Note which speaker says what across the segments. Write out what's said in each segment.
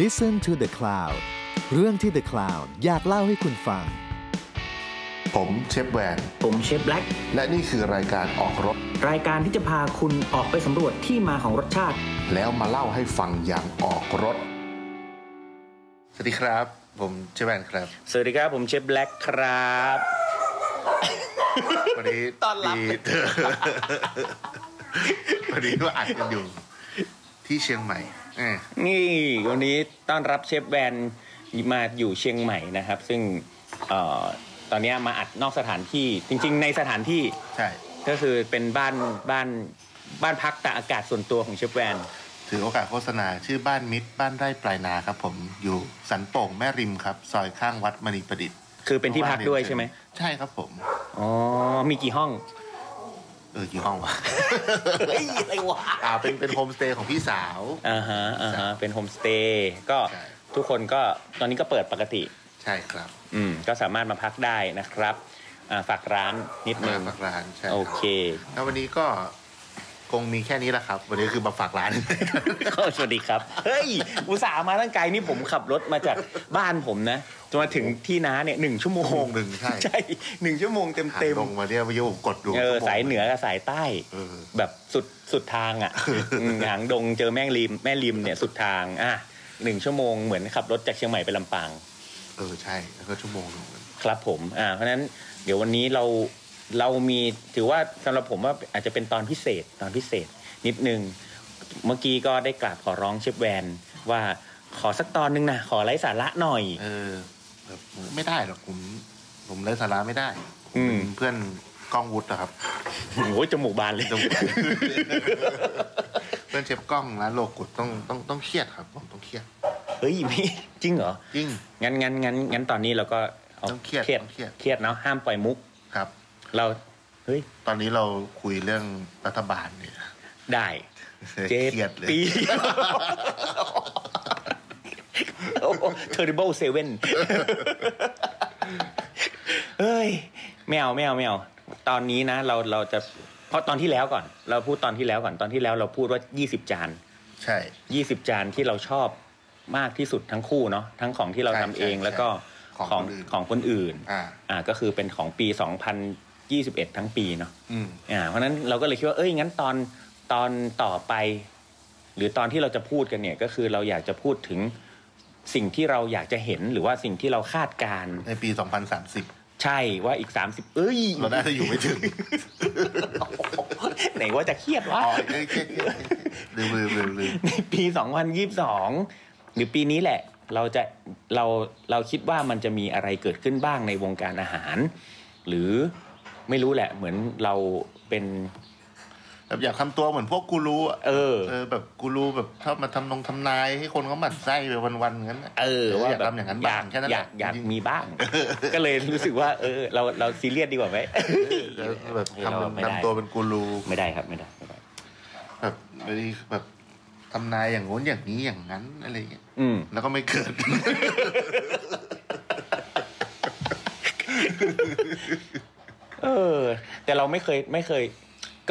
Speaker 1: Listen to the Cloud เรื่องที่ The Cloud อยากเล่าให้คุณฟัง
Speaker 2: ผมเชฟแวน
Speaker 3: ผมเชฟแบล็ก
Speaker 2: และนี่คือรายการออกรถ
Speaker 3: รายการที่จะพาคุณออกไปสำรวจที่มาของรสชาติ
Speaker 2: แล้วมาเล่าให้ฟังอย่างออกรถ สวัสดีครับ ผมเชฟแวนครับ
Speaker 3: สวัสดีครับผมเชฟแบล็กครับ
Speaker 2: วันนี้ ตอนรับ วันนี้ก็อัดกันอยู่ที่เชียงใหม่เออ
Speaker 4: นี่วันนี้ต้อนรับเชฟแวนมาอยู่เชียงใหม่นะครับ ซึ่งเอ่อตอนเนี้ยมาอัดนอกสถานที่จริง ๆ ในสถานที่
Speaker 2: ใช่
Speaker 4: ก็คือเป็นบ้านบ้านบ้านพักตากอากาศส่วนตัวของเชฟแวน
Speaker 2: ถือโอกาสโฆษณาชื่อบ้านมิตร บ้านไร่ปลายนาครับ ผมอยู่สันโป่งแม่ริมครับ ซอยข้างวัดมณีประดิษฐ์
Speaker 4: คือเป็นที่พักด้วยใช่ไหม
Speaker 2: ใช่ครับผม
Speaker 4: อ๋อมีกี่ห้อง
Speaker 2: เออกี่ห้ องวะอ่าเป็นเป็นโฮมสเตย์ของพี่สาว
Speaker 4: อ่าฮะอ่าฮะเป็นโฮมสเตย์ก็
Speaker 2: ใช่
Speaker 4: ทุกคนก็ตอนนี้ก็เปิดปกติ
Speaker 2: ใช่ครับ
Speaker 4: อืมก็สามารถมาพักได้นะครับอ่าฝากร้านนิดนึ
Speaker 2: มาง ฝากร้านใช่รับ
Speaker 4: โอเค
Speaker 2: แล้ววันนี้ก็คงมีแค่นี้แหละครับ วันนี้คือมาฝาก ร้าน
Speaker 4: ก็ สวัสดีครับ เฮ้ย อุตส่าห์มาตั้งไกลนี่ผมขับรถมาจากบ้านผมนะจนมาถึงที่น้าเนี่ยหนึ่งชั่วโม
Speaker 2: ชั่วโม
Speaker 4: ง
Speaker 2: งหนึ่งใช่
Speaker 4: ใช่หนึ่งชั่วโมงเต็ม
Speaker 2: หัน
Speaker 4: เต็ม
Speaker 2: ลงมาเนี่ยเมื่อกี้ผมกดดู
Speaker 4: เออ
Speaker 2: ชั่วโมง
Speaker 4: สายเหนือกับสายใต้
Speaker 2: เออ
Speaker 4: แบบสุดสุดทาง อ่ะอืมหางดงเจอแม่ริมแม่ริมเนี่ยสุดทางอ่ะหนึ่งชั่วโมงเหมือนขับรถจากเชียงใหม่ไปลำปาง
Speaker 2: เออใช่ แล้วก็ชั่วโมงหนึ่ง
Speaker 4: ครับผม อ่า เพราะฉะนั้นเดี๋ยววันนี้เราเรามีถือว่าสำหรับผมว่าอาจจะเป็นตอนพิเศษตอนพิเศษ นิดนึง เมื่อกี้ก็ได้กราบขอร้องเชฟแวน ว่าขอสักตอนนึงนะขอไร้สาระ หน่อย
Speaker 2: เออแบบไม่ได้หรอกผม ผมไร้สาระไม่ได้ผม
Speaker 4: อืม
Speaker 2: เป็นเพื่อนกล้องวุฒิอะครับ
Speaker 4: โอ้ยจมูกบานเลย
Speaker 2: จมูกบาน เพื่อนเชฟกล้องร้านโลกุดต้องต้องต้องเครียดครับผมต้องเครียด
Speaker 4: เฮ้ยไม่จริงเหรอ
Speaker 2: จริง
Speaker 4: งั้นงั้นงั้นงั้นตอนนี้เราก็า
Speaker 2: ต้องเครียด
Speaker 4: เครียด
Speaker 2: ต้องเครียด
Speaker 4: เครียดเนาะห้ามปล่อยมุก
Speaker 2: ครับ
Speaker 4: เราเฮ้ย
Speaker 2: ตอนนี้เราคุยเรื่องรัฐบาลเนี่ย
Speaker 4: ได้
Speaker 2: เครียดเลย
Speaker 4: ปี โอ้ terrible seven เฮ้ยแมวแมวแมวตอนนี้นะเราเราจะเพราะตอนที่แล้วก่อน เราพูดตอนที่แล้วก่อนตอนที่แล้วเราพูดว่า 20 จาน
Speaker 2: ใช่
Speaker 4: 20 จานที่เราชอบมากที่สุดทั้งคู่เนาะทั้งของที่เรา
Speaker 2: ใช่
Speaker 4: ทำเอง
Speaker 2: ใช่
Speaker 4: แล้วก็
Speaker 2: ของคนอื่น
Speaker 4: ของคนอื่น
Speaker 2: อ่า
Speaker 4: อ่าก็คือเป็นของปี 2021 ทั้งปีเนาะ
Speaker 2: อืม
Speaker 4: อ่าเพราะฉะนั้นเราก็เลยคิดว่าเอ้ยงั้นตอนตอนต่อไป หรือตอนที่เราจะพูดกันเนี่ยก็คือเราอยากจะพูดถึงสิ่งที่เราอยากจะเห็นหรือว่าสิ่งที่เราคาดการณ์
Speaker 2: ในปี 2030
Speaker 4: ใช่ว่าอีก 30 เอ้ย
Speaker 2: เราน่าจะอยู่ไม่ถึง
Speaker 4: ไหนว่าจะเครียด
Speaker 2: อ๋
Speaker 4: วะ
Speaker 2: อเอ้ยเอ้ยเอ้ย ลืมลืมลืมลืม
Speaker 4: ในปี 2022 หรือปีนี้แหละ เราจะเราเราคิดว่ามันจะมีอะไรเกิดขึ้นบ้างในวงการอาหาร หรือไม่รู้แหละ เหมือนเราเป็น
Speaker 2: แบบอยากทำตัวเหมือนพวกกูรูอะ
Speaker 4: เออ
Speaker 2: เออแบบกูรูแบบชอบมาทำนงทำนายให้คนเขาหมั่นไส้ไปวันๆงั้นน่ะ
Speaker 4: เออว่า
Speaker 2: อยาก
Speaker 4: แบบ
Speaker 2: ทำอย่างนั้นบ้างแค่นั้น
Speaker 4: อยากอยาก
Speaker 2: จริงๆ
Speaker 4: มี บ้าง ก็เลยรู้สึกว่า เออ เราเราซีเรียสดีกว่าไหม
Speaker 2: เออแบบทำเป็น
Speaker 4: ไม่ได้
Speaker 2: ทำตัวเป็นกูรู
Speaker 4: ไม่ได้ครับไม่ได้ไม่ได้
Speaker 2: แบบบางทีแบบทำนายอย่างโน้นอย่างนี้อย่างนั้นอะไรอย่างเงี้ย
Speaker 4: อืม
Speaker 2: แล้วก็ไม่เกิด
Speaker 4: เออ แต่เราไม่เคยไม่เคย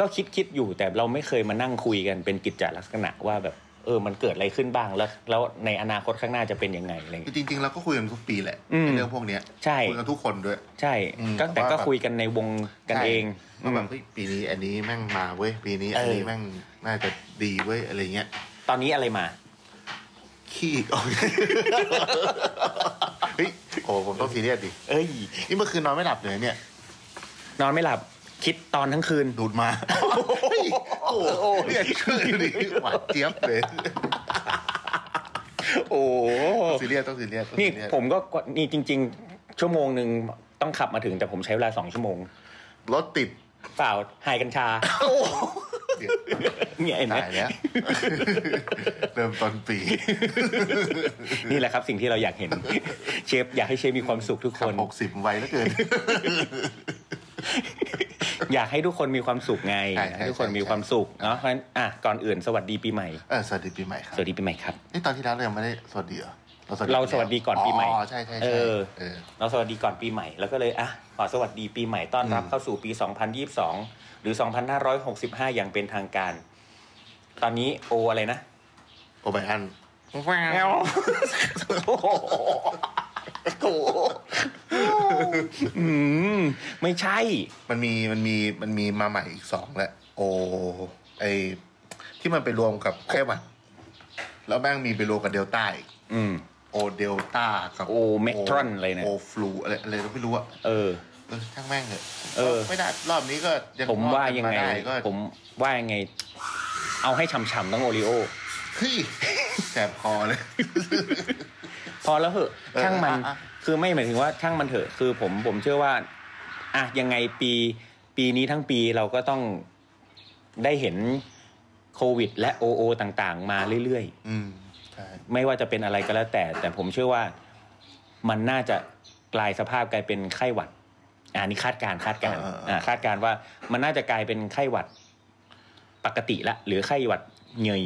Speaker 4: ก็คิดคิดอยู่แต่เราไม่เคยมานั่งคุยกันเป็นกิจจลักษณะว่าแบบ เออ มันเกิดอะไรขึ้นบ้างแล้ว แล้วในอนาคตข้างหน้าจะเป็นยังไงอะไรอย่างเงี้ย
Speaker 2: จริงๆเราก็คุยกันทุกปีแหละ
Speaker 4: อืม
Speaker 2: ในเรื่องพวกเนี้ย
Speaker 4: ใช่
Speaker 2: คุยกันทุกคนด้วย
Speaker 4: ใช่
Speaker 2: อืม
Speaker 4: ก็แต่
Speaker 2: ว่า
Speaker 4: ก็
Speaker 2: แบบ
Speaker 4: คุยกันในวงกันเอง
Speaker 2: ใช่ว่าแบบเฮ้ยปีนี้อันนี้แม่งมาเว้ยปีนี้อันนี้แม่งน่าจะดีเว้ยอะไรเงี้ย
Speaker 4: ตอนนี้อะไรมา
Speaker 2: ขี้ออก เฮ้ยโอ้ผมต้องซีเรียสดิ
Speaker 4: เอ้ย
Speaker 2: นี่เมื่อคืนนอนไม่หลับเลยเนี่ย
Speaker 4: นอนไม่หลับคิดตอนทั้งคืน
Speaker 2: ดูดมา โอ้โหเนี่ยคือดิหวานเจี๊ยบเลย
Speaker 4: โอ้
Speaker 2: ซีเรียสต้องซีเรียสต้อง
Speaker 4: นี่
Speaker 2: ซีเรียส
Speaker 4: ผมก็กว่านี่จริง ๆ ชั่วโมงหนึ่งต้องขับมาถึงแต่ผมใช้เวลาสองชั่วโมง
Speaker 2: รถติด
Speaker 4: เปล่าหายกัญชา
Speaker 2: เดี๋ยว
Speaker 4: เนี่ยเห็นไหม
Speaker 2: ตาย แล้ว เริ่มต้นปี
Speaker 4: นี่แหละครับสิ่งที่เราอยากเห็น เชฟอยากให้เชฟมีความสุขทุกค
Speaker 2: ขับ
Speaker 4: น
Speaker 2: หกสิบไวแล้วเกิน
Speaker 4: อยากให้ทุกคนมีความสุขไง
Speaker 2: ใช่
Speaker 4: อยากให้ทุกคนมีความสุขเนาะเพราะฉะนั้นอ่ะก่อนอื่นสวัสดีปีใหม่
Speaker 2: เออสวัสดีปีใหม่ครับ
Speaker 4: สวัสดีปีใหม่ครับ
Speaker 2: นี่ตอนที่แล้วเรายังไม่ได้สวัสดีเหรอ
Speaker 4: เราสวัสดีก่อนปีใหม่
Speaker 2: อ๋อใช่ใช่ใช่
Speaker 4: เออ
Speaker 2: เออ
Speaker 4: เราสวัสดีก่อนปีใหม่แล้วก็เลยอ่ะขอสวัสดีปีใหม่ต้อนรับ
Speaker 2: อืม
Speaker 4: เข้าสู่ปี 2022 หรือ 2565 อย่างเป็นทางการ ตอนนี้โออะไรนะ
Speaker 2: โอไบอัน
Speaker 4: แววโอ้โหโอ้โหอืมไม่ใช่
Speaker 2: มันมีมันมีมันมีมาใหม่อีกสองแหละโอไอที่มันไปรวมกับไข้หวัด แล้วแม่งมีไปรวมกับเดลต้าอีก
Speaker 4: อืม
Speaker 2: โอเดลต้ากับ
Speaker 4: Omicron อะไรเนี่ย
Speaker 2: โอฟลูอะไรอะไรก็ไม่รู้อะ
Speaker 4: เออ
Speaker 2: เออช่างแม่งเถอะ
Speaker 4: เออ
Speaker 2: ไม่ได้รอบนี้ก็ยัง
Speaker 4: ผมว่ายัง
Speaker 2: ร
Speaker 4: ไง
Speaker 2: อดกันมด้ก็
Speaker 4: ผมว่ายังไง เอาให้ฉ่ำๆต้องโอริโอ
Speaker 2: เฮ้ย แสบคอเลย
Speaker 4: พอแล้วเหอะ
Speaker 2: เออ
Speaker 4: ช่างมัน
Speaker 2: อ่ะอ่ะ
Speaker 4: คือไม่หมายถึงว่าช่างมันเถอะ คือผมผมเชื่อว่าอ่ะยังไงปีปีนี้ทั้งปีเราก็ต้องได้เห็นโควิด และโอโอต่างๆ มาเรื่อย
Speaker 2: อืมใช่
Speaker 4: ๆ ไม่ว่าจะเป็นอะไรก็แล้วแต่ แต่ผมเชื่อว่ามันน่าจะกลายสภาพกลายเป็นไข้หวัดอะอันนี้คาดการณ์คาดการณ์อ่ะคาดการณ์ว่ามันน่าจะกลายเป็นไข้หวัดปกติละหรือไข้หวัดเห นื่อย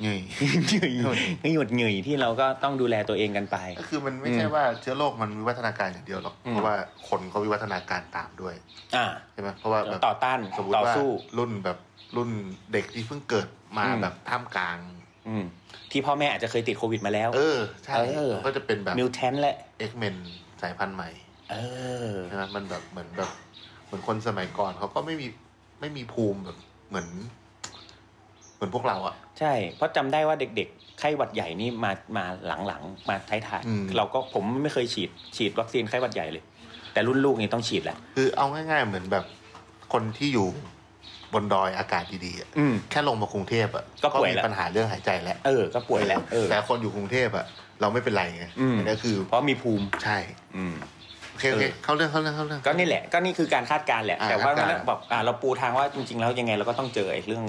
Speaker 2: เหนื่อย
Speaker 4: เหนื่อยไข้หวัดเหนื่อยที่เราก็ต้องดูแลตัวเองกันไป
Speaker 2: ก็คือมันไม่ใช่ว่าเชื้อโรคมันวิวัฒนาการอย่างเดียวหรอก
Speaker 4: อืม
Speaker 2: เพราะว่าคนก็วิวัฒนาการตามด้วย
Speaker 4: อ่า
Speaker 2: ใช่ไหมเพราะว่าแบบ
Speaker 4: ต่อต้าน
Speaker 2: สมมติ
Speaker 4: ต่อ
Speaker 2: ว่า
Speaker 4: สู้
Speaker 2: รุ่นแบบรุ่นเด็กที่เพิ่งเกิดมา
Speaker 4: อืม
Speaker 2: แบบท่ามกลาง
Speaker 4: อืมที่พ่อแม่อาจจะเคยติดโควิดมาแล้ว
Speaker 2: เออ ใช่
Speaker 4: เออ
Speaker 2: มันก็จะเป็นแบบ
Speaker 4: มิวแทนแหละ
Speaker 2: เอ็กเมนสายพันธุ์ใหม่
Speaker 4: เออ
Speaker 2: ใช่ไหมมันแบบเหมือนแบบเหมือนคนสมัยก่อนเขาก็ไม่มีไม่มีภูมิแบบเหมือน เหมือนพวกเราอะ
Speaker 4: ใช่ เพราะจำได้ว่าเด็กๆ ไข้หวัดใหญ่นี่มามาหลังๆ มาท้าย
Speaker 2: อืม
Speaker 4: ๆ เราก็ผมไม่เคยฉีดฉีดวัคซีนไข้หวัดใหญ่เลย แต่รุ่นลูกนี่ต้องฉีดแหละ
Speaker 2: คือเอาง่ายๆเหมือนแบบคนที่อยู่บนดอยอากาศดีๆอะ
Speaker 4: อืม
Speaker 2: แค่ลงมากรุงเทพอะ
Speaker 4: ก็ป่วย
Speaker 2: มี
Speaker 4: แล้ว
Speaker 2: ปัญหาเรื่องหายใจแล้ว
Speaker 4: เออ ก็ป่วยแล้วเออ
Speaker 2: แต่คนอยู่กรุงเทพอะเราไม่เป็นไรไง
Speaker 4: อืม
Speaker 2: อันนี้คือ
Speaker 4: เพราะมีภูมิ
Speaker 2: ใช่
Speaker 4: อืม
Speaker 2: โอเคโอเค
Speaker 4: เออ
Speaker 2: เข้าเรื่องเข้าเรื่องเข้าเรื่อง
Speaker 4: ก็นี่แหละก็นี่คือการคาดการณ์แหละ
Speaker 2: อ่า
Speaker 4: แต่ว่า
Speaker 2: คาดการณ์
Speaker 4: แบบอ่าเราปูทางว่าจริง ๆ แล้วยังไงเราก็ต้องเจอไอ้เรื่อง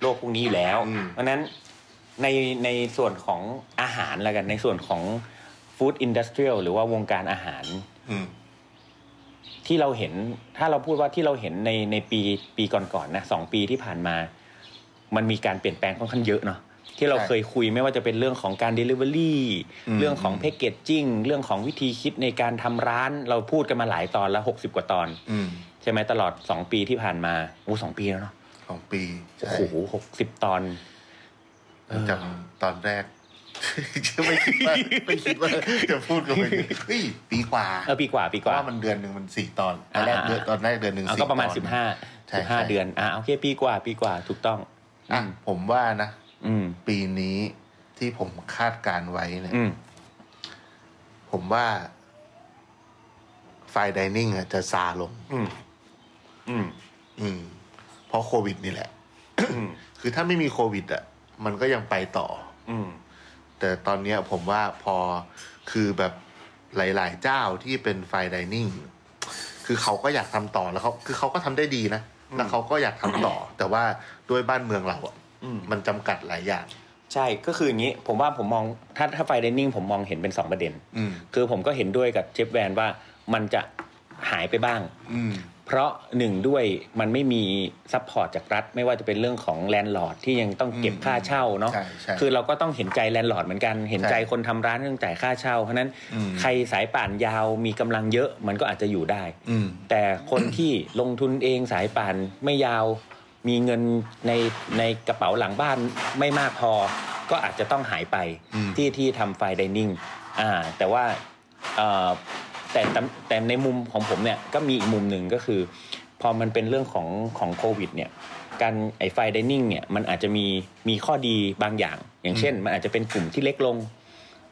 Speaker 4: โรคพวกนี้อยู่แล้ว
Speaker 2: อืม
Speaker 4: เพราะฉะนั้นในในส่วนของอาหารละกันในส่วนของฟู้ดอินดัสเทรียลหรือว่าวงการอาหาร
Speaker 2: อืม
Speaker 4: ที่เราเห็นถ้าเราพูดว่าที่เราเห็นในในปีปีก่อนๆนะสองปีที่ผ่านมา มันมีการเปลี่ยนแปลงค่อนข้างเยอะเนาะที่เราเคยคุยไม่ว่าจะเป็นเรื่องของการ Delivery เรื่องของแพ c เกจจิ้งเรื่องของวิธีคิดในการทำร้านเราพูดกันมาหลายตอนแล้วหกสิบกว่าตอน
Speaker 2: อืม
Speaker 4: ใช่ไหมตลอดสองปีที่ผ่านมาโอ้สองปีแล้วเนาะ
Speaker 2: ของปี
Speaker 4: โอ้โหหกสิบตอน
Speaker 2: ใช่จำตอนแรก ไม่คิดว่าไม่คิดว่า จะพูดกับมันเฮ้ยปีกว่า
Speaker 4: เออปีกว่าปี
Speaker 2: เพ
Speaker 4: ก
Speaker 2: ราะ
Speaker 4: ว่า
Speaker 2: ว่ามันเดือนหนึ่งมันสี่ตอนตอนแรก
Speaker 4: อ่า
Speaker 2: เดือนตอนแรกเดือนหนึ่ง
Speaker 4: เอา
Speaker 2: สี่
Speaker 4: ก็ประมาณ
Speaker 2: ตอน
Speaker 4: สิบห้า
Speaker 2: ใช่
Speaker 4: สิบห้า
Speaker 2: ใช่
Speaker 4: เดือนอ่ะโอเค ปีกว่าปีกว่าถูกต้อง
Speaker 2: อ่ะผมว่านะ
Speaker 4: อืม
Speaker 2: ปีนี้ที่ผมคาดการไว้เนี่ย
Speaker 4: อืม
Speaker 2: ผมว่าไฟดิเนิ่งอะจะซาลง
Speaker 4: อืมอืม
Speaker 2: อืมเพราะโควิดนี่แหละ
Speaker 4: อืม
Speaker 2: คือถ้าไม่มีโควิดอ่ะ มันก็ยังไปต่อ
Speaker 4: อืม
Speaker 2: แต่ตอนเนี้ยผมว่าพอคือแบบหลาย ๆ เจ้าที่เป็นไฟน์ไดิเนิ่งคือเขาก็อยากทำต่อแล้วเขาคือเขาก็ทำได้ดีนะ แล้วเขาก็อยากทำต่อ แต่ว่าด้วยบ้านเมืองเราอ่ะ
Speaker 4: อืม
Speaker 2: มันจำกัดหลายอย่าง
Speaker 4: ใช่ก็คืออย่างนี้ ผมว่าผมมองถ้าถ้าไฟเดนนิ่งผมมองเห็นเป็นสองประเด็น
Speaker 2: อืม
Speaker 4: คือผมก็เห็นด้วยกับเชฟแวนว่ามันจะหายไปบ้าง
Speaker 2: อืม
Speaker 4: เพราะหนึ่งด้วยมันไม่มีซัพพอร์ตจากรัฐ ไม่ว่าจะเป็นเรื่องของแลนด์ลอร์ดที่ยังต้องเก็บ
Speaker 2: อืม
Speaker 4: ค่าเช่าเนาะ
Speaker 2: ใช่ใช่
Speaker 4: คือเราก็ต้องเห็นใจแลนด์ลอร์ดเหมือนกันเห็นใจ
Speaker 2: ใช่
Speaker 4: คนทำร้านเรื่องจ่ายค่าเช่า เพราะฉะนั้น
Speaker 2: อืม
Speaker 4: ใครสายป่านยาวมีกำลังเยอะมันก็อาจจะอยู่ได้
Speaker 2: อืม
Speaker 4: แต่คนที่ลงทุนเองสายป่านไม่ยาวมีเงินในในกระเป๋าหลังบ้านไม่มากพอ ก็อาจจะต้องหายไป
Speaker 2: อืม
Speaker 4: ที่ที่ทำไฟดิเนิ่งอ่าแต่ว่าเอ่อแต่แต่แต่ในมุมของผมเนี่ยก็มีอีกมุมหนึ่งก็คือ พอมันเป็นเรื่องของของโควิดเนี่ยการไอไฟดิเนิ่งเนี่ยมันอาจจะมีมีข้อดีบางอย่าง อย่างเช่น มันอาจจะเป็นกลุ่มที่เล็กลง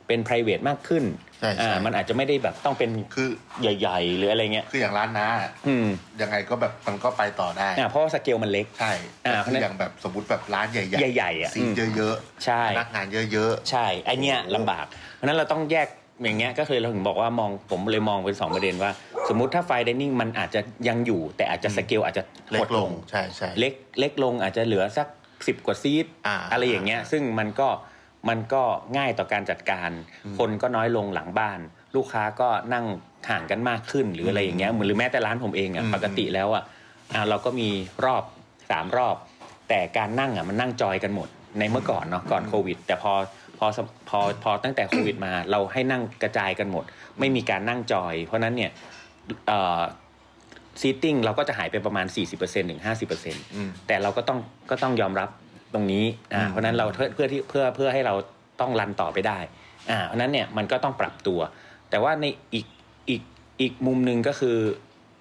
Speaker 4: เป็น p r i v a t e มากขึ้น
Speaker 2: ใช่ใช่
Speaker 4: อ่ามันอาจจะไม่ได้แบบต้องเป็น
Speaker 2: คือ
Speaker 4: ใหญ่ๆ หรืออะไรเงี้ย
Speaker 2: คืออย่างร้านน้าอะ
Speaker 4: อืม
Speaker 2: ยังไงก็แบบมันก็ไปต่อได้
Speaker 4: อ่าเพราะว่าสเกลมันเล็ก
Speaker 2: ใช่
Speaker 4: อ่า
Speaker 2: แต่คืออย่างแบบสมมติแบบร้านใหญ่ๆ
Speaker 4: ใหญ่ๆอะ
Speaker 2: สี
Speaker 4: อืม
Speaker 2: เยอะ
Speaker 4: ใช่
Speaker 2: พนักงานเยอะ
Speaker 4: ใช่ไอเนี้ย
Speaker 2: โอ้โห
Speaker 4: ลำบาก เพราะฉะนั้นเราต้องแยกอย่างเงี้ยก็คือเราถึงบอกว่ามองผมเลยมองเป็นสองประเด็นว่า สมมุติถ้าไฟดิเนิ่งมันอาจจะยังอยู่ แต่อาจจะสเกลอาจจะ
Speaker 2: ๆ เล็
Speaker 4: ห
Speaker 2: ก
Speaker 4: ด
Speaker 2: ลงใช่ใช่
Speaker 4: เล็กเล็กลงอาจจะเหลือสักสิบกว่าซีท
Speaker 2: อ่า
Speaker 4: อะไรอย่างเงี้ย ซึ่งมันก็มันก็ง่ายต่อการจัดการ คนก็น้อยลงหลังบ้าน ลูกค้าก็นั่งห่างกันมากขึ้นหรืออะไรอย่างเงี้ยหรือแม้แต่ร้านผมเองอ่ะ
Speaker 2: อืม
Speaker 4: ปกติแล้วอ่ะอ่าเราก็มีรอบสามรอบ แต่การนั่งอ่ะมันนั่งจอยกันหมดในเมื่อก่อนเนาะก่อนโควิด แต่พอพอสพอพอตั้งแต่โควิดมาเราให้นั่งกระจายกันหมด ไม่มีการนั่งจอย เพราะฉะนั้นเนี่ยเอ่อซีติ้งเราก็จะหายไปประมาณ 40%ถึง50%
Speaker 2: อืม
Speaker 4: แต่เราก็ต้องก็ต้องยอมรับตรงนี้อ่า
Speaker 2: อืม
Speaker 4: เพราะฉะนั้นเราเพื่อเพื่อที่เพื่อเพื่อให้เรา ต้องรันต่อไปได้อ่าเพราะฉะนั้นเนี่ยมันก็ต้องปรับตัว แต่ว่าในอีกอีกอีกมุมหนึ่งก็คือ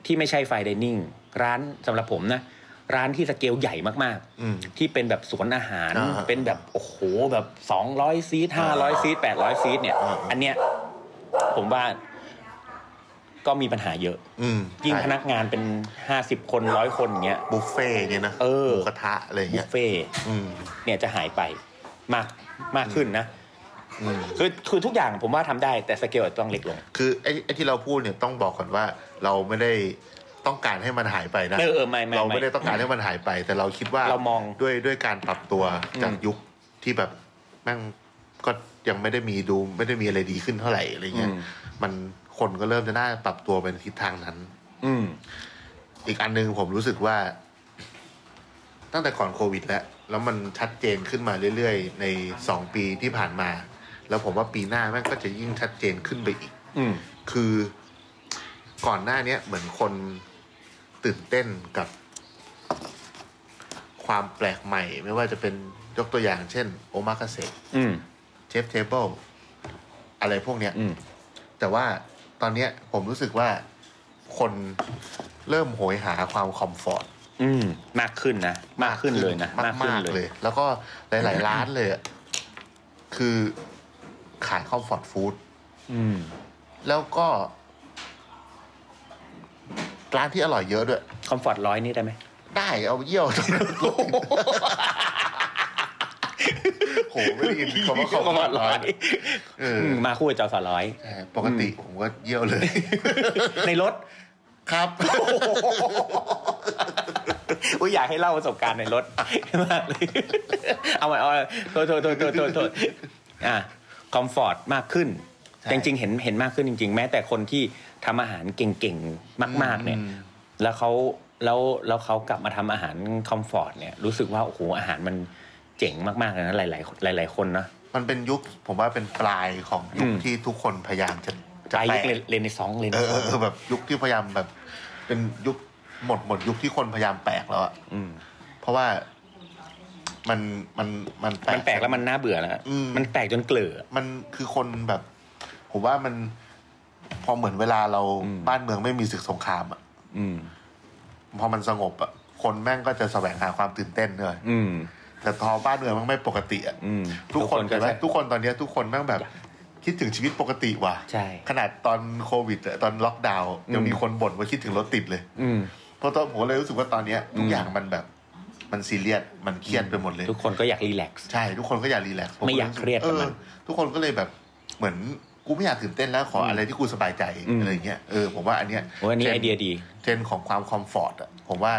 Speaker 4: ที่ไม่ใช่ไฟน์ไดิเนิ่งร้านสำหรับผมนะ ร้านที่สเกลใหญ่มาก
Speaker 2: อืม
Speaker 4: ๆ ที่เป็นแบบสวนอาหาร
Speaker 2: อ่าฮะ
Speaker 4: เป็นแบบโอ้โหแบบ 200 ซีท500 ซีท800 ซีทเนี่ย
Speaker 2: อ่าฮะ
Speaker 4: อันเนี้ยผมว่าก็มีปัญหาเยอะ
Speaker 2: อืม
Speaker 4: ยิ่ง
Speaker 2: ใช่
Speaker 4: พนักงานเป็น 50 คนร้อยคนอย่างเงี้ย
Speaker 2: บุฟเฟ่ต์อย่างเงี้ยนะ
Speaker 4: เออ
Speaker 2: หมูกระทะอะไรอย่าง
Speaker 4: บุ
Speaker 2: เงี้
Speaker 4: ฟ
Speaker 2: ย
Speaker 4: เฟ่ต์
Speaker 2: อืม
Speaker 4: เนี่ยจะหายไปมากมากขึ้นนะ
Speaker 2: อืม
Speaker 4: คือคือทุกอย่างผมว่าทำได้แต่สเกลอาจจะต้องเล็กลง
Speaker 2: คือไอ้ไอ้ที่เราพูดเนี่ยต้องบอกก่อนว่าเราไม่ได้ต้องการให้มันหายไปนะ
Speaker 4: เออเออไม่ไม่
Speaker 2: เราไม่
Speaker 4: ไม่
Speaker 2: ได้ต้องการให้มันหายไป แต่เราคิดว่า
Speaker 4: เรามอง
Speaker 2: ด้วยด้วยการปรับตัวจาก
Speaker 4: อืม
Speaker 2: ยุคที่แบบแม่งก็ยังไม่ได้มีดูไม่ได้มีอะไรดีขึ้นเท่าไหร่อะไรเงี้ย
Speaker 4: อืม
Speaker 2: มันคนก็เริ่มจะน่าปรับตัวไปในทิศทางนั้น
Speaker 4: อืม
Speaker 2: อีกอันหนึงผมรู้สึกว่า ตั้งแต่ก่อนโควิด แล้ว แล้วมันชัดเจนขึ้นมาเรื่อยๆ ในสองปีที่ผ่านมา แล้วผมว่าปีหน้าแม่งก็จะยิ่งชัดเจนขึ้นไปอีก
Speaker 4: อืม
Speaker 2: คือก่อนหน้าเนี้ยเหมือนคนตื่นเต้นกับ ความแปลกใหม่ ไม่ว่าจะเป็นยกตัวอย่างเช่นโอมา a าเซ
Speaker 4: อืม
Speaker 2: เชฟเทเบิลอะไรพวกเนี้ย
Speaker 4: อืม
Speaker 2: แต่ว่าตอนเนี้ยผมรู้สึกว่าคนเริ่มโหยหาความคอมฟอร์ต
Speaker 4: อืม มากขึ้นนะ มากขึ้นเลยนะ
Speaker 2: มากมากๆเลย แล้วก็หลาย ๆ ร้านเลยอะคือขายคอมฟอร์ตฟู้ด
Speaker 4: อืม
Speaker 2: แล้วก็ร้านที่อร่อยเยอะด้วย
Speaker 4: คอมฟอร์ตร้อยนี่ได้ไหม
Speaker 2: ได้เอาเยี่ยว โหไม่ได้ยินคำว่าเขามาร้อยเออ
Speaker 4: มมาคู่กับจอสอ ร้อย
Speaker 2: ใช่ปกติผมก็เยี่ยวเลย
Speaker 4: ในรถ
Speaker 2: ครับ
Speaker 4: อุ้ยอยากให้เล่าประสบการณ์ในรถ มากเลย เอาไว้เอาไว้โทษโทษโทษโทษโทษโทษอ่ะคอมฟอร์ตมากขึ้น
Speaker 2: ใช่
Speaker 4: จริงๆ เห็นเห็นมากขึ้นจริง ๆ แม้แต่คนที่ทำอาหารเก่งๆ มาก ๆ เนี่ย แล้วเขาแล้วแล้วเขากลับมาทำอาหารคอมฟอร์ตเนี่ย รู้สึกว่าโอ้โหอาหารมันเจ๋งมากๆเลยนะหลายๆหลาย ๆ คนนะ
Speaker 2: มันเป็นยุค ผมว่าเป็นปลายของยุค
Speaker 4: อืม
Speaker 2: ที่ทุกคนพยายามจะ
Speaker 4: ป
Speaker 2: จะ
Speaker 4: ลายยุค
Speaker 2: แตะ
Speaker 4: เรนในซองเรน
Speaker 2: เอ
Speaker 4: ใน
Speaker 2: อ
Speaker 4: ซ
Speaker 2: เอ
Speaker 4: อง
Speaker 2: อเออแบบยุคที่พยายามแบบ เป็นยุคหมดหมดยุคที่คนพยายามแปลกแล้วอะ
Speaker 4: อืม
Speaker 2: เพราะว่ามันมันมันแปลก
Speaker 4: มันแปลกแล้วมันน่าเบื่อแล้ว
Speaker 2: อืม
Speaker 4: มันแปลกจนเกลือ
Speaker 2: มันคือคนแบบ ผมว่ามันพอเหมือนเวลาเรา
Speaker 4: อืม
Speaker 2: บ้านเมืองไม่มีศึกสงครามอ่ะ
Speaker 4: อืม
Speaker 2: พอมันสงบอ่ะคนแม่งก็จะแสวงหาความตื่นเต้นเลย
Speaker 4: อืม
Speaker 2: แต่พอบ้านเมืองมันไม่ปกติอ่ะ
Speaker 4: อืม
Speaker 2: ทุกคน
Speaker 4: ก็
Speaker 2: ใช่ไหม
Speaker 4: จะ
Speaker 2: ทุกคนตอนเนี้ยทุกคนแม่งแบบ คิดถึงชีวิตปกติว่ะ
Speaker 4: ใช่
Speaker 2: ขนาดตอนโควิดอะตอนล็อกดาวน์
Speaker 4: อืม
Speaker 2: ยังมีคนบ่นว่าคิดถึงรถติดเลย
Speaker 4: อืม
Speaker 2: เพราะตอนผมเลยรู้สึกว่าตอนเนี้ยทุกอย่างมันแบบ มันซีเรียสมันเครียดไปหมดเลย
Speaker 4: ทุกคนก็อยากรีแลกซ์
Speaker 2: ใช่ทุกคนก็อยากรีแลกซ์
Speaker 4: ไม่อยากเครียด
Speaker 2: เอ
Speaker 4: กับ
Speaker 2: อ
Speaker 4: มัน
Speaker 2: ทุกคนก็เลยแบบเหมือนกูไม่อยากตื่นเต้นแล้วขออะไรที่กูสบายใจ
Speaker 4: อืม
Speaker 2: อะไรอย่างเงี้ยเออผมว่าอันเนี้ย
Speaker 4: โอ้ยอันนี้
Speaker 2: ทร
Speaker 4: ไอเดียดี
Speaker 2: เทรนด์ของความคอมฟอร์ตอ่ะผมว่า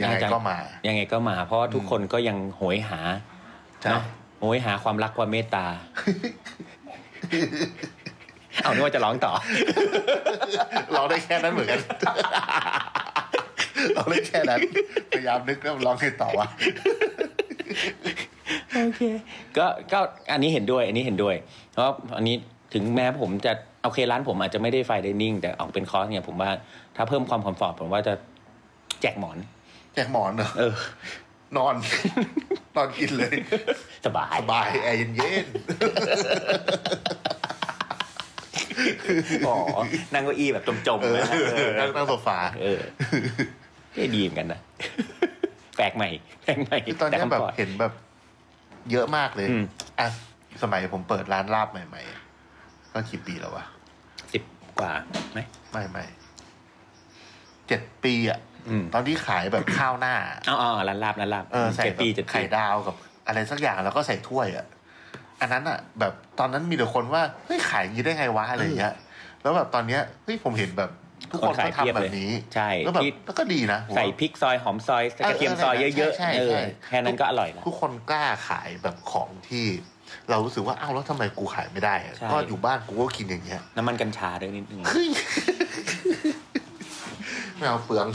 Speaker 2: ยังไง
Speaker 4: อาจารย์
Speaker 2: ก็มา
Speaker 4: ยังไงก็มา เพราะว่าทุกคนก็ยังโหยหา
Speaker 2: ใช่
Speaker 4: เนาะโหยหาความรักความเมตตา เอานึกว่าจะร้องต่อ
Speaker 2: เราได้แค่นั้นเหมือนกัน เราได้แค่นั้น พยายามนึกแล้วลองให้ต่อว่า
Speaker 4: โอเค ก็ก็อันนี้เห็นด้วยอันนี้เห็นด้วย เพราะอันนี้ถึงแม้ผมจะโอเคร้านผมอาจจะไม่ได้ไฟเดนิ่งแต่ออกเป็นคอร์สเนี่ยผมว่าถ้าเพิ่มความคอมฟอร์ตผมว่าจะแจกหมอน
Speaker 2: แจกหมอนเหรอ
Speaker 4: เออ
Speaker 2: นอน นอนกินเลย
Speaker 4: สบาย
Speaker 2: สบายแอร์เย็น
Speaker 4: อ๋อ นั่งเก้าอี้แบบจม
Speaker 2: ๆเอ
Speaker 4: ๆ
Speaker 2: อ
Speaker 4: นะเออ
Speaker 2: นั่งนั่งโซฟา
Speaker 4: เออเอ้ยดีเหมือนกันนะ แปลกใหม่ แปลกใหม่
Speaker 2: คือตอนเนี้ย
Speaker 4: คำ
Speaker 2: แบบ
Speaker 4: ก่
Speaker 2: เห็นแบบ เยอะมากเลย
Speaker 4: อืม
Speaker 2: อ่ะสมัยผมเปิดร้านลาบใหม่ ๆ ก็กี่ปีแล้ววะ
Speaker 4: สิบกว่าไหม
Speaker 2: ไม่ไม่เจ็ดปีอ่ะ
Speaker 4: อืม
Speaker 2: ตอนที่ขายแบบข้าวหน้า
Speaker 4: อ๋ออ๋อร้านลาบร้านลาบ
Speaker 2: เออใส่
Speaker 4: เจ็ด
Speaker 2: แบบ
Speaker 4: ปีเจ็ดปี
Speaker 2: ไข่ดาวกับ อะไรสักอย่างแล้วก็ใส่ถ้วยอ่ะ อันนั้นอ่ะ แบบตอนนั้นมีแต่คนว่าเฮ้ยขายอย่างนี้ได้ไงวะอะไรอย่างเงี้ยแล้วแบบตอนเนี้ยเฮ้ยผมเห็นแบบ ทุกคนก็ทำแบบนี้
Speaker 4: ใช่
Speaker 2: แล้วแบบ
Speaker 4: ที่
Speaker 2: แล้วก็ดีนะผมว่า
Speaker 4: ใส่พริกซอยหอมซอยใส่กระเทียมซอยเยอะ
Speaker 2: ใช่
Speaker 4: ๆ
Speaker 2: ใช่
Speaker 4: เออ
Speaker 2: ใช่
Speaker 4: แค่นั้นก็อร่อยแล้ว
Speaker 2: ทุกคนกล้าขายแบบของที่เรารู้สึกว่าอ้าวแล้วทำไมกูขายไม่ได้อะ
Speaker 4: ใช่
Speaker 2: ก็อยู่บ้านกูก็กินอย่างเงี้ย
Speaker 4: น้ำมันกัญชาด้วยนิดนึง
Speaker 2: เฮ้ยไม่เอาเปลือง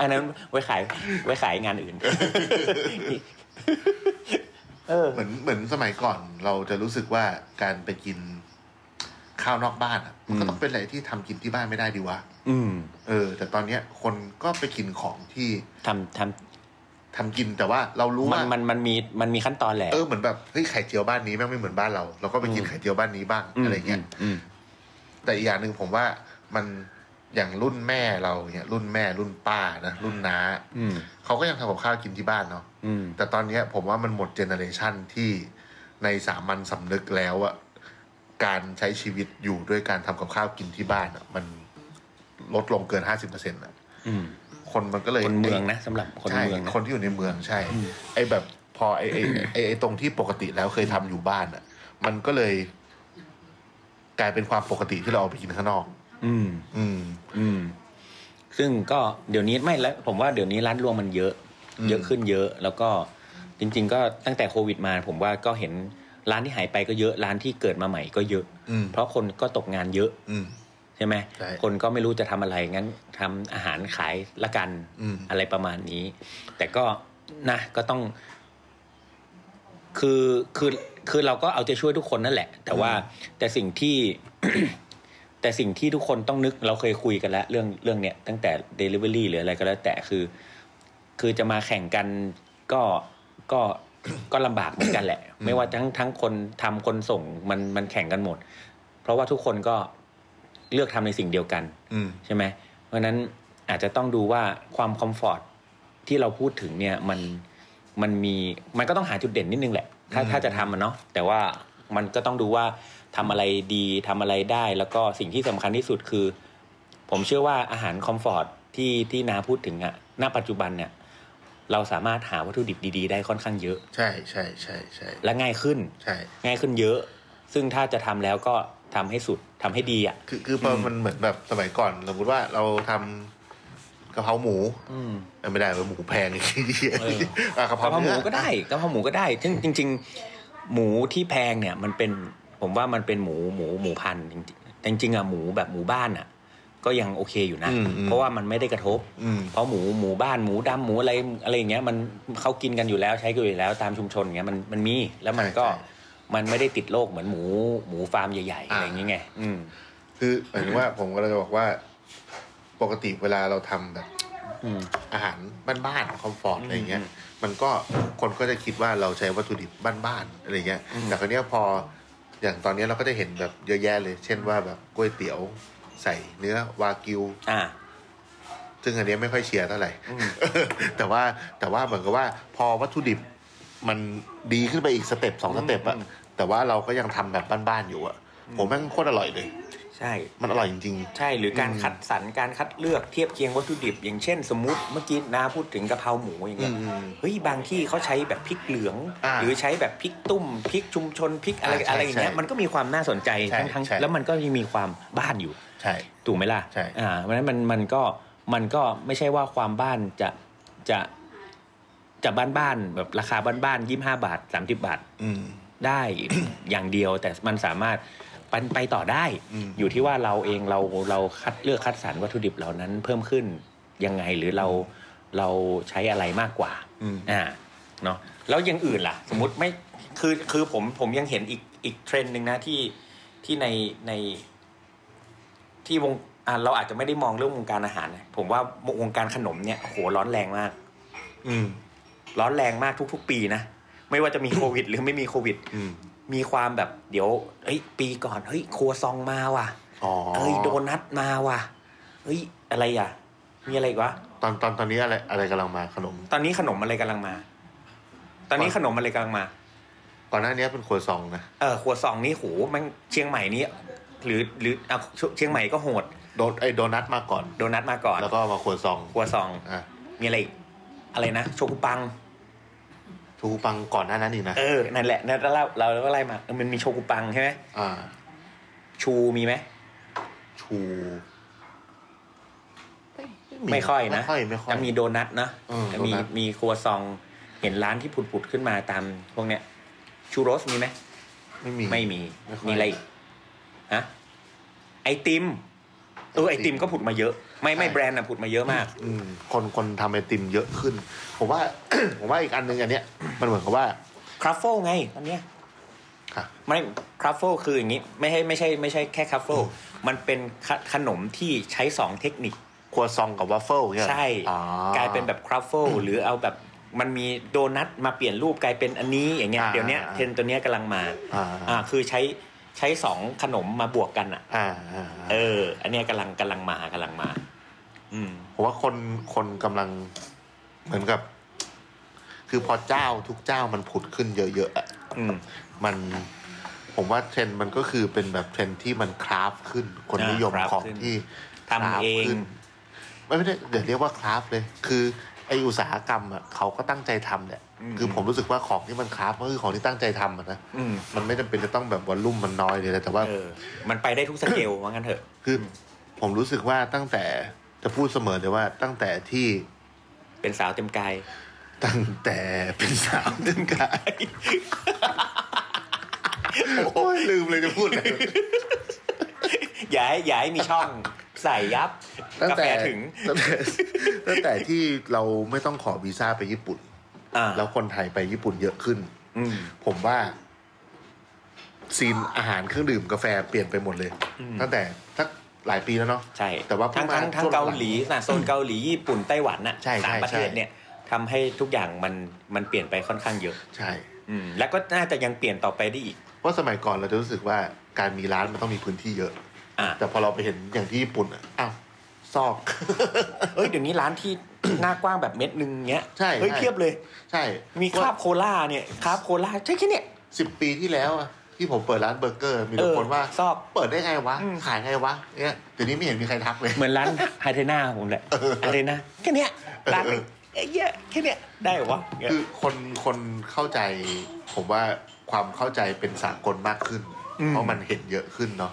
Speaker 4: อันนั้นไว้ขายไว้ขายงานอื่น เออ
Speaker 2: เหมือนเหมือนสมัยก่อนเราจะรู้สึกว่าการไปกินข้าวนอกบ้านอะมันก็
Speaker 4: อืม
Speaker 2: ต้องเป็นอะไรที่ทำกินที่บ้านไม่ได้ดีวะ
Speaker 4: อืม
Speaker 2: เออ แต่ตอนเนี้ยคนก็ไปกินของที่
Speaker 4: ทำทำ
Speaker 2: ทำกินแต่ว่าเรารู้
Speaker 4: มัน
Speaker 2: ว่า
Speaker 4: มันมันมีมันมีขั้นตอนแหละ
Speaker 2: เออเหมือนแบบเฮ้ยไข่เจียวบ้านนี้แม่งไม่เหมือนบ้านเรา เราก็ไปกิน
Speaker 4: อืม
Speaker 2: ไข่เจียวบ้านนี้บ้าง
Speaker 4: ม
Speaker 2: อะไรเงี้ย
Speaker 4: อืม
Speaker 2: แต่อีกอย่างหนึ่งผมว่ามันอย่างรุ่นแม่เราเนี่ยรุ่นแม่รุ่นป้านะรุ่นน้า
Speaker 4: อืม
Speaker 2: เขาก็ยังทำกับข้าวกินที่บ้านเนาะ
Speaker 4: อืม
Speaker 2: แต่ตอนเนี้ยผมว่ามันหมดเจเนอเรชันที่ในสามัญสำนึกแล้วอะการใช้ชีวิตอยู่ด้วยการทำกับข้าวกินที่บ้านอะมันลดลงเกินห้าสิบเปอร์เซ็นต์อะ
Speaker 4: อืม
Speaker 2: คนมันก็เลย
Speaker 4: คนเมืองนะสำหรับคน
Speaker 2: ใช่
Speaker 4: เมืองะ
Speaker 2: คนที่อยู่ในเมืองใช่ ไอ้แบบพอไอ้ไอ้ไอ้ไอ้ตรงที่ปกติแล้วเคยทำอยู่บ้านอ่ะ มันก็เลย กลายเป็นความปกติที่เราเอาไปกินข้างนอก
Speaker 4: อืม
Speaker 2: อืม
Speaker 4: อืม ซึ่งก็เดี๋ยวนี้ไม่แล้วผมว่าเดี๋ยวนี้ร้านรวงมันเยอะ
Speaker 2: อืม
Speaker 4: เยอะขึ้นเยอะ แล้วก็จริง ๆ ก็ตั้งแต่โควิดมา ผมว่าก็เห็นร้านที่หายไปก็เยอะร้านที่เกิดมาใหม่ก็เยอะ
Speaker 2: อืม
Speaker 4: เพราะคนก็ตกงานเยอะ
Speaker 2: อืม
Speaker 4: ใช่ไหม
Speaker 2: ใช่
Speaker 4: คนก็ไม่รู้จะทำอะไรงั้นทำอาหารขายละกัน
Speaker 2: อืม
Speaker 4: ไรประมาณนี้ แต่ก็นะก็ต้อง คือคือคือเราก็เอาใจช่วยทุกคนนั่นแหละ แต่ว่าแต่สิ่งที่ แต่สิ่งที่ทุกคนต้องนึกเราเคยคุยกันแล้ว เรื่องเรื่องเนี้ยตั้งแต่ Delivery หรืออะไรก็แล้ว แต่คือ คือจะมาแข่งกันก็ก็ก็ลำบากเหมือนกันแหละ ไม่ว่าทั้งทั้งคนทำคนส่งมันมันแข่งกันหมด เพราะว่าทุกคนก็เลือกทำในสิ่งเดียวกัน
Speaker 2: อืม
Speaker 4: ใช่ไหม เพราะฉะนั้นอาจจะต้องดูว่าความคอมฟอร์ตที่เราพูดถึงเนี่ยมันมันมีมันก็ต้องหาจุดเด่นนิดนึงแหละ ถ้า
Speaker 2: อืม
Speaker 4: ถ้าจะทำอะเนาะแต่ว่ามันก็ต้องดูว่าทำอะไรดีทำอะไรได้ แล้วก็สิ่งที่สำคัญที่สุดคือ ผมเชื่อว่าอาหารคอมฟอร์ตที่ที่นาพูดถึงอะณปัจจุบันเนี่ยเราสามารถหาวัตถุดิบดีๆ ได้ค่อนข้างเยอะ
Speaker 2: ใช่ใช่ใช่ใช่
Speaker 4: และง่ายขึ้น
Speaker 2: ใช่
Speaker 4: ง่ายขึ้นเยอะ ซึ่งถ้าจะทำแล้วก็ทำให้สุดทำให้ดีอะ
Speaker 2: คือคือพออมันเหมือนแบบสมัยก่อนสมมติว่าเราทำกะเพราหมูเอ้ยไม่ได้เว้ยหมูแพงอีกทีเดียว
Speaker 4: เออ
Speaker 2: อ่ะกะเพ
Speaker 4: กะเพ
Speaker 2: รา
Speaker 4: ราห
Speaker 2: เนื้
Speaker 4: มู
Speaker 2: อ
Speaker 4: ก็ได้กะเพราหมูก็ได้ซึ่งจริง ๆ หมูที่แพงเนี่ยมันเป็นผมว่ามันเป็นหมูหมูหมูพันธุ์จริงๆแต่จริงๆอ่ะหมูแบบหมูบ้านอ่ะ ก็ยังโอเคอยู่นะ เพราะว่ามันไม่ได้กระทบ
Speaker 2: อืม
Speaker 4: เพราะหมูหมูบ้านหมูดำหมูอะไรอะไรอย่างเงี้ยมันเขากินกันอยู่แล้วใช้กันอยู่แล้วตามชุมชนอย่างเงี้ยมันมันมีแล้วมันก็
Speaker 2: ใช่ใช่
Speaker 4: มันไม่ได้ติดโรคเหมือนหมูหมูฟาร์มใหญ่ๆอะไรอย่างเงี้ยไงอืม
Speaker 2: คือหมายถึงว่าผมก็เลยจะบอกว่า ปกติเวลาเราทำแบบ
Speaker 4: อืม
Speaker 2: อาหารบ้านๆคอมฟอร์ตอะไรเงี้ย มันก็คนก็จะคิดว่าเราใช้วัตถุดิบบ้านๆอะไรเงี้ยแต่คราวเนี้ยพออย่างตอนเนี้ยเราก็จะเห็นแบบเยอะแยะเลย เช่นว่าแบบก๋วยเตี๋ยวใส่เนื้อวากิว
Speaker 4: อ่า
Speaker 2: ซึ่งอันเนี้ยไม่ค่อยเชียร์เท่าไหร่ แต่ว่าแต่ว่าเหมือนกับว่าพอวัตถุดิบมันดีขึ้นไปอีกสเต็ปสองสเต็ปอะ
Speaker 4: อืม
Speaker 2: แต่ว่าเราก็ยังทำแบบบ้านๆอยู่อะผมแม่งโคตรอร่อยเลย
Speaker 4: ใช่
Speaker 2: มันอร่อยจริง
Speaker 4: ใช่หรือการ
Speaker 2: อืม
Speaker 4: คัดสรรการคัดเลือกเทียบเคียงวัตถุดิบ อย่างเช่น สมมติเมื่อกี้นาพูดถึงกะเพราหมูอย่างเงี้ย
Speaker 2: อืม
Speaker 4: เฮ้ยบางที่เขาใช้แบบพริกเหลือง
Speaker 2: อ่า
Speaker 4: หรือใช้แบบพริกตุ่มพริกชุมชนพริกอะไร
Speaker 2: อ่าใช่
Speaker 4: อะไรอย่างเงี้ย
Speaker 2: ใช่
Speaker 4: มันก็มีความน่าสนใจ
Speaker 2: ใช่
Speaker 4: ทั้งทั้ง
Speaker 2: ใช่
Speaker 4: แล้วมันก็ยังมีความบ้านอยู่
Speaker 2: ๆ ใช่
Speaker 4: ถูกไหมล่ะ
Speaker 2: ใช่
Speaker 4: อ่าเพราะฉะนั้นมันมันก็มันก็ไม่ใช่ว่าความบ้านจะจะจะบ้านๆแบบราคาบ้านๆยี่ห้าบาทสามสิบบาท
Speaker 2: อืม
Speaker 4: ได้ อย่างเดียวแต่มันสามารถไปไปต่อได้
Speaker 2: อืม
Speaker 4: อยู่ที่ว่าเราเองเราเราคัดเลือกคัดสรรวัตถุดิบเหล่านั้นเพิ่มขึ้นยังไงหรือเราเราใช้อะไรมากกว่า
Speaker 2: อืม
Speaker 4: อ่าเนาะแล้วอย่างอื่นล่ะ สมมติไม่คือคือผมผมยังเห็นอีกอีกเทรนด์หนึ่งนะที่ที่ในใน ที่วงอ่ะเราอาจจะไม่ได้มองเรื่องวงการอาหารนะผมว่าวงการขนมเนี่ยโหร้อนแรงมาก
Speaker 2: อืม
Speaker 4: ร้อนแรงมากทุก ๆ ปีนะไม่ว่าจะมีโควิ ด หรือไม่มีโควิด
Speaker 2: อืม
Speaker 4: มีความแบบเดี๋ยวเฮ้ยปีก่อนเฮ้ยครัวซองมาว่ะ
Speaker 2: อ๋อ
Speaker 4: เฮ้ยโดนัทมาว่ะเฮ้ยอะไรอ่ะ มีอะไรอีกวะ
Speaker 2: ตอนตอนตอนนี้อะไรอะไรกำลังมาขนม
Speaker 4: ตอนนี้ขนมอะไรกำลังมา ตอนนี้ขนมอะไรกำลังมา
Speaker 2: ก่อนหน้านี้เป็นครัวซองนะ
Speaker 4: เออครัวซองนี่โหแมันเชียงใหม่นี่หรือหรือเอาเชียงใหม่ก็โหด
Speaker 2: โดนไอโดนัทมาก่อน
Speaker 4: โดนัทมาก่อน
Speaker 2: แล้วก็มาครัวซอง
Speaker 4: ครัวซอง
Speaker 2: อ่ะ
Speaker 4: มีอะไรอีกอะไรนะโชกุปัง
Speaker 2: ทูปังก่อนหน้านั้นอีกนะ
Speaker 4: เออนั่นแหละนั่นเราเราเราอะไรมาเออมันมีโชกุปังใช่ไหม
Speaker 2: อ่า
Speaker 4: ชูมีไหม
Speaker 2: ชู
Speaker 4: ไม่ค่อยนะ
Speaker 2: ไม่ค่อยไม่ค่อย
Speaker 4: จะมีโดนัทนะ
Speaker 2: เออ
Speaker 4: จะมี
Speaker 2: โดนัท
Speaker 4: มีครัวซอง เห็นร้านที่ผุดๆขึ้นมาตามพวกเนี้ย ชูโรสมีไหม
Speaker 2: ไม่มี
Speaker 4: ไม่มี
Speaker 2: ไม่ค่อย
Speaker 4: มีอะไรอีกฮะ ไอติมเออไอติมก็ผุดมาเยอะ ไม่ไม่
Speaker 2: ใช่
Speaker 4: แบรนด์อะผุดมาเยอะมาก
Speaker 2: อืมคนคนทำไอติมเยอะขึ้น ผมว่า ผมว่าอีกอันหนึงอันเนี้ยมันเหมือนกับว่า
Speaker 4: ครัฟเฟิลไงอันเนี้ย
Speaker 2: ค่ะ
Speaker 4: ไม่ครัฟเฟิลคืออย่างนี้ ไม่ใช่ไม่ใช่ไม่ใช่แค่ครัฟเฟิลมันเป็นขขนมที่ใช้สองเทคนิค
Speaker 2: ครัวซองกับวัฟเฟิลเนี่ย
Speaker 4: ใช่
Speaker 2: อ๋อก
Speaker 4: ลายเป็นแบบครัฟเฟิลหรือเอาแบบ มันมีโดนัทมาเปลี่ยนรูปกลายเป็นอันนี้อย่างเงี้ย
Speaker 2: อ่า
Speaker 4: เดี๋ยวเนี้ย
Speaker 2: อ่า
Speaker 4: เทรนด์ตัวเนี้ยกำลังมา
Speaker 2: อ่า
Speaker 4: อ่าคือใช้ใช้สองขนมมาบวกกันอ่ะ
Speaker 2: อ่าอ่า
Speaker 4: เอ
Speaker 2: อ่า
Speaker 4: อ อันเนี้ยกำลังกำลังมากำลังมา อืม
Speaker 2: ผมว่าคนคนกำลังเหมือนกับ คือพอเจ้าทุกเจ้ามันผุดขึ้นเยอะๆอะ
Speaker 4: อืม
Speaker 2: มันผมว่าเทรนด์มันก็คือเป็นแบบเทรนด์ที่มันคราฟขึ้น คน
Speaker 4: อ่านิ
Speaker 2: นิยม
Speaker 4: คราฟ
Speaker 2: ของ
Speaker 4: ขึ้น
Speaker 2: ที่
Speaker 4: ทำ
Speaker 2: คราฟ
Speaker 4: เอง
Speaker 2: ขึ้นไม่ไม่ได้เดี๋ยวเรียกว่าคราฟเลย คือไออุตสาหกรรมอ่ะเขาก็ตั้งใจทำแหละคือผมรู้สึกว่าของที่มันคราฟก็คือของที่ตั้งใจทำอะนะ
Speaker 4: อืม
Speaker 2: มันไม่จำเป็นจะต้องแบบวอลลุ่มมันน้อยเลยนะแต่ว่า
Speaker 4: เออ มันไปได้ทุกสเกลว่างั้นเถอะ
Speaker 2: คือผมรู้สึกว่าตั้งแต่จะพูดเสมอเลยว่าตั้งแต่ที่
Speaker 4: เป็นสาวเต็มกาย
Speaker 2: ตั้งแต่เป็นสาว ตั้งกายโอ้ยลืมเลยจะพูดอะไร
Speaker 4: อย่าให้อย่าให้มีช่อง ใส่ยับ
Speaker 2: ตั้ง
Speaker 4: กา
Speaker 2: แต่
Speaker 4: แฟถึง
Speaker 2: ตั้งแต่ ตั้งแต่ที่เราไม่ต้องขอวีซ่าไปญี่ปุ่น
Speaker 4: อ่า
Speaker 2: แล้วคนไทยไปญี่ปุ่นเยอะขึ้น
Speaker 4: อืม
Speaker 2: ผมว่าซีนอาหารเครื่องดื่มกาแฟเปลี่ยนไปหมดเลย ตั้งแต่สักหลายปีแล้วเนาะ
Speaker 4: ใช่
Speaker 2: แต่ว่า
Speaker 4: ทั้ง
Speaker 2: พิ่มม
Speaker 4: ทั้งทั้ง
Speaker 2: ช่ว
Speaker 4: เกา
Speaker 2: ลัง
Speaker 4: หลีนะโซนเกาหลีญี่ปุ่นไต้หวันน่ะ
Speaker 2: ใช่ใช่
Speaker 4: สามประเทศ
Speaker 2: ใช่
Speaker 4: เนี่ยทำให้ทุกอย่างมันมันเปลี่ยนไปค่อนข้างเยอะ
Speaker 2: ใช่
Speaker 4: อืม แล้วก็น่าจะยังเปลี่ยนต่อไปได้อีก
Speaker 2: เพราะสมัยก่อนเราจะรู้สึกว่าการมีร้านมันต้องมีพื้นที่เยอะ
Speaker 4: อ่า
Speaker 2: แต่พอเราไปเห็นอย่างที่ญี่ปุ่นอ่ะ อ้าว ซอก
Speaker 4: เอ้ยเดี๋ยวนี้ร้านที่ หน้ากว้างแบบเม็ดนึงเงี้ย
Speaker 2: ใช่
Speaker 4: เฮ้ย
Speaker 2: ใช่
Speaker 4: เพียบเลย
Speaker 2: ใช่
Speaker 4: มีคราบโคล่าเนี่ยคราบโคล่าใช่แค่เนี่ย
Speaker 2: สิบปีที่แล้วอะที่ผมเปิดร้านเบอร์เกอร์ มีแต่
Speaker 4: เออ
Speaker 2: คนว่า
Speaker 4: ซอก
Speaker 2: เปิดได้ไงวะ
Speaker 4: อืม
Speaker 2: ขายไงวะเนี่ยเดี๋ยวนี้ไม่เห็นมีใครทักเลย
Speaker 4: เหมือนร้าน ไฮเทน่าผมแหละไฮเทน่าแค่เนี้ยร้านเอ้ยเหี้ยแค่เนี้ยได้เหรอวะเงี้ย
Speaker 2: คือคนคนเข้าใจ ผมว่าความเข้าใจเป็นสากลมากขึ้น เพราะมันเห็นเยอะขึ้นเนาะ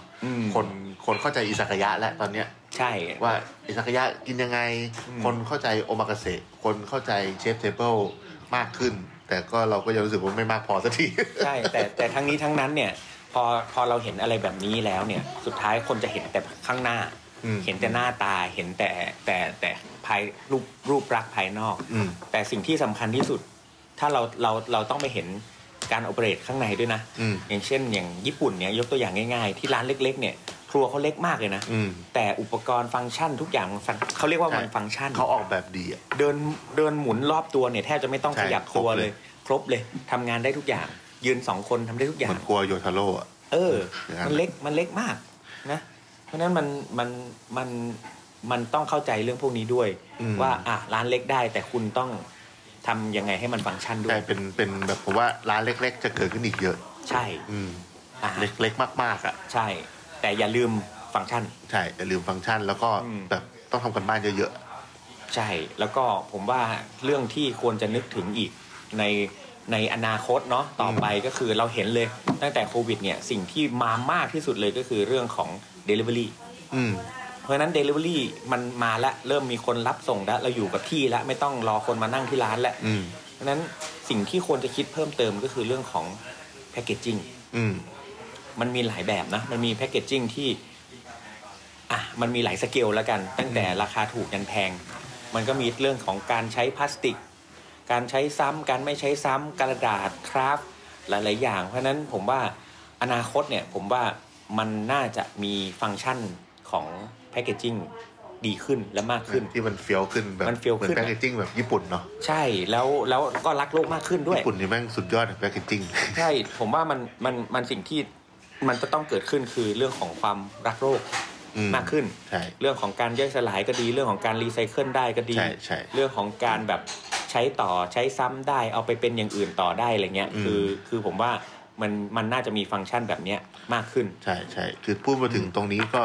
Speaker 2: คนคนเข้าใจอิสักายะแล้วตอนเนี้ย
Speaker 4: ใช่
Speaker 2: ว่าอิสักายะกินยังไง คนเข้าใจโอมากาเสะคนเข้าใจเชฟเทเบิลมากขึ้น แต่ก็เราก็ยังรู้สึกว่าไม่มากพอสักที
Speaker 4: ใช่แต่แต่ทั้งนี้ทั้งนั้นเนี่ยพอพอเราเห็นอะไรแบบนี้แล้วเนี่ย สุดท้ายคนจะเห็นแต่ข้างหน้า
Speaker 2: อืม
Speaker 4: เห็นแต่หน้าตาเห็นแต่แต่แต่ภายรูปรูปลักษณ์ภายนอก
Speaker 2: อืม
Speaker 4: แต่สิ่งที่สำคัญที่สุด ถ้าเราเราเราต้องไปเห็นการโอเปเรตข้างในด้วยนะ
Speaker 2: อืม
Speaker 4: อย่างเช่น อย่างญี่ปุ่นเนี่ยยกตัวอย่างง่าย ๆ ที่ร้านเล็ก ๆ เนี่ย ครัวเขาเล็กมากเลยนะ
Speaker 2: อืม
Speaker 4: แต่อุปกรณ์ฟังก์ชันทุกอย่างมันฟังเขาเรียกว่ามัน
Speaker 2: ใช่
Speaker 4: ฟังก์ชัน
Speaker 2: เขาออกแบบดีอ่ะ
Speaker 4: เดินเดินหมุนรอบตัวเนี่ยแทบจะไม่ต้อง
Speaker 2: ใช่
Speaker 4: ขยับตั
Speaker 2: คร
Speaker 4: ว
Speaker 2: บ
Speaker 4: เล
Speaker 2: เลย ย
Speaker 4: ครบเลยทำงานได้ทุกอย่าง ยืนสองคนทำได้ทุกอ
Speaker 2: เห
Speaker 4: ย่า
Speaker 2: มื
Speaker 4: ง
Speaker 2: อนครัวโยทาโร่อ่ะ
Speaker 4: เออ
Speaker 2: อย่างนั้น
Speaker 4: มันเล็กมันเล็กมากนะ เพราะฉะนั้นมันมันมันมันต้องเข้าใจเรื่องพวกนี้ด้วย ว่าอ่ะร้านเล็กได้แต่คุณต้องทำยังไงให้มันฟังก์ชันด้ว
Speaker 2: ใช่
Speaker 4: ย
Speaker 2: เป็นเป็นแบบผมว่าร้านเล็ก ๆ จะเกิดขึ้นอีกเยอะ
Speaker 4: ใช่
Speaker 2: อืม
Speaker 4: อ่ะ
Speaker 2: เล็กๆมากๆอ่ะ
Speaker 4: ใช่ แต่อย่าลืมฟังก์ชัน
Speaker 2: ใช่อย่าลืมฟังก์ชันแล้วก็
Speaker 4: อืม
Speaker 2: แบบต้องทำกันบ้านเยอะ
Speaker 4: ใช่แล้วก็ผมว่าเรื่องที่ควรจะนึกถึงอีกในในอนาคตเนาะต่อไปก็คือเราเห็นเลยตั้งแต่โควิดเนี่ยสิ่งที่มามากที่สุดเลยก็คือเรื่องของ Delivery
Speaker 2: ๆ อืม
Speaker 4: เพราะฉะนั้น Delivery มันมาแล้วเริ่มมีคนรับส่งแล้วเราอยู่กับที่แล้วไม่ต้องรอคนมานั่งที่ร้านแล้ว
Speaker 2: อืม
Speaker 4: เพราะฉะนั้นสิ่งที่ควรจะคิดเพิ่มเติมก็คือเรื่องของแพ c เกจจิ้ง
Speaker 2: อืม
Speaker 4: มันมีหลายแบบนะ มันมีแพ c เกจจิ้งที่ อ่ะ มันมีหลายสเกลแล้วกัน ตั้งแต่ราคาถูกยันแพง มันก็มีเรื่องของการใช้พลาสติก การใช้ซ้ำ การไม่ใช้ซ้ำ กระดาษคราฟต์หลาย ๆ อย่าง เพราะฉะนั้นผมว่าอนาคตเนี่ย ผมว่ามันน่าจะมีฟังก์ชันของแพ c เกจจิ้งดีขึ้นและมากขึ้น
Speaker 2: ที่มันเฟี้ยวขึ้นแบบ
Speaker 4: มันเฟี้ยว
Speaker 2: หมือ
Speaker 4: ขึ้น
Speaker 2: นแพคเกจจิ้งแบบญี่ปุ่นเนาะ
Speaker 4: ใช่ แล้ว แล้วก็รักโลกมากขึ้นด้วย
Speaker 2: ญี่ปุ่นนี่แม่งสุดยอดแพคเกจจิ้ง
Speaker 4: ใช่ ผมว่ามัน มัน มันสิ่งที่มันจะต้องเกิดขึ้นคือเรื่องของความรักโลก
Speaker 2: อืม
Speaker 4: มากขึ้น
Speaker 2: ใช่
Speaker 4: เรื่องของการย่อยสลายก็ดีเรื่องของการรีไซเคิลได้ก็ดี
Speaker 2: ใช่ใช่
Speaker 4: เรื่องของการแบบใช้ต่อใช้ซ้ำได้เอาไปเป็นอย่างอื่นต่อได้อะไรเงี้ย
Speaker 2: อืม
Speaker 4: คือคือผมว่ามันมันน่าจะมีฟังก์ชันแบบเนี้ยมากขึ้น
Speaker 2: ใช่ใช่คือพูดมาถึงตรงนี้ก็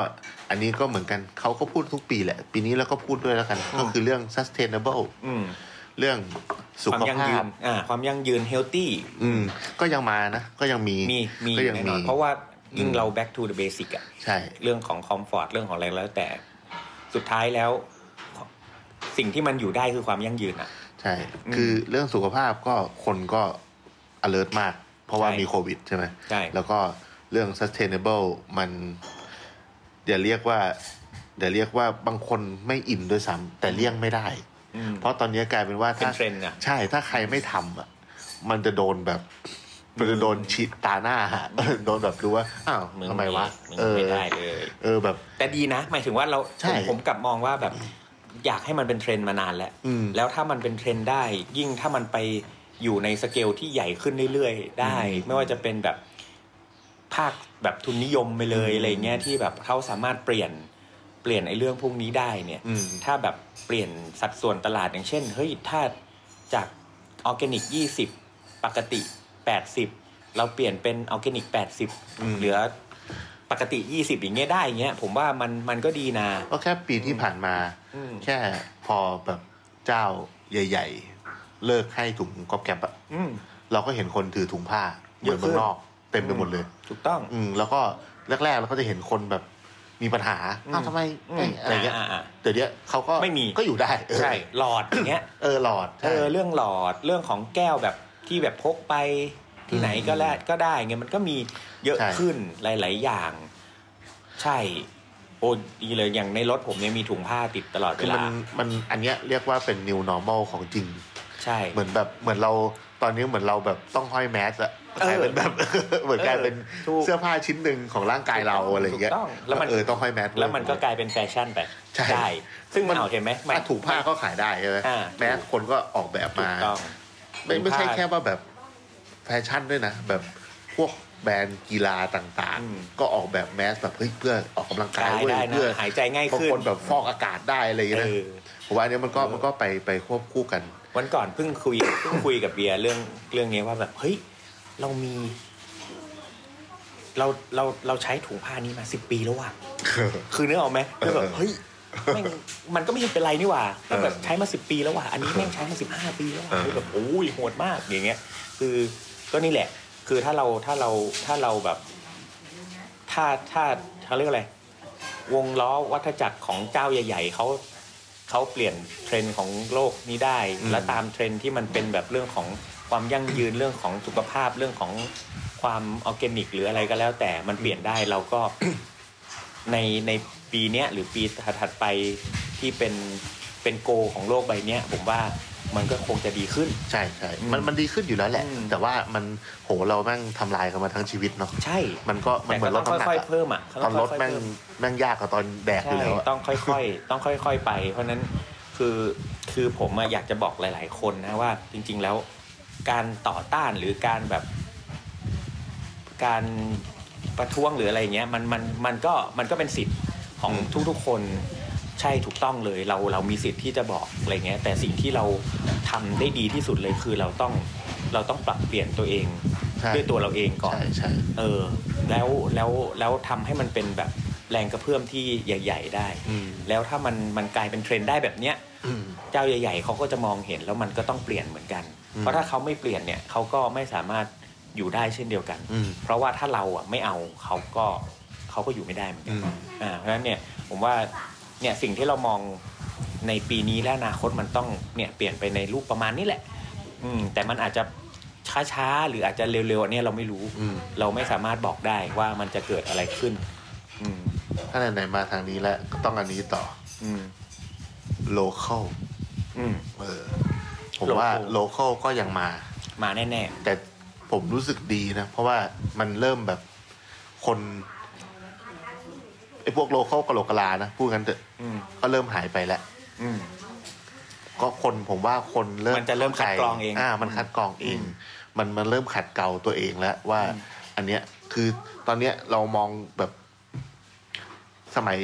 Speaker 2: อันนี้ก็เหมือนกันเขาก็พูดทุกปีแหละ ปีนี้เราก็พูดด้วยแล้วกัน ก็คือเรื่อง sustainable
Speaker 4: อืม
Speaker 2: เรื่องสุ
Speaker 4: ความ
Speaker 2: ข
Speaker 4: ยั่ง
Speaker 2: ภา
Speaker 4: ยื
Speaker 2: พ
Speaker 4: นอ่าความยั่งยืนเฮลตี้
Speaker 2: อืม ก็ยังมานะ ก็ยังมี
Speaker 4: มีมี
Speaker 2: ก็ยัง
Speaker 4: แน่น
Speaker 2: มี
Speaker 4: อนเพราะว่ายิ่งเรา back to the basic อะ
Speaker 2: ใช่
Speaker 4: เรื่องของคอมฟอร์ตเรื่องของอะไรแล้วแต่สุดท้ายแล้ว สิ่งที่มันอยู่ได้คือความยั่งยืนอะ
Speaker 2: ใช่ คือเรื่องสุขภาพก็คนก็ alert มาก เพราะว่า
Speaker 4: ใช่
Speaker 2: มีโควิดใช่ไหม
Speaker 4: ใช่
Speaker 2: แล้วก็เรื่อง sustainable มันอย่าเรียกว่าอย่าเรียกว่าบางคนไม่อินด้วยซ้ำแต่เลี่ยงไม่ได้
Speaker 4: อืม
Speaker 2: เพราะตอนนี้กลายเป็นว่า
Speaker 4: เป็นเทรนด์อะ
Speaker 2: ใช่ถ้าใครไม่ทำอ่ะ มันจะโดนแบบ มันจะโดนฉีดตาหน้าฮะ โดนแบบรู้ว่าอ้าว
Speaker 4: ง
Speaker 2: ทำไมวะ
Speaker 4: มึง
Speaker 2: เออ
Speaker 4: ไม่ได้เลย
Speaker 2: เออแบบ
Speaker 4: แต่ดีนะ หมายถึงว่าเรา
Speaker 2: ใช่
Speaker 4: ผมผมกลับมองว่าแบบ อยากให้มันเป็นเทรนด์มานานแล้ว
Speaker 2: อืม
Speaker 4: แล้วถ้ามันเป็นเทรนด์ได้ ยิ่งถ้ามันไปอยู่ในสเกลที่ใหญ่ขึ้นเรื่อยๆ ได้ ไม่ว่าจะเป็นแบบภาคแบบทุนนิยมไปเลยอะไรเงี้ยที่แบบเขาสามารถเปลี่ยนเปลี่ยนไอ้เรื่องพวกนี้ได้เนี่ย
Speaker 2: อืม
Speaker 4: ถ้าแบบเปลี่ยนสัดส่วนตลาดอย่างเช่น เฮ้ย ถ้าจากออร์แกนิก 20 ปกติ 80 เราเปลี่ยนเป็นออร์แกนิก
Speaker 2: อืม
Speaker 4: 80 เหลือปกติ 20 อย่างเงี้ยได้อย่างเงี้ย ผมว่ามันมันก็ดีนะ
Speaker 2: ก็แค่ปีที่ผ่านมา
Speaker 4: อืม
Speaker 2: แค่พอแบบเจ้าใหญ่ ๆ เลิกให้ถุงก๊อบแก๊บอะ
Speaker 4: อืม
Speaker 2: เราก็เห็นคนถือถุงผ้าเห
Speaker 4: เย
Speaker 2: มือน
Speaker 4: อะขึ้
Speaker 2: เมือง
Speaker 4: น
Speaker 2: นอกเต็มไปหมดเลย
Speaker 4: ถูกต้อง
Speaker 2: อืมแล้วก็แรกๆเราก็จะเห็นคนแบบมีปัญหา
Speaker 4: อืม
Speaker 2: อ้าวทำไม
Speaker 4: อืม
Speaker 2: เอ้ยอะไรเงี้ย
Speaker 4: อ่าอ่า
Speaker 2: แต่เดี๋ยวเขาก็
Speaker 4: ไม่มี
Speaker 2: ก็อยู่ได้เออ
Speaker 4: ใช่หลอดอย่างเงี้ย
Speaker 2: เออหลอด
Speaker 4: เอ
Speaker 2: ใช่
Speaker 4: อเรื่องหลอดเรื่องของแก้วแบบที่แบบพกไปที่ไหนก็แล้วก็ได้เงี้ยมันก็มีเยอะ
Speaker 2: ใช่
Speaker 4: ขึ้นหลาย ๆ อย่าง ใช่ โอ้ดีเลยอย่างในรถผมเนี่ยมีถุงผ้าติดตลอดเว
Speaker 2: คือมั
Speaker 4: ลาน
Speaker 2: มันอันเนี้ยเรียกว่าเป็น new normal ของจริง
Speaker 4: ใช่
Speaker 2: เหมือนแบบเหมือนเราตอนนี้เหมือนเราแบบต้องห้อยแมสอะ
Speaker 4: เออก
Speaker 2: ลายเป็นแบบ เหมือนกลายเป็น
Speaker 4: ถูก
Speaker 2: เสื้อผ้าชิ้นหนึ่งของร่างกายเรา
Speaker 4: ถูกต้อง
Speaker 2: อะไรอย่างเงี้ย
Speaker 4: ถูกต้องแล้วมัน
Speaker 2: เออต้องห้อยแมส
Speaker 4: แล้วมันก็กลายเป็นแฟชั่นไป
Speaker 2: ใช่
Speaker 4: ซึ่ง
Speaker 2: มัน
Speaker 4: เอาเห็นไหมมัน
Speaker 2: ถ้าถูกผ้าก็ขายได้ใช่ไหม
Speaker 4: อ่า
Speaker 2: แมสคนก็ออกแบบ
Speaker 4: ถูก
Speaker 2: มา
Speaker 4: ต้อง
Speaker 2: ไม่ไม่ใช่
Speaker 4: ผ้า
Speaker 2: แค่ว่าแบบแฟชั่นด้วยนะ แบบพวกแบรนด์กีฬาต่าง
Speaker 4: อืม
Speaker 2: ๆ ก็ออกแบบแมสแบบเฮ้ยเพื่อออกกำลังกาย
Speaker 4: กาย
Speaker 2: เว้ย
Speaker 4: ได้นะ
Speaker 2: เพื่อ
Speaker 4: หายใจง่าย
Speaker 2: บาง
Speaker 4: ขึ้น
Speaker 2: คนแบบฟอกอากาศได้อะไรอย่าง
Speaker 4: เอ
Speaker 2: เงี้ยนะ
Speaker 4: อ
Speaker 2: ผมว่าอันเนี้ยมันก็
Speaker 4: เออ
Speaker 2: มันก็ไปไปควบคู่ กัน
Speaker 4: วันก่อนเพิ่งคุย เพิ่งคุยกับเบียร์เรื่องเรื่องนี้ว่าแบบเฮ้ยเรามี เราเราเราใช้ถุงผ้านี้มาสิบปีแล้วว่ะ คือนึกออกไหมคือแบบ
Speaker 2: เออ
Speaker 4: เฮ้ยแม่งมันก็ไม่เห็นเป็นไรนี่หว่าก็แบบ
Speaker 2: เออ
Speaker 4: ใช้มาสิบปีแล้วว่ะอันนี้แม่งใช้มาสิบห้าปีแล้วว่ะ
Speaker 2: เออ
Speaker 4: คือแบบโอ้ยโหดมากอย่างเงี้ย คือก็นี่แหละ คือถ้าเราถ้าเราถ้าเราแบบ ถ้าถ้าเขาเรียกอะไร วงล้อวัฏจักรของเจ้าใหญ่ ๆเขาเขาเปลี่ยนเทรนด์ของโลกนี้ได้
Speaker 2: อืม
Speaker 4: และตามเทรนด์ที่มันเป็นแบบเรื่องของความยั่งยืนเรื่องของสุขภาพเรื่องของความออร์แกนิก หรืออะไรก็แล้ว แต่มันเปลี่ยนได้เราก็ ในในปีเนี้ยหรือปีถัดๆไปที่เป็นเป็นโกของโลกใบเนี้ยผมว่ามันก็คงจะดีขึ้น
Speaker 2: ใช่ใช่
Speaker 4: อืม
Speaker 2: มันมันดีขึ้นอยู่แล้วแหละ
Speaker 4: อืม
Speaker 2: แต่ว่ามันโหเราแม่งทำลายกันมาทั้งชีวิตเนาะ
Speaker 4: ใช่
Speaker 2: มันก็มัน
Speaker 4: แต่
Speaker 2: เหมื
Speaker 4: ก็
Speaker 2: อนล
Speaker 4: ต้
Speaker 2: ด
Speaker 4: อง
Speaker 2: น้ำหนัก
Speaker 4: ค่อย
Speaker 2: อะ
Speaker 4: ๆเพิ่มอ่ะก็
Speaker 2: ตอนลด
Speaker 4: ค่ยๆ
Speaker 2: แม่ง
Speaker 4: เพิ่
Speaker 2: แม่งยากกว่าตอนแดกอยู่แล้วอะ
Speaker 4: ต้องค่อย ๆ ต้องค่อยๆ ไป เพราะฉะนั้นคือคือผมอะอยากจะบอกหลาย ๆ คนนะว่า จริง ๆ แล้วการต่อต้านหรือการแบบ การประท้วงหรืออะไรเงี้ยมันมันมันก็มันก็เป็นสิทธิ์ของทุกๆ คนใช่ถูกต้องเลย เราเรามีสิทธิ์ที่จะบอกอะไรเงี้ยแต่สิ่งที่เราทำได้ดีที่สุดเลยคือเราต้องเราต้องปรับเปลี่ยนตัวเอง
Speaker 2: ใช่
Speaker 4: ด้วยตัวเราเองก่อน
Speaker 2: ใช่ใช่
Speaker 4: เออแล้วแล้วแล้วทำให้มันเป็นแบบแรงกระเพื่อมที่ใหญ่ ๆ ได้
Speaker 2: อืม
Speaker 4: แล้วถ้ามันมันกลายเป็นเทรนด์ได้แบบเนี้ย
Speaker 2: อืม
Speaker 4: เจ้าใหญ่ ๆเขาก็จะมองเห็นแล้วมันก็ต้องเปลี่ยนเหมือนกัน
Speaker 2: อืม
Speaker 4: เพราะถ้าเขาไม่เปลี่ยนเนี่ยเขาก็ไม่สามารถอยู่ได้เช่นเดียวกัน
Speaker 2: อืม
Speaker 4: เพราะว่าถ้าเราอ่ะไม่เอาเขาก็เขาก็อยู่ไม่ได้เหมือนกั
Speaker 2: อื
Speaker 4: น
Speaker 2: ม
Speaker 4: อ่าเพราะฉะนั้นเนี่ยผมว่าเนี่ยสิ่งที่เรามองในปีนี้และอนาคตมันต้องเนี่ยเปลี่ยนไปในรูปประมาณนี้แหละ อืมแต่มันอาจจะช้าๆหรืออาจจะเร็วๆอันเนี้ยเราไม่รู้
Speaker 2: อืม
Speaker 4: เราไม่สามารถบอกได้ว่ามันจะเกิดอะไรขึ้น อืม
Speaker 2: ถ้าไหนๆมาทางนี้แล้วก็ต้องอันนี้ต่อ
Speaker 4: อืม
Speaker 2: local
Speaker 4: อืม
Speaker 2: เออผมว่า
Speaker 4: Local
Speaker 2: local ก็ยังมา
Speaker 4: มาแน่
Speaker 2: แต่ผมรู้สึกดีนะ เพราะว่ามันเริ่มแบบคนไอ้พวกโลเคอลกะโหลกกะลานะพูดกันเถอะ
Speaker 4: ๆอืม
Speaker 2: ก็เริ่มหายไปแล้ว
Speaker 4: อืม
Speaker 2: ก็คนผมว่าคนเริ่ม
Speaker 4: มันจะเริ่มคัดกรองเอง
Speaker 2: อ่า มันคัดกรองเอง มันมันเริ่มขัดเกลาตัวเองแล้วว่า
Speaker 4: อืม
Speaker 2: อันเนี้ยคือตอนเนี้ยเรามองแบบสมัย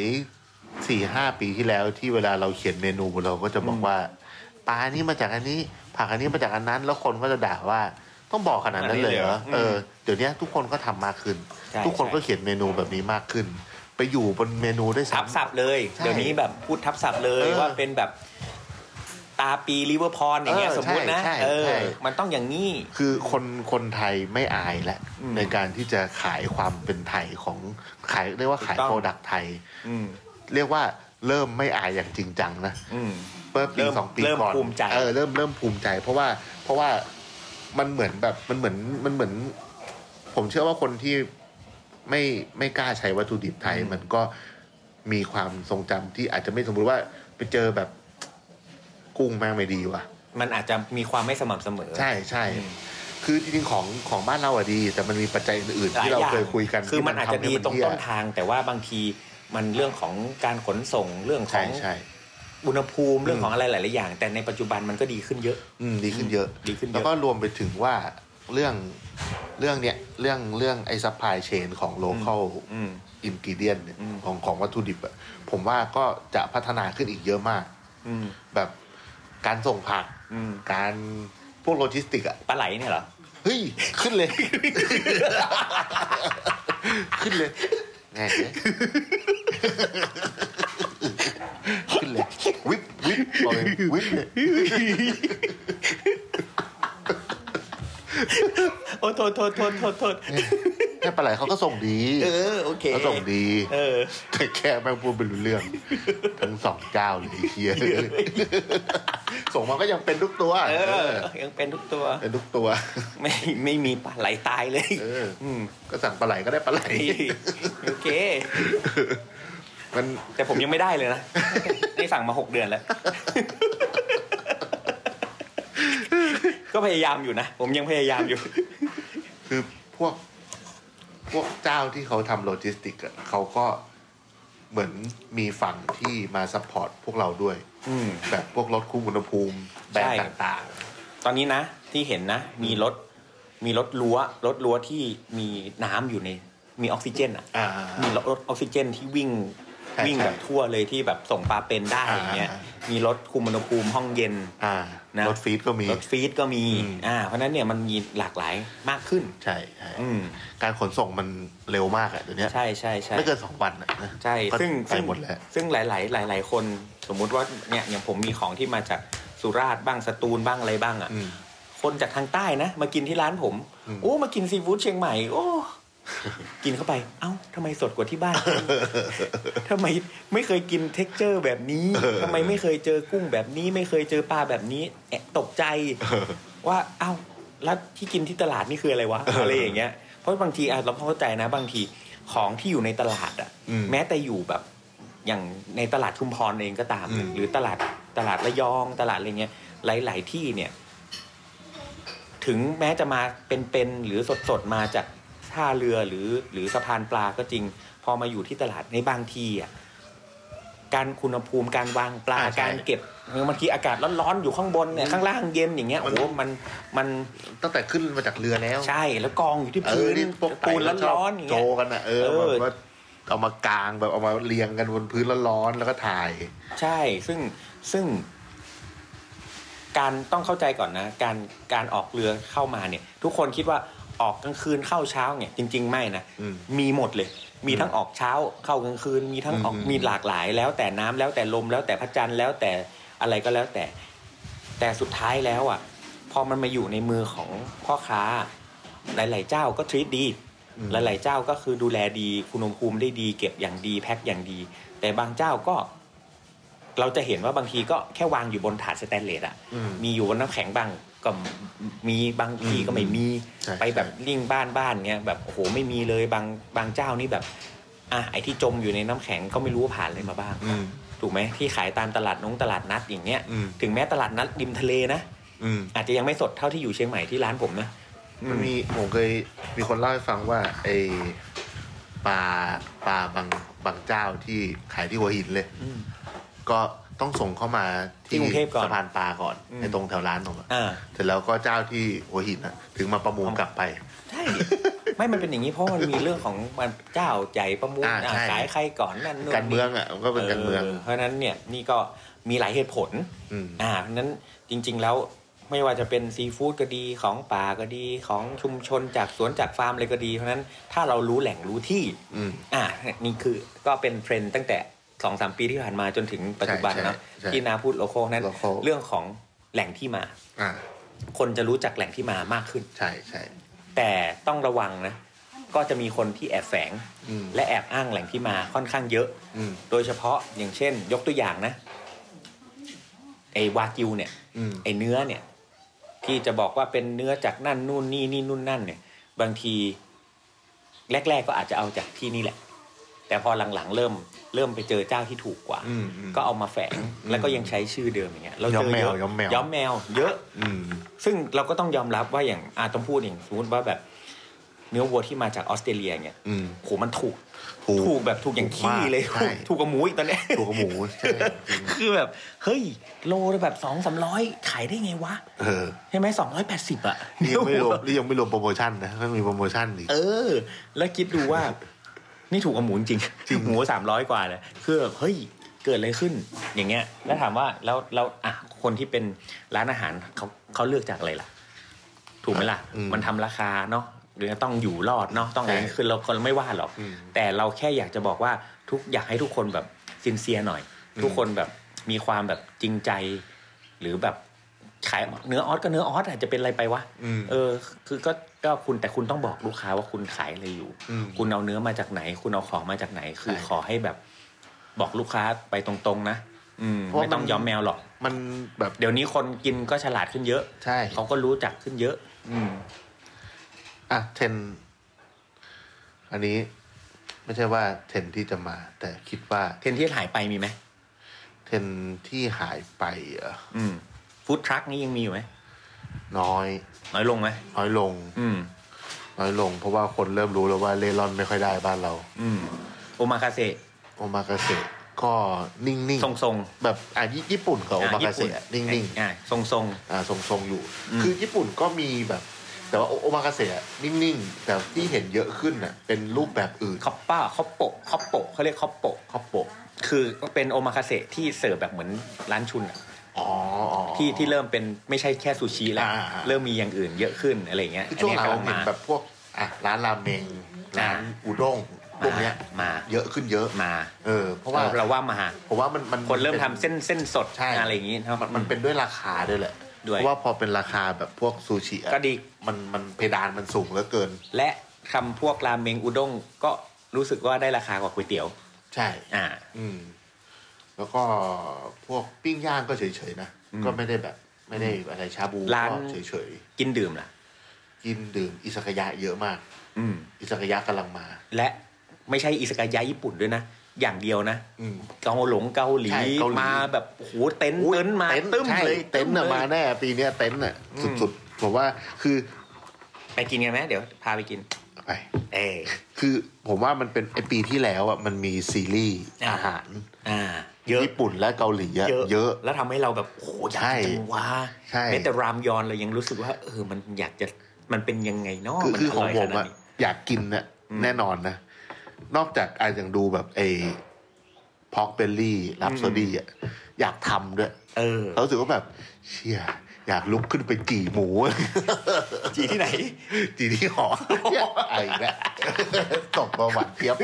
Speaker 2: สี่ห้าปีที่แล้วที่เวลาเราเขียนเมนูเราก็จะบอกว่าปลานี้มาจากอันนี้ผักอันนี้มาจากอันนั้น แล้วคนก็จะด่าว่าต้องบอกขนาดนั้นเลยเหรอเออเดี๋ยวเนี้ยทุกคนก็ทำมากขึ้น
Speaker 4: ใช่
Speaker 2: ทุกคนก็
Speaker 4: ใช่
Speaker 2: เขียนเมนูแบบนี้มากขึ้น ไปอยู่บนเมนูได้วย
Speaker 4: ทับ
Speaker 2: ซ้ำ
Speaker 4: ศัพท์เลย
Speaker 2: ใช่
Speaker 4: เดี๋ยวนี้แบบพูดทับศัพท์เลย
Speaker 2: เออ
Speaker 4: ว่าเป็นแบบตาปีลิเวอร์พรอย่างเงี้ย
Speaker 2: เออ
Speaker 4: สมมตินะ
Speaker 2: ใช่ใช่
Speaker 4: เออ
Speaker 2: ใช่
Speaker 4: มันต้องอย่างนี้
Speaker 2: คือคนคนไทยไม่อายแล้ว
Speaker 4: อืม
Speaker 2: ในการที่จะขายความเป็นไทยของขายเรียกว่าขาย
Speaker 4: ถูกต้อง
Speaker 2: โปรดักต์ไทย
Speaker 4: อืม
Speaker 2: เรียกว่าเริ่มไม่อายอย่างจริงจังนะ
Speaker 4: อืม
Speaker 2: เมื่อปี
Speaker 4: เริ่ม
Speaker 2: สองปี
Speaker 4: เริ่ม
Speaker 2: ก่อน
Speaker 4: ภูมิใจ
Speaker 2: เออเริ่มเริ่มภูมิใจ เพราะว่าเพราะว่ามันเหมือนแบบมันเหมือนมันเหมือน ผมเชื่อว่าคนที่ไม่ไม่กล้าใช้วัตถุดิบไทย มันก็มีความทรงจำที่อาจจะไม่สมมติว่าไปเจอแบบกุ้งแม่งไม่ดีว่ะ
Speaker 4: มันอาจจะมีความไม่สม่ำเสมอ
Speaker 2: ใช่ใช่
Speaker 4: อืม
Speaker 2: คือจริงๆของของบ้านเราอะดี แต่มันมีปัจจัยอื่น
Speaker 4: ห
Speaker 2: ๆ
Speaker 4: ลาย
Speaker 2: ที่เรา
Speaker 4: อย่าง
Speaker 2: เคยคุยกัน
Speaker 4: คือมันอาจจะ
Speaker 2: ที่
Speaker 4: ดี
Speaker 2: มั
Speaker 4: ตรง
Speaker 2: ทำให้มั
Speaker 4: ต้น
Speaker 2: เหี้ย
Speaker 4: ทาง แต่ว่าบางทีมันเรื่องของการขนส่งเรื่องข
Speaker 2: ใช่
Speaker 4: อง
Speaker 2: ใช่
Speaker 4: อุณหภูมิเรื่องของอะไรหลาย ๆ อย่าง แต่ในปัจจุบันมันก็ดีขึ้นเยอะ
Speaker 2: อืมดีขึ้นเยอะ
Speaker 4: ดีขึ้นเยอะ
Speaker 2: แล้วก็รวมไปถึงว่าเรื่องเรื่องเนี้ยเรื่องเรื่องไอ้ซัพพลายเชนของโลเคอล
Speaker 4: อืม
Speaker 2: อินกิเดียนย
Speaker 4: อืม
Speaker 2: ของของวัตถุดิบอะผมว่าก็จะพัฒนาขึ้นอีกเยอะมาก
Speaker 4: อืม
Speaker 2: แบบการส่งผัก
Speaker 4: อืม
Speaker 2: การพวกโลจิสติกอะ
Speaker 4: ปลาไหลเนี่ยเหรอ
Speaker 2: เฮ้ย ขึ้นเลย ขึ้นเลยไงเนี่ยขึ้นเลย วิบวิบบอกเลยวิบเลย
Speaker 4: โอ้โทษโทษโทษโทษโทษ
Speaker 2: แค่ปลาไหลเขาก็ส่งดี
Speaker 4: เออโอเค
Speaker 2: เขาส่งดี
Speaker 4: เออ
Speaker 2: แต่แค่แม่งพูดไม่รู้เรื่อง ทั้งสองเจ้าเลยไอ้เคียส่งมาก็ยังเป็นทุกตัว
Speaker 4: เอ
Speaker 2: เอ
Speaker 4: อ
Speaker 2: อ
Speaker 4: ยังเป็นทุกตัว
Speaker 2: เป็นทุกตัว
Speaker 4: ไม่ไม่มีปลาไหลตายเลย
Speaker 2: เออ
Speaker 4: อืม
Speaker 2: ก็สั่งปลาไหลก็ได้ปลาไหล
Speaker 4: โอเค
Speaker 2: มัน
Speaker 4: แต่ผมยังไม่ได้เลยนะ นี่สั่งมาหกเดือนแล้ว ก็พยายามอยู่นะ ผมยังพยายามอยู่
Speaker 2: คือพวก พวกเจ้าที่เขาทำโลจิสติกอะเขาก็เหมือนมีฝั่งที่มาซัพพอร์ตพวกเราด้วย
Speaker 4: อืม
Speaker 2: แบบพวกรถคุมอุณหภูมิแบรนด์
Speaker 4: ใช่
Speaker 2: ต่าง
Speaker 4: ตอนนี้นะ ที่เห็นนะ มีรถ มีรถรั้วรถรั้วที่มีน้ำอยู่ใน มีออกซิเจนอ่ะ
Speaker 2: ๆ อ่า
Speaker 4: มีรถออกซิเจนที่วิ่ง
Speaker 2: ใช่
Speaker 4: วิ่งแบบทั่วเลยที่แบบส่งปลาเป็นได้
Speaker 2: อ่า
Speaker 4: อย่างเงี้ย มีรถคุมอุณหภูมิห้องเย็น
Speaker 2: อ่า
Speaker 4: นะ
Speaker 2: รถฟีดก็มี
Speaker 4: รถฟีดก็มี
Speaker 2: อืม
Speaker 4: อ่าเพราะฉะนั้นเนี่ยมันมีหลากหลายมากขึ้น
Speaker 2: ใช่ใช่
Speaker 4: อืม
Speaker 2: การขนส่งมันเร็วมากอะเดี๋ยวนี้
Speaker 4: ใช่ใช่ใช่
Speaker 2: ไม่เกินสองวันอะนะ
Speaker 4: ใช่
Speaker 2: ก็
Speaker 4: ซึ่ง
Speaker 2: ไป
Speaker 4: ซึ่ง
Speaker 2: หมดแล้ว
Speaker 4: ซึ่งหลายหลายหลายหลาย ๆ คน สมมุติว่าเนี่ยอย่างผมมีของที่มาจากสุราษฎร์บ้างสตูลบ้างอะไรบ้างอ่ะ
Speaker 2: อืม
Speaker 4: คนจากทางใต้นะ มากินที่ร้านผม
Speaker 2: อืม
Speaker 4: โอ้มากินซีฟู้ดเชียงใหม่โอ้ กินเข้าไป เอ้าทำไมสดกว่าที่บ้าน ทำไมไม่เคยกินเท็กเจอร์แบบนี้ทำไมไม่เคยเจอกุ้งแบบนี้ ไม่เคยเจอปลาแบบนี้แอะตกใจ ว่าเอ้าแล้วที่กินที่ตลาดนี่คืออะไรวะ อะไรอย่างเงี้ยเพราะบางทีอ่ะเราเข้าใจนะ บางทีของที่อยู่ในตลาดอ่ะ
Speaker 2: อืม
Speaker 4: แม้แต่อยู่แบบอย่างในตลาดชุมพรเองก็ตาม
Speaker 2: อืม
Speaker 4: หรือตลาดตลาดระยองตลาดอะไรเงี้ยหลาย ๆ ที่เนี่ย ถึงแม้จะมาเป็นๆหรือสดๆมาจากท่าเรือหรือหรือสะพานปลาก็จริง พอมาอยู่ที่ตลาดในบางทีอ่ะการคุณภูมิการวางปลา
Speaker 2: อ่าใช่
Speaker 4: การเก็บบางทีอากาศร้อนๆอยู่ข้างบนเนี่ยข้างล่างเย็นอย่างเงี้ยโอ้โหมันมัน
Speaker 2: ตั้งแต่ขึ้นมาจากเรือแล้ว
Speaker 4: ใช่แล้วกองอยู่ที่
Speaker 2: เอ
Speaker 4: พื้
Speaker 2: อน นี่พวก
Speaker 4: ปู
Speaker 2: ปู
Speaker 4: น
Speaker 2: นร้
Speaker 4: ร้
Speaker 2: อ
Speaker 4: อน
Speaker 2: ๆ
Speaker 4: นๆอย่าง
Speaker 2: โจ
Speaker 4: เงี้ย
Speaker 2: กันอะเออ
Speaker 4: เออ
Speaker 2: แบบว่าเอามากางแบบเอามาเรียงกันบนพื้นร้อนๆแล้วก็ถ่าย
Speaker 4: ใช่ซึ่งซึ่ง การต้องเข้าใจก่อนนะ การการออกเรือเข้ามาเนี่ย ทุกคนคิดว่าออกกลางคืนเข้าเช้าเนี่ยจริง ๆ ไม่นะ
Speaker 2: อืม
Speaker 4: มีหมดเลย มีทั้งออกเช้าเข้ากลางคืน มีทั้งออก
Speaker 2: อืม
Speaker 4: มีหลากหลาย แล้วแต่น้ำแล้วแต่ลมแล้วแต่พระจันทร์แล้วแต่อะไรก็แล้วแต่ แต่สุดท้ายแล้วอ่ะ พอมันมาอยู่ในมือของพ่อค้า หลาย ๆ เจ้าก็ทรีตดี
Speaker 2: อืม
Speaker 4: หลาย ๆ เจ้าก็คือดูแลดีคุณอุณหภูมิได้ดี เก็บอย่างดีแพ็คอย่างดี แต่บางเจ้าก็ เราจะเห็นว่าบางทีก็แค่วางอยู่บนถาดสแตนเลสอ่ะ
Speaker 2: อืม
Speaker 4: มีอยู่บนน้ำแข็งบางก็มีบางที
Speaker 2: อืม
Speaker 4: ก็ไม่มี
Speaker 2: ใช่
Speaker 4: ไปแบบ
Speaker 2: ใช่
Speaker 4: ลิ่งบ้านบ้านเงี้ยแบบโอ้โหไม่มีเลยบางบางเจ้านี่แบบอ่ะไอที่จมอยู่ในน้ำแข็งก็ไม่รู้ว่าผ่านอะไรมาบ้าง
Speaker 2: อืม
Speaker 4: ถูกไหมที่ขายตามตลาดนงตลาดนัดอย่างเงี้ย
Speaker 2: อืม
Speaker 4: ถึงแม้ตลาดนัดริมทะเลนะ
Speaker 2: อืม
Speaker 4: อาจจะยังไม่สดเท่าที่อยู่เชียงใหม่ที่ร้านผมนะ
Speaker 2: มันมีผมเคยมีคนเล่าให้ฟังว่าไอปลาปลาบางบางเจ้าที่ขายที่หัวหินเลย
Speaker 4: อืม
Speaker 2: ก็ต้องส่งเข้ามา
Speaker 4: ที่กรุงเทพก่อน
Speaker 2: สะพานปลาก่อน
Speaker 4: อืม
Speaker 2: ในตรงแถวร้านผมอะ
Speaker 4: อ่า
Speaker 2: เสร็จแล้วก็เจ้าที่หัวหินอะถึงมาประมูลกลับไป
Speaker 4: ใช่ ไม่มันเป็นอย่างนี้เพราะมันมีเรื่องของมันเจ้าใหญ่ประมูล
Speaker 2: อ่า
Speaker 4: อ่า
Speaker 2: ใช่
Speaker 4: ขายใครก่อนนั่นนู่น
Speaker 2: การเมืองอะมันก็เป็นการเมือง
Speaker 4: เพราะฉะนั้นเนี่ยนี่ก็มีหลายเหตุผล
Speaker 2: อืม
Speaker 4: อ่าเพราะฉะนั้นจริง ๆ แล้วไม่ว่าจะเป็นซีฟู้ดก็ดีของป่าก็ดีของชุมชนจากสวนจากฟาร์มอะไรก็ดี เพราะฉะนั้นถ้าเรารู้แหล่งรู้ที่
Speaker 2: อืม
Speaker 4: อ่านี่คือก็เป็นเทรนด์ตั้งแต่สองสามปีที่ผ่านมาจนถึงปัจจุบัน
Speaker 2: ใช่
Speaker 4: เนาะ
Speaker 2: ใช่
Speaker 4: ที่นาพูดโลโคนั้น
Speaker 2: local
Speaker 4: เรื่องของแหล่งที่มา
Speaker 2: อ่า
Speaker 4: คนจะรู้จักแหล่งที่มามากขึ้น
Speaker 2: ใช่ใช่
Speaker 4: แต่ต้องระวังนะ ก็จะมีคนที่แอบแฝง
Speaker 2: อืม
Speaker 4: และแอบอ้างแหล่งที่มาค่อนข้างเยอะ
Speaker 2: อืม
Speaker 4: โดยเฉพาะอย่างเช่น ยกตัวอย่างนะไอ้วากิวเนี่ย
Speaker 2: อืม
Speaker 4: ไอ้เนื้อเนี่ย ที่จะบอกว่าเป็นเนื้อจากนั่นนู่นนี่นี่นู่นนั่นเนี่ย บางที แรก ๆ ก็อาจจะเอาจากที่นี่แหละ แต่พอหลังๆ เริ่ม เริ่มไปเจอเจ้าที่ถูกกว่า
Speaker 2: อืมอืม
Speaker 4: ก็เอามาแฝงแล้วก็ยังใช้ชื่อเดิมอย่างเงี้ยเราเจอเยอะ
Speaker 2: ย้อมแมว
Speaker 4: ย้อมแมว เยอะ
Speaker 2: อืม
Speaker 4: ซึ่งเราก็ต้องยอมรับว่าอย่างอาต้องพูดอย่างสมมติว่าแบบ เนื้อวัวที่มาจากออสเตรเลียเนี่ย
Speaker 2: อืม
Speaker 4: โหมันถูก
Speaker 2: ถูก
Speaker 4: กแบบถูกอย่างขี้
Speaker 2: มาก
Speaker 4: เลย
Speaker 2: ใช่
Speaker 4: ถูก ถูกกว่าหมูอีกตอนเนี้ย
Speaker 2: ถูกกับหมูใช่จริง
Speaker 4: คือแบบ เฮ้ย โลละแบบสองสามร้อยขายได้ไงวะ
Speaker 2: เออ
Speaker 4: ใช่ไหมสองร้อยแปดสิบอะ
Speaker 2: นี่ยังไม่รวมนี่ยังไม่รวมโปรโมชั่นนะมันมีโปรโมชั่นอีก
Speaker 4: เออ แล้วคิดดูว่า นี่ถูกกับหมูจริงจริงหมูสามร้อยกว่าเลยคือแบบเฮ้ย เกิดอะไรขึ้น อย่างเงี้ย แล้วถามว่าแล้วแล้วอ่ะคนที่เป็นร้านอาหารเขาเขาเลือกจากอะไรล่ะ ถูกไหมล่ะ
Speaker 2: อืม
Speaker 4: มันทำราคาเนาะหรือต้องอยู่รอดเนาะต้องอะไร
Speaker 2: ใช่
Speaker 4: คือเราคนไม่ว่าหรอก
Speaker 2: อืม
Speaker 4: แต่เราแค่อยากจะบอกว่าทุกอยากให้ทุกคนแบบซินเซียหน่อย
Speaker 2: อืม
Speaker 4: ทุกคนแบบมีความแบบจริงใจ หรือแบบขายเนื้อออสก็เนื้อออสอาจจะเป็นอะไรไปวะ
Speaker 2: อืม
Speaker 4: เออ คือก็ ก็คุณ แต่คุณต้องบอกลูกค้าว่าคุณขายอะไรอยู่
Speaker 2: อืม
Speaker 4: คุณเอาเนื้อมาจากไหน คุณเอาของมาจากไหน คือ
Speaker 2: ใช่
Speaker 4: ขอให้แบบ บอกลูกค้าไปตรงๆนะ อืม
Speaker 2: เพราะ
Speaker 4: ไม่ต้อง
Speaker 2: มัน
Speaker 4: ย้อมแมวหรอก
Speaker 2: มันแบบ
Speaker 4: เดี๋ยวนี้คนกินก็ฉลาดขึ้นเยอะ
Speaker 2: ใช่
Speaker 4: เขาก็รู้จักขึ้นเยอะ อืม
Speaker 2: อ่ะเทรนด์อันนี้ไม่ใช่ว่าเทรนด์ที่จะมา แต่คิดว่า
Speaker 4: เทรนด์ที่หายไปมีไหม
Speaker 2: เทรนด์ที่หายไปเหรอ
Speaker 4: อืม ฟู้ดทรัคนี้ยังมีอยู่ไหม
Speaker 2: น้อย
Speaker 4: น้อยลงไหม
Speaker 2: น้อยลง
Speaker 4: อืม
Speaker 2: น้อยลง เพราะว่าคนเริ่มรู้แล้วว่าเล่ร่อนไม่ค่อยได้บ้านเรา
Speaker 4: อืม โอมาคาเซ
Speaker 2: โอมาเกษตรก็นิ่ง
Speaker 4: ทรงทรง
Speaker 2: ๆแบบอ่ะญี่ญี่ปุ่นกับโอมาเกษตรนิ่ง
Speaker 4: อ่าทรงทรง
Speaker 2: ๆอ่าทรงๆอยู่
Speaker 4: อืม
Speaker 2: คือญี่ปุ่นก็มีแบบ แต่ว่าโอโอมาเกษตรอะนิ่งๆ แต่ที่เห็นเยอะขึ้นอ่ะเป็นรูปแบบอื่น
Speaker 4: คอปป้าคอปโปะคอปโปะเขาเรียกคอปโปะ
Speaker 2: ครอบโปะ
Speaker 4: คือเป็นโอมาคาเซที่เสิร์ฟแบบเหมือนร้านชุนอะ
Speaker 2: อ๋ออ๋อ
Speaker 4: ที่ที่เริ่มเป็นไม่ใช่แค่ซูชิแล้ว
Speaker 2: อ่าอ่า
Speaker 4: เริ่มมีอย่างอื่นเยอะขึ้นอะไรเงี้ย
Speaker 2: คือช่วงหลัง
Speaker 4: อั
Speaker 2: เรา
Speaker 4: น
Speaker 2: เห็
Speaker 4: นี้
Speaker 2: น
Speaker 4: กำลัง
Speaker 2: แบ
Speaker 4: มา
Speaker 2: บพวกอ่ะร้านราเมง
Speaker 4: อ่า
Speaker 2: ร้านอุด้งพวกเนี้ย
Speaker 4: มา
Speaker 2: เยอะขึ้นเยอะ
Speaker 4: มา
Speaker 2: เออ เพราะว่า
Speaker 4: เราว่ามา
Speaker 2: ผมว่ามันมัน
Speaker 4: คนเริ่มทำ
Speaker 2: เส้น
Speaker 4: เส้นเส้นสด
Speaker 2: ใช่
Speaker 4: อะไรอย่างงี้ครับ
Speaker 2: มันมันเป็นด้วยราคาด้วยแหละ
Speaker 4: ด้วย
Speaker 2: เพราะว่าพอเป็นราคาแบบพวกซูชิอะ
Speaker 4: ก็ดี
Speaker 2: มันมันเพดานมันสูงเหลือเกิน
Speaker 4: และทำพวกราเมงอุด้งก็รู้สึกว่าได้ราคากว่าก๋วยเตี๋ยว
Speaker 2: ใช่
Speaker 4: อ่า
Speaker 2: อืม แล้วก็พวกปิ้งย่างก็เฉยๆนะ
Speaker 4: อืม
Speaker 2: ก็ไม่ได้แบบ ไม่ได้อะไรชาบู
Speaker 4: ร้าน
Speaker 2: ก็เฉย
Speaker 4: กินดื่มล่ะ
Speaker 2: ๆกินดื่มอิสกายะเยอะมาก
Speaker 4: อืม
Speaker 2: อิสกายะกำลังมา
Speaker 4: และไม่ใช่อิสกายะญี่ปุ่นด้วยนะ อย่างเดียวนะ
Speaker 2: อืม
Speaker 4: เกาหลงเกาหลี
Speaker 2: ใช่เกาหลี
Speaker 4: มาแบบโอ้โหเต็นท์เต็นท์มา
Speaker 2: เต็นท์
Speaker 4: ตึ้ม
Speaker 2: ใช่
Speaker 4: เลย
Speaker 2: เต็นท์น่ะ
Speaker 4: ลย
Speaker 2: มาแน่ปีเนี้ยเต็นท์น่ะสุดๆผมว่าคือ
Speaker 4: ไปกินกันไหมเดี๋ยวพาไปกิน
Speaker 2: ไป
Speaker 4: เออ
Speaker 2: คือผมว่ามันเป็นไอปีที่แล้วอ่ะมันมีซีรีส์
Speaker 4: อ่า
Speaker 2: อาหาร
Speaker 4: อ่า
Speaker 2: ญี่ปุ่นและเกาหลีอะเยอะ
Speaker 4: แล้วทำให้เราแบบ โอ้โหอยาก
Speaker 2: ใช่
Speaker 4: กินจังวะ
Speaker 2: ใช่
Speaker 4: แม้แต่รามยอนเรายังรู้สึกว่า เออมันอยากจะมันเป็นยังไงเนาะ
Speaker 2: คือ
Speaker 4: มัน
Speaker 2: คือของ
Speaker 4: ร่ย
Speaker 2: ผม
Speaker 4: นาด
Speaker 2: อะ
Speaker 4: นี้
Speaker 2: อยากกินนะ
Speaker 4: อืม
Speaker 2: แน่นอนนะ นอกจากอาจอย่างดูแบบไอพอกเบลลี่รับโซดี้อะอยากทำด้วย
Speaker 4: เออ
Speaker 2: เราสึกว่าแบบ เชี่ย อยากลุกขึ้นไปจี่หมู
Speaker 4: จีที่ไหน
Speaker 2: จีที่หอเนี่ยไอ้แหละตกประวัติเทียบ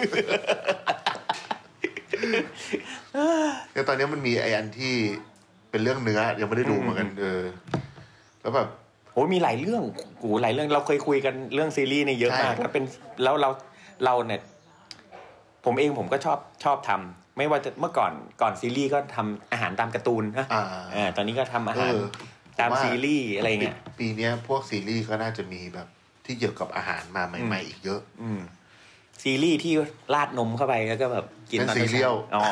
Speaker 2: แต่ตอนนี้มันมีไอ้อันที่เป็นเรื่องเนื้อยังไม่ได้ดูเหมือนกันเออ แล้วแบบ
Speaker 4: โอ้ยมีหลายเรื่องกูหลายเรื่องเราเคยคุยกันเรื่องซีรีส์เนี่ยเยอะมาก
Speaker 2: ใช่
Speaker 4: แล้วเป็นแล้วเราเราเนี่ยผมเองผมก็ชอบชอบทำไม่ว่าจะเมื่อก่อนก่อนซีรีส์ก็ทำอาหารตามการ์ตูนนะ
Speaker 2: อ่า
Speaker 4: อ่าตอนนี้ก็ทำอาหาร
Speaker 2: เออ
Speaker 4: ตาม
Speaker 2: ผมว่า
Speaker 4: ซีรีส์อะไรเงี้ย
Speaker 2: ปีปีเนี้ยพวกซีรีส์ก็น่าจะมีแบบที่เกี่ยวกับอาหารมาใหม่ๆอีกเยอะ
Speaker 4: อืมซีรีส์ที่ราดนมเข้าไปแล้วก็แบบกิน
Speaker 2: เป็น
Speaker 4: ตอน
Speaker 2: ซีเรียล
Speaker 4: ช้าอ๋อ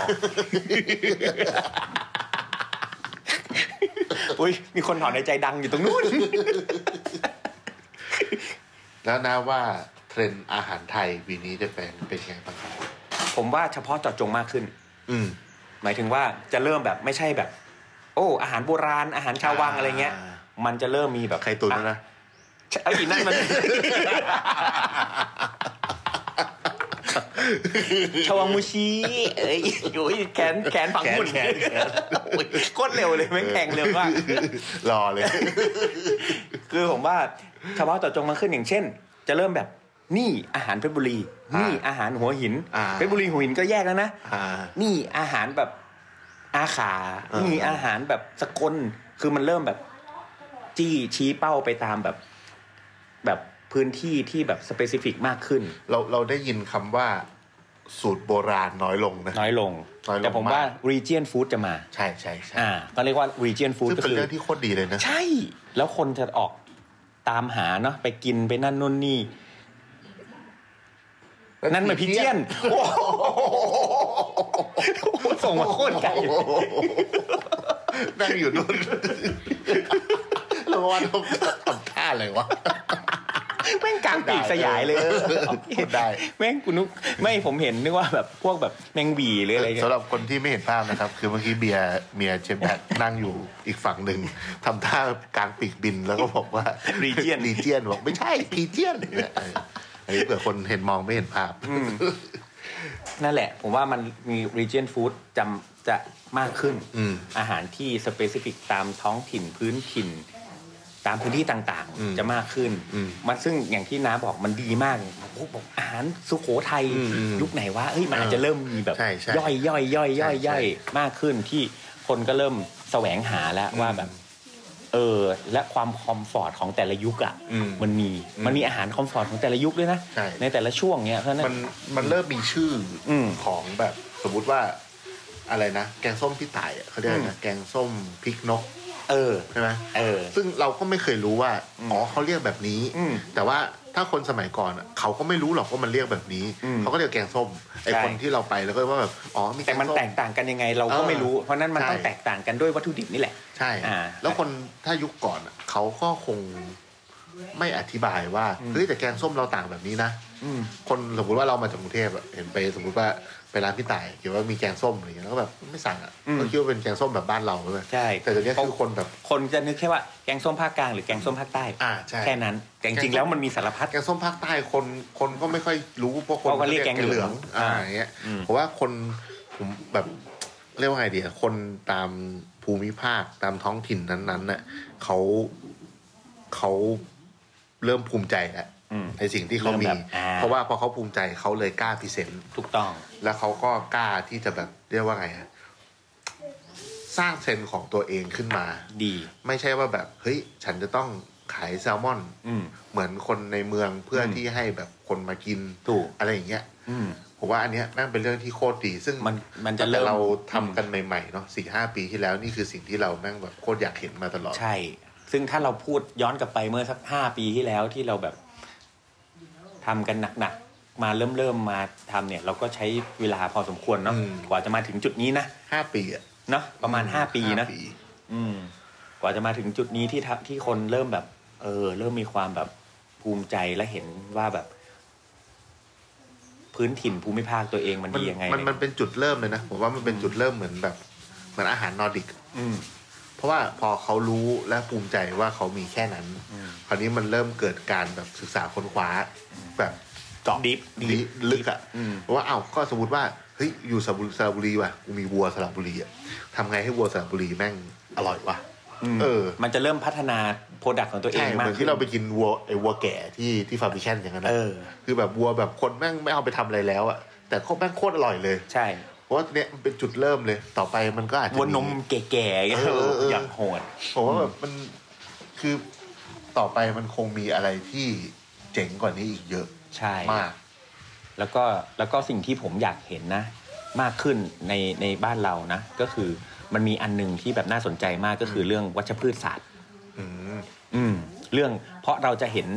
Speaker 4: อุ้ยมีคนถอนในใจดังอยู่ตรงนู้น
Speaker 2: แล้วนะว่าเทรนด์อาหารไทยปีนี้จะเป็นเป็นไงบ้างครับ
Speaker 4: ผมว่าเฉพาะเจาะจงมากขึ้น
Speaker 2: อืม
Speaker 4: หมายถึงว่าจะเริ่มแบบไม่ใช่แบบ โอ้ อาหารโบราณอาหารชาววังอะไรเงี้ย
Speaker 2: อ่า
Speaker 4: มันจะเริ่มมีแบบ
Speaker 2: ไข่ตุ๋นแล้วนะ
Speaker 4: ไอ้ยนั่นมัน ชาวามุชิเอ้ยโอ้ยแขนแขนฝังหุ่น
Speaker 2: แขนแขนแขน
Speaker 4: โอ้ยโคตรเร็วเลยแม่งแข่งเร็วมาก
Speaker 2: รอเลย
Speaker 4: คือผมว่าเฉพาะเจาะจงมากขึ้นอย่างเช่น จะเริ่มแบบนี่อาหารเพชรบุรี
Speaker 2: อ่านี่
Speaker 4: นี่อาหารหัวหิน
Speaker 2: อ่า
Speaker 4: เพชรบุรีหัวหินก็แยกแล้วนะ
Speaker 2: อ่า
Speaker 4: นี่อาหารแบบอาขา
Speaker 2: เออ
Speaker 4: นี่อาหารแบบสกลคือมันเริ่มแบบ จี้ชี้เป้าไปตามแบบ แบบพื้นที่ที่แบบสเปซิฟิกมากขึ้น
Speaker 2: เราเราได้ยินคำว่าสูตรโบราณน้อยลงนะ
Speaker 4: น้อยลง
Speaker 2: น้อยลง
Speaker 4: แต่ผมว่า
Speaker 2: ม
Speaker 4: region food จะมา
Speaker 2: ใช่ใช่ใช่
Speaker 4: อ่า ก็เรียกว่า region
Speaker 2: ซึ่
Speaker 4: food
Speaker 2: ง
Speaker 4: ก็
Speaker 2: เป็น
Speaker 4: คือ
Speaker 2: เรื่องที่โคตรดีเลยนะ
Speaker 4: ใช่ แล้วคนจะออกตามหาเนาะไปกินไปนั่นนู่นนี่ นั่นมันพิเจียน โอ้โหส่งมาโคตรไกล
Speaker 2: นั่งอยู่นู่นแล้ววันทำท่าอะไรวะ
Speaker 4: แม่งกลางปีกสยายเลยเออ
Speaker 2: พูดได้
Speaker 4: แม่งกูนึกไม่ผมเห็นนึกว่าแบบพวกแบบแมงหวีหรืออะไรเงี้ย
Speaker 2: สำหรับคนที่ไม่เห็นภาพนะครับ คือเมื่อกี้เบียร์เมียเจมแบกนั่งอยู่อีกฝั่งหนึ่งทำท่ากลางปีกบินแล้วก็บอกว่าร
Speaker 4: Region
Speaker 2: ีเจียนบอกไม่ใช่พีเจียนเนี่ยเอออันนี้เผื่อคนเห็นมองไม่เห็นภาพ
Speaker 4: นั่นแหละ ผมว่ามันมี region food จำจะมากขึ้น
Speaker 2: อืม
Speaker 4: อาหารที่ specific ตามท้องถิ่นพื้นถิ่น ตามพื้นที่ต่าง
Speaker 2: อืม
Speaker 4: ๆ จะมากขึ้น
Speaker 2: อืม
Speaker 4: มันซึ่งอย่างที่น้าบอกมันดีมากผมก็บอกอาหารสุโขทัย
Speaker 2: อืมอืม
Speaker 4: ยุคไหนว่าเอ้ยมันอาจจะเริ่มมีแบบ
Speaker 2: ใช่ใช่
Speaker 4: ย่อยย่อยย่อยย่อย
Speaker 2: ใช่ใช่
Speaker 4: ย่อยมากขึ้นที่คนก็เริ่มแสวงหาแล้วว่าแบบ เออและความคอมฟอร์ตของแต่ละยุคอะ
Speaker 2: อืม
Speaker 4: มันมีมันมีอาหารคอมฟอร์ตของแต่ละยุคด้วยนะ
Speaker 2: ใช่
Speaker 4: แต่ละช่วงเนี้ยเพราะฉะนั้น
Speaker 2: มันมันเริ่มมีชื่ออ
Speaker 4: ม
Speaker 2: ของแบบสมมุติว่าอะไรนะ แกงส้มพี่ต่ายอะเขาเรียกอะไรนะแกงส้มพริกนก
Speaker 4: เออ
Speaker 2: ใช่ไหม
Speaker 4: เออ
Speaker 2: ซึ่งเราก็ไม่เคยรู้ว่า อ๋อเขาเรียกแบบนี้
Speaker 4: อืม
Speaker 2: แต่ว่าถ้าคนสมัยก่อนอะเขาก็ไม่รู้หรอกว่ามันเรียกแบบนี้
Speaker 4: อืม
Speaker 2: เขาก็เรียกแกงส้ม ไอ
Speaker 4: ใช่
Speaker 2: คนที่เราไปแล้วก็ว่าแบบ อ๋อ มี
Speaker 4: แต่มัน
Speaker 2: กงส้
Speaker 4: แตกต่างกันยังไงเราก็
Speaker 2: เออ
Speaker 4: ไม่รู้ เพราะนั้นมัน
Speaker 2: ใช่
Speaker 4: ต้องแตกต่างกันด้วยวัตถุดิบนี่แหละ
Speaker 2: ใช่
Speaker 4: อ่า
Speaker 2: แล้วคนถ้ายุคก่อนอะเขาก็คงไม่อธิบายว่า เฮ้ยแต่แกงส้มเราต่างแบบนี้นะ
Speaker 4: อืม
Speaker 2: คนสมมติว่าเรามาจากกรุงเทพอะเห็นไปสมมติว่าไปร้านพี่ต่ายเกี่ยวว่ามีแกงส้มอะไรอย่างเงี้ยแล้วก็แบบไม่สั่งอ่ะก็คิดว่าเป็นแกงส้มแบบบ้านเราใช่ไหม
Speaker 4: ใช่
Speaker 2: แต่เดี๋ยวนี้คือคนแบบ
Speaker 4: คนจะนึกแค่ว่าแกงส้มภาคกลางหรือแกงส้มภาคใต้
Speaker 2: อ่าใช่
Speaker 4: แค่นั้นแต่จริงๆแล้วมันมีสารพัด
Speaker 2: แกงส้มภาคใต้คนคนก็ไม่ค่อยรู้เพราะคน
Speaker 4: เขาก็เรียกแกงเหลือง
Speaker 2: อ่าอย่างเงี้ยเพราะว่าคนผมแบบเรียกว่าไงดีอะคนตามภูมิภาคตามท้องถิ่นนั้นๆน่ะเขาเขาเริ่มภูมิใจแล้ว
Speaker 4: อืม
Speaker 2: ในสิ่งที่เขามี
Speaker 4: เริ่มแบบอ่า
Speaker 2: เพราะว่าพอเขาภูมิใจเขาเลยกล้าพรีเซนต์
Speaker 4: ถูกต้อง
Speaker 2: แล้วเขาก็กล้าที่จะแบบเรียกว่าไงอะสร้างเซนส์ของตัวเองขึ้นมา
Speaker 4: ดี
Speaker 2: ไม่ใช่ว่าแบบเฮ้ยฉันจะต้องขายแซลมอน
Speaker 4: อืม
Speaker 2: เหมือนคนในเมืองเพื่ออ
Speaker 4: ม
Speaker 2: ที่ให้แบบคนมากิน
Speaker 4: ถูก
Speaker 2: อะไรอย่างเงี้ย
Speaker 4: อืม
Speaker 2: ผมว่าอันเนี้ยแม่งเป็นเรื่องที่โคตรดี ซึ่ง
Speaker 4: มันมันจะ
Speaker 2: ตั้ง
Speaker 4: เริ่
Speaker 2: แต่
Speaker 4: ม
Speaker 2: เราทำกันใหม่ๆเนาะสี่ห้าปีที่แล้วนี่คือสิ่งที่เราแม่งแบบโคตรอยากเห็นมาตลอด
Speaker 4: ใช่ ซึ่งถ้าเราพูดย้อนกลับไปเมื่อสักห้าปีที่แล้วที่เราแบบทำกันหนักๆมาเริ่มเริ่มๆมาทำเนี่ย เราก็ใช้เวลาพอสมควรเนาะ
Speaker 2: อืม
Speaker 4: กว่าจะมาถึงจุดนี้นะ
Speaker 2: ห้าปีอะ
Speaker 4: เนาะประมาณห้าปีนะ
Speaker 2: ห้า
Speaker 4: อืมกว่าจะมาถึงจุดนี้ที่ทะที่คนเริ่มแบบ เออ เริ่มมีความแบบภูมิใจและเห็นว่าแบบ พื้นถิ่นภูมิภาคตัวเองมัน
Speaker 2: มัน
Speaker 4: ดียังไง
Speaker 2: มันมันเป็นจุดเริ่มเลยนะผมว่ามันเป็นจุดเริ่มเหมือนแบบเหมือนอาหารนอร์ดิก
Speaker 4: อืม
Speaker 2: เพราะว่าพอเขารู้และภูมิใจว่าเขามีแค่นั้น คราวนี้มันเริ่มเกิดการแบบศึกษาค้นคว้าแบบเจาะ
Speaker 4: Deep
Speaker 2: ดี
Speaker 4: Deep
Speaker 2: ลึกอะเพราะว่าเอ้าวก็สมมติว่าเฮ้ยอยู่สระบุรีสระบุรีว่ะกูมีวัวสระบุรีอะทำไงให้วัวสระบุรีแม่งอร่อยว่ะเออ
Speaker 4: มันจะเริ่มพัฒนาโปรดักต์ของตัวเอ
Speaker 2: ใช่
Speaker 4: ง
Speaker 2: เห
Speaker 4: มาก
Speaker 2: มือน
Speaker 4: ขึ้น
Speaker 2: ที่เราไปกินวัวไอ้วัวแก่ที่ที่ฟาร์มิชันอย่างนั้นนะ
Speaker 4: เออ
Speaker 2: คือแบบวัวแบบคนแม่งไม่เอาไปทำอะไรแล้วอะแต่ก็แม่งโคตรอร่อยเลย
Speaker 4: ใช่
Speaker 2: เพราะว่าเนี่ยมันเป็นจุดเริ่มเลยต่อไปมันก็อาจจะ
Speaker 4: วัวนม
Speaker 2: มี
Speaker 4: แก่ๆอย่างเงี้ย
Speaker 2: เออเออเอออ
Speaker 4: ย่างโหด
Speaker 2: ผมว่าแบบมันคือต่อไปมันคงมีอะไรที่เจ๋งกว่านี้อีกเยอะ
Speaker 4: ใช่
Speaker 2: มาก
Speaker 4: แล้วก็แล้วก็สิ่งที่ผมอยากเห็นนะ มากขึ้นในในบ้านเรานะ ก็คือมันมีอันหนึงที่แบบน่าสนใจมากก็คือเรื่องวัชพืชศาสตร์
Speaker 2: อืม
Speaker 4: อืมเรื่องเพราะเราจะเห็น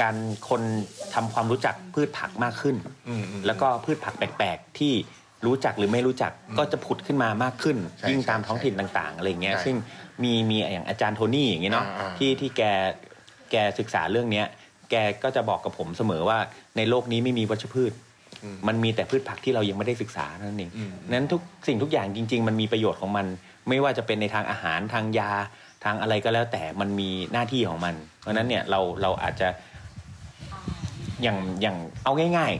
Speaker 4: การคนทำความรู้จักพืชผักมากขึ้น
Speaker 2: อืมอืม
Speaker 4: แล้วก็พืชผักแปลกๆ ที่รู้จักหรือไม่รู้จักก็จะผุดขึ้นมามากขึ้น
Speaker 2: ใช่
Speaker 4: ยิ่งตาม
Speaker 2: ใช่
Speaker 4: ท้องถิ่นต่างๆอะไรเงี้ย
Speaker 2: ใช่
Speaker 4: ซึ่งมีมีอย่างอาจารย์โทนี่อย่างเงี้ยเนาะ
Speaker 2: อ่าๆ
Speaker 4: ที่ที่แกแกศึกษาเรื่องเนี้ย แกก็จะบอกกับผมเสมอว่าในโลกนี้ไม่มีวัชพืช มันมีแต่พืชผักที่เรายังไม่ได้ศึกษานั่นเอง
Speaker 2: อืม
Speaker 4: นั้นทุกสิ่งทุกอย่างจริง ๆ มันมีประโยชน์ของมัน ไม่ว่าจะเป็นในทางอาหารทางยาทางอะไรก็แล้วแต่มันมีหน้าที่ของมัน เพราะฉะนั้นเนี่ยเราเราอาจจะอย่างอย่างเอาง่าย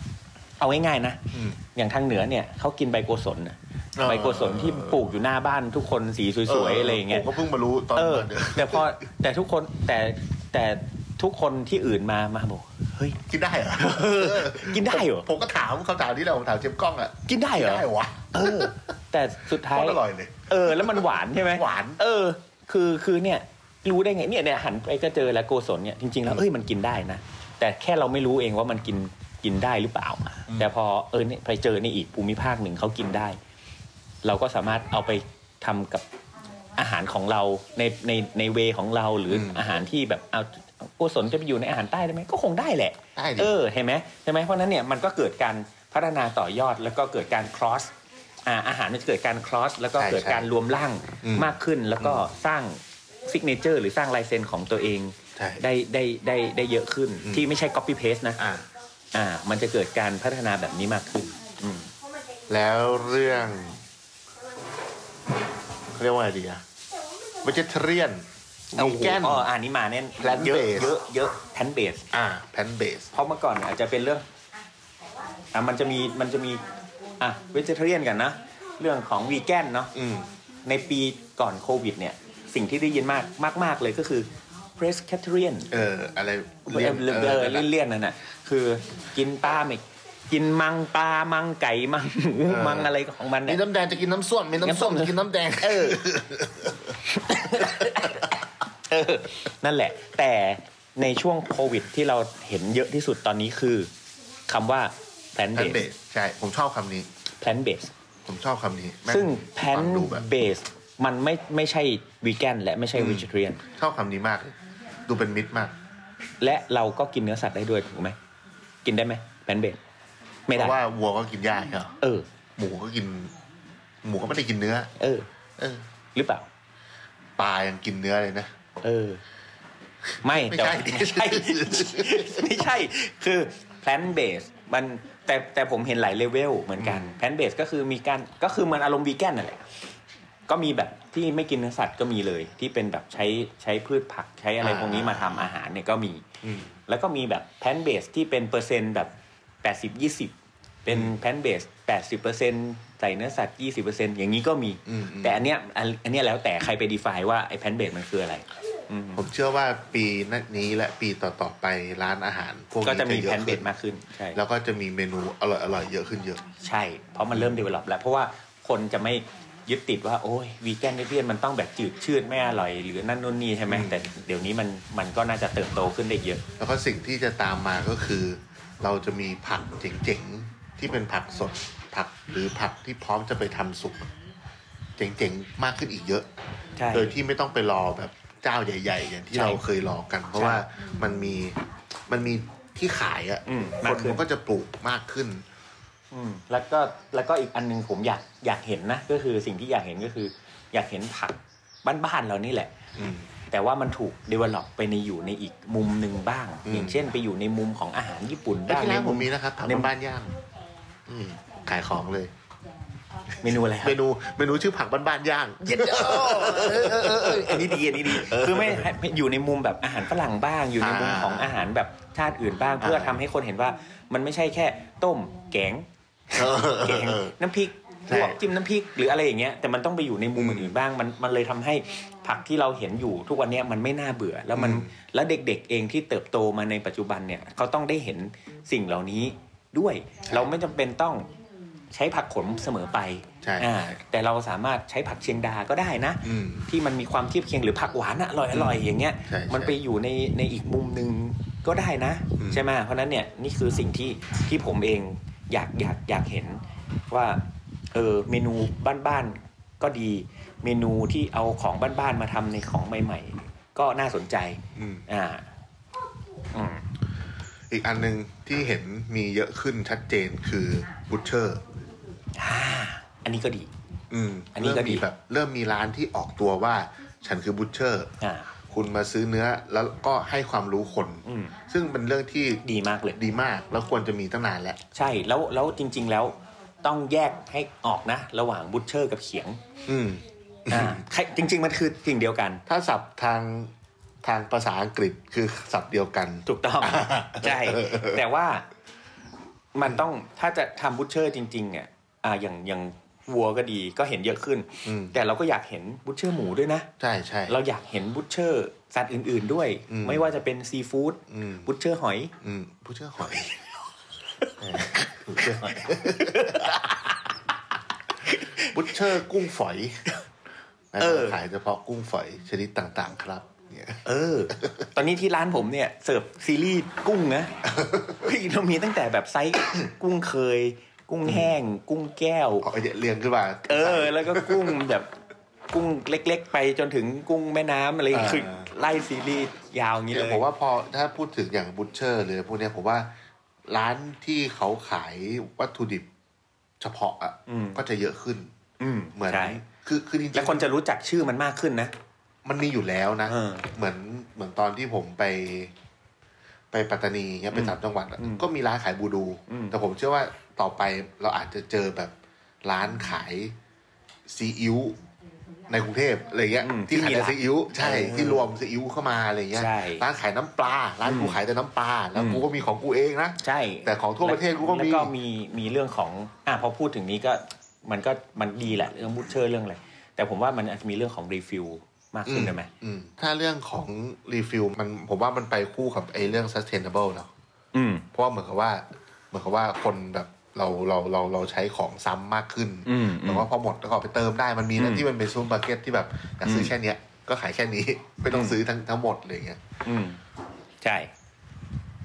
Speaker 4: ๆ เอาง่ายๆนะ
Speaker 2: อืม
Speaker 4: อย่างทางเหนือเนี่ยเขากินใบโกศลน่ะ
Speaker 2: อ่า
Speaker 4: ใบโกศลที่ปลูกอยู่หน้าบ้านทุกคนสีสวยๆอะไรอย่างเงี้ย
Speaker 2: ผมก็เพิ่งมารู้ตอน
Speaker 4: เออ
Speaker 2: เปิดเดือน
Speaker 4: แต่พอแต่ทุกคนแต่แต่ทุกคนที่อื่นมามาบอกเฮ้ย
Speaker 2: กินได้เหรอ
Speaker 4: เออกินได้เหรอ
Speaker 2: ผมผม ก็ถามคำถามที่เราผมถามเจมส์กล้องอะ
Speaker 4: กินได้เหรอ
Speaker 2: ได้วะ
Speaker 4: เออ แต่สุด
Speaker 2: โค
Speaker 4: ท้าย
Speaker 2: ตรอร่อยเลย
Speaker 4: เออแล้วมันหวานใช่ไหม
Speaker 2: หวาน
Speaker 4: เออ คือคือเนี่ยรู้ได้ไงเนี่ยเนี่ยหันไปก็เจอแล้วโกศลเนี่ยจริงๆแล้วเอ้ยมันกินได้นะแต่แค่เราไม่รู้เองว่ามันกินกินได้หรือเปล่า แต่พอเออเนี่ยไปเจอในอีกภูมิภาคหนึ่งเขากินได้ เราก็สามารถเอาไปทำกับอาหารของเราในในในเวของเราหรือออาหารที่แบบเอาโกศลจะไปอยู่ในอาหารใต้ได้ไหมก็คงได้แหละ
Speaker 2: ได้ดิ
Speaker 4: เออเห็นไหมใช่ไหมเพราะฉะนั้นเนี่ยมันก็เกิดการพัฒนาต่อยอดแล้วก็เกิดการ cross อ่าอาหารมันจะเกิดการ cross แล้วก็
Speaker 2: ใช่
Speaker 4: เกิด
Speaker 2: ใช่
Speaker 4: การรวมร่างมากขึ้นแล้วก็สร้างซิกเนเจอร์หรือสร้างลายเซ็นของตัวเอง
Speaker 2: ใช่
Speaker 4: ได้ได้ได้ได้เยอะขึ้น
Speaker 2: อืม
Speaker 4: ที่ไม่ใช่ copy paste นะ
Speaker 2: อ่ะ
Speaker 4: อ่า มันจะเกิดการพัฒนาแบบนี้มากขึ้น อืม
Speaker 2: แล้วเรื่องเขาเรียกว่าอะไรดีอะเวจิเทเรียน
Speaker 4: เอา
Speaker 2: วีแกน
Speaker 4: อ๋ออันนี้มาแน่น
Speaker 2: Plant
Speaker 4: เยอะ
Speaker 2: based
Speaker 4: เยอะเยอะแพนเบส
Speaker 2: อ่าแพนเบส
Speaker 4: เพราะเมื่อก่อนอาจจะเป็นเรื่อง อ่ะมันจะมีมันจะมี อ่ะเวจเทเรียนกันนะ เรื่องของวีแกนเนาะ
Speaker 2: อืม
Speaker 4: ในปีก่อนโควิดเนี่ย สิ่งที่ได้ยินมากมากมาก ๆ เลยก็คือ Presbyterian
Speaker 2: เออ อะไร
Speaker 4: เลี่ยนเลี่ยน
Speaker 2: ออนั่นแหละ
Speaker 4: เลี่ยนนั่นน่ะคือกินปลาไม่กินมังปลามังไก่มังหมู
Speaker 2: เออ
Speaker 4: มังอะไรของมัน
Speaker 2: มี
Speaker 4: เนี่ย
Speaker 2: น้ำแดงจะกินน้ำส้วมมีน้ำส้ม
Speaker 4: น้ำส้ม
Speaker 2: จะกินน้ำแดง เอ อ
Speaker 4: เออนั่นแหละ แต่ในช่วงโควิดที่เราเห็นเยอะที่สุดตอนนี้คือคำว่า plant
Speaker 2: แพนเบ
Speaker 4: based
Speaker 2: สใช่ ผมชอบคำนี้
Speaker 4: plant based
Speaker 2: ผมชอบคำนี้แม่
Speaker 4: ซึ่ง
Speaker 2: ฟั
Speaker 4: plant
Speaker 2: ดูแบบ
Speaker 4: based มันไม่ไม่ใช่วีแกนและไม่ใช่
Speaker 2: อืม
Speaker 4: vegetarian
Speaker 2: ชอบคำนี้มากเลยดูเป็นมิตรมาก
Speaker 4: และเราก็กินเนื้อสัตว์ได้ด้วยถูกไหม กินได้ไหม plant based ไม่
Speaker 2: เพ
Speaker 4: ได้
Speaker 2: ราะว่าวัวก็กินหญ้าเหรอ
Speaker 4: เออ
Speaker 2: หมูก็กิน หมูก็ไม่ได้กินเนื้อ
Speaker 4: เออ
Speaker 2: เออ
Speaker 4: หรือเปล่า
Speaker 2: ปลายังกินเนื้อเลยนะ
Speaker 4: เออ ไม่
Speaker 2: ไม่
Speaker 4: แต่
Speaker 2: ใช่
Speaker 4: ว่าไม่ใช่ ไม่ใช่ คือ plant based มันแต่แต่ผมเห็นหลายเลเวลเหมือนกัน plant based ก็คือมีการก็คือมันอารมณ์วีแกนนั่นแหละ ก็มีแบบที่ไม่กินเนื้อสัตว์ก็มีเลย ที่เป็นแบบใช้ใช้พืชผักใช้อะไร
Speaker 2: อ่า
Speaker 4: พวกนี้มาทำอาหารเนี่ยก็มี
Speaker 2: อืม
Speaker 4: แล้วก็มีแบบ plant based ที่เป็นเปอร์เซ็นต์แบบ 80 20 เป็น plant based 80%ใส่เนื้อสัตว์ 20%อย่างนี้ก็มี
Speaker 2: อืมอืม
Speaker 4: แต่อันเนี้ยอันอันเนี้ยแล้วแต่ใครไป define ว่าไอ้ plant based มันคืออะไร
Speaker 2: ผมเชื่อว่าปีนี้และปีต่อๆไปร้านอาหารพวกนี้
Speaker 4: ก็จะมี
Speaker 2: ยอ
Speaker 4: แพนเบ
Speaker 2: ขึ้
Speaker 4: ดมากขึ้นใช่
Speaker 2: แล้วก็จะมีเมนูอร่อยๆเยอะขึ้นเยอะ
Speaker 4: ใช่ เพราะมันเริ่ม develop แล้ว เพราะว่าคนจะไม่ยึดติดว่า โอ้ยวีแกนเรียนมันต้องแบบจืดชืดไม่อร่อย หรือนั่นนู่นนี่ใช่ไหมแต่เดี๋ยวนี้มันมันก็น่าจะเติบโตขึ้นได้เยอะ
Speaker 2: แล้วก็สิ่งที่จะตามมาก็คือ เราจะมีผักเจ๋งๆ ที่เป็นผักสด ผักหรือผักที่พร้อมจะไปทำสุกเจ๋งๆ มากขึ้นอีกเยอะ
Speaker 4: ใช่
Speaker 2: โดยที่ไม่ต้องไปรอแบบเจ้าใหญ่ ๆ อย่างที่
Speaker 4: ใช่
Speaker 2: เราเคยรอกัน เพราะ
Speaker 4: ใช่
Speaker 2: ว่ามันมีมันมีที่ขายอะ
Speaker 4: อืม
Speaker 2: ค
Speaker 4: มาก
Speaker 2: น
Speaker 4: ขึ้น
Speaker 2: มันก็จะปลูกมากขึ้น
Speaker 4: อืมแล้วก็แล้วก็อีกอันหนึงผมอยากอยากเห็นนะ ก็คือสิ่งที่อยากเห็นก็คือ อยากเห็นผักบ้านๆเรานี่แหละ
Speaker 2: อืม
Speaker 4: แต่ว่ามันถูก develop ไปในอยู่ในอีกมุมหนึ่งบ้าง
Speaker 2: อืม
Speaker 4: อย่างเช่น ไปอยู่ในมุมของอาหารญี่ปุ่น
Speaker 2: แล้ว
Speaker 4: บ้าง
Speaker 2: ที่ร้านผมมี
Speaker 4: ใ
Speaker 2: นะครับผัก
Speaker 4: ในมุม
Speaker 2: บ้านๆย่างอืมขายของเลย
Speaker 4: เมนูอะไรครับ
Speaker 2: เมนูเมนูชื่อผักบ้านๆย่าง
Speaker 4: เย็ดเออเออเออเอออันนี้ดีอันนี้ดี คือไม่ให้อยู่ในมุมแบบอาหารฝรั่งบ้าง อยู่ในมุม
Speaker 2: อ่า
Speaker 4: ของอาหารแบบชาติอื่นบ้าง เพื่อทำให้คนเห็นว่ามันไม่ใช่แค่ต้มแกงแกงน้ำพริก
Speaker 2: ใช่
Speaker 4: ลวกจิ้มน้ำพริกหรืออะไรอย่างเงี้ยแต่มันต้องไปอยู่ในมุม
Speaker 2: อืม
Speaker 4: อื่นๆบ้างมันมันเลยทำให้ผักที่เราเห็นอยู่ทุกวันเนี้ยมันไม่น่าเบื่อ แล้วมัน
Speaker 2: อืม
Speaker 4: แล้วเด็กๆเองที่เติบโตมาในปัจจุบันเนี่ยเขาต้องได้เห็นสิ่งเหล่านี้ด้วย เราไม่จำเป็นต้องใช้ผักขมเสมอไป
Speaker 2: ใช่
Speaker 4: อ่าแต่เราสามารถใช้ผักเชียงดาก็ได้นะ
Speaker 2: อืม
Speaker 4: ที่มันมีความเทียบเคียงหรือผักหวานอะอร่อยอร่อยอย่างเงี้ย
Speaker 2: ใช่ใช่
Speaker 4: มันไปอยู่ในในอีกมุมหนึ่งก็ได้นะ
Speaker 2: อืม
Speaker 4: ใช่ไหมเพราะฉะนั้นเนี่ยนี่คือสิ่งที่ที่ผมเองอยากอยากอยากเห็นว่าเออเมนูบ้านๆก็ดี เมนูที่เอาของบ้านๆมาทำในของใหม่ ๆ ก็น่าสนใจ
Speaker 2: อืม
Speaker 4: อ่าอืม
Speaker 2: อีกอันหนึ่งที่เห็นมีเยอะขึ้นชัดเจนคือบูชเชอร์
Speaker 4: อ่าอันนี้ก็ดี
Speaker 2: อืม
Speaker 4: อันนี้
Speaker 2: เริ่ม
Speaker 4: ก็ดี
Speaker 2: มีแบบเริ่มมีร้านที่ออกตัวว่า ฉันคือบูชเชอร์
Speaker 4: อ่า
Speaker 2: คุณมาซื้อเนื้อแล้วก็ให้ความรู้คน
Speaker 4: อืม
Speaker 2: ซึ่งเป็นเรื่องที่
Speaker 4: ดีมากเลย
Speaker 2: ดีมากแล้วควรจะมีตั้งนานแล้ว
Speaker 4: ใช่แล้วแล้วจริง ๆ แล้วต้องแยกให้ออกนะ ระหว่างบุชเชอร์กับเขียง
Speaker 2: อืม
Speaker 4: อ่าใครจริง ๆ มันคือสิ่งเดียวกัน
Speaker 2: ถ้าศัพท์ทางทางภาษาอังกฤษคือศัพท์เดียวกัน
Speaker 4: ถูก ต้อง ใช่ แต่ว่ามันต้องถ้าจะทำบุชเชอร์จริงๆเนี่ยอ่าอย่างอย่างวัวก็ดีก็เห็นเยอะขึ้น
Speaker 2: อืม
Speaker 4: แต่เราก็อยากเห็นบุชเชอร์หมูด้วยนะ
Speaker 2: ใช่ใช่
Speaker 4: เราอยากเห็นบุชเชอร์สัตว์อื่น ๆ ด้วย
Speaker 2: อืม
Speaker 4: ไม่ว่าจะเป็นซีฟู้ด
Speaker 2: อืม
Speaker 4: บุชเชอร์หอย
Speaker 2: อืมบูชเชอร์หอยเออบูชเชอร์หอยบูชเชอร์กุ้งฝอย
Speaker 4: เออ
Speaker 2: ขายเฉพาะกุ้งฝอยชนิดต่างๆ ครับ เนี่ย
Speaker 4: เออ ตอนนี้ที่ร้านผมเนี่ยเสิร์ฟซีรีส์กุ้ง นะ พี่เรามีตั้งแต่แบบไซส์ กุ้งเคย กุ้งแห้ง กุ้งแก้ว
Speaker 2: เอาไอ้เนี่ยเรียงขึ้นมา
Speaker 4: เออ แล้วก็กุ้งแบบกุ้งเล็กๆ ไปจนถึงกุ้งแม่น้ำอะไรอย่างงี้
Speaker 2: อ่า
Speaker 4: คือไล่ซีรีส์ยาวอย่างนี้
Speaker 2: เดี๋
Speaker 4: เลย
Speaker 2: วย ผมว่าพอถ้าพูดถึงอย่างบูชเชอร์หรือพวกเนี้ยผมว่าร้านที่เขาขายวัตถุดิบเฉพาะอ่ะ
Speaker 4: อืม
Speaker 2: ก็จะเยอะขึ้น
Speaker 4: อืม
Speaker 2: เหมือน
Speaker 4: ใช่
Speaker 2: คือคือจริงๆ
Speaker 4: แล้วคนจะรู้จักชื่อมันมากขึ้นนะ
Speaker 2: มันมีอยู่แล้วนะ
Speaker 4: เออ
Speaker 2: เหมือนเหมือนตอนที่ผมไป ไปปัตตานีเนี่ยไปสามจังหวัดอะก็มีร้านขายบูดู แต่ผมเชื่อว่าต่อไปเราอาจจะเจอแบบร้านขายซีอิ๊วในกรุงเทพอะไรเงี้ย
Speaker 4: อืม
Speaker 2: ที่ขาย
Speaker 4: ที่มี
Speaker 2: แต่
Speaker 4: ร้าน
Speaker 2: ซีอิ๊วใช่
Speaker 4: เออ
Speaker 2: ที่รวมซีอิ๊วเข้ามาอะไรเงี้ย
Speaker 4: ใช่
Speaker 2: ร้านขายน้ำปลาร้านกูขายแต่น้ำปลาแล้วกูก็มีของกูเองนะ
Speaker 4: ใช่
Speaker 2: แต่ของทั่วประเทศกูก็
Speaker 4: แล้ว
Speaker 2: มี
Speaker 4: ก็มีมีเรื่องของอ่ะพอพูดถึงนี้ก็มันก็มันดีแหละเรื่องบูชเชอร์เรื่องอะไรแต่ผมว่ามันอาจจะมีเรื่องของรีฟิลมากขึ้นได้ไหม
Speaker 2: อืมถ้าเรื่องของรีฟิลมันผมว่ามันไปคู่กับไอ้เรื่อง sustainable เนาะ
Speaker 4: อืม
Speaker 2: เพราะว่าเหมือนกับว่า เหมือนกับว่าคนแบบเราเราเราเราใช้ของซ้ำมากขึ้น
Speaker 4: อืมอืม
Speaker 2: แล้วก็พอหมดแล้วก็เอาไปเติมได้มันมีนะที่มันเป็นซูเปอร์มาร์เก็ตที่แบบอยากซื้ออแค่เนี้ย ก็ขายแค่นี้ ไม่ต้อง
Speaker 4: อืม
Speaker 2: ซื้อทั้งทั้งหมดอะไรเงี้ย
Speaker 4: อืมใช่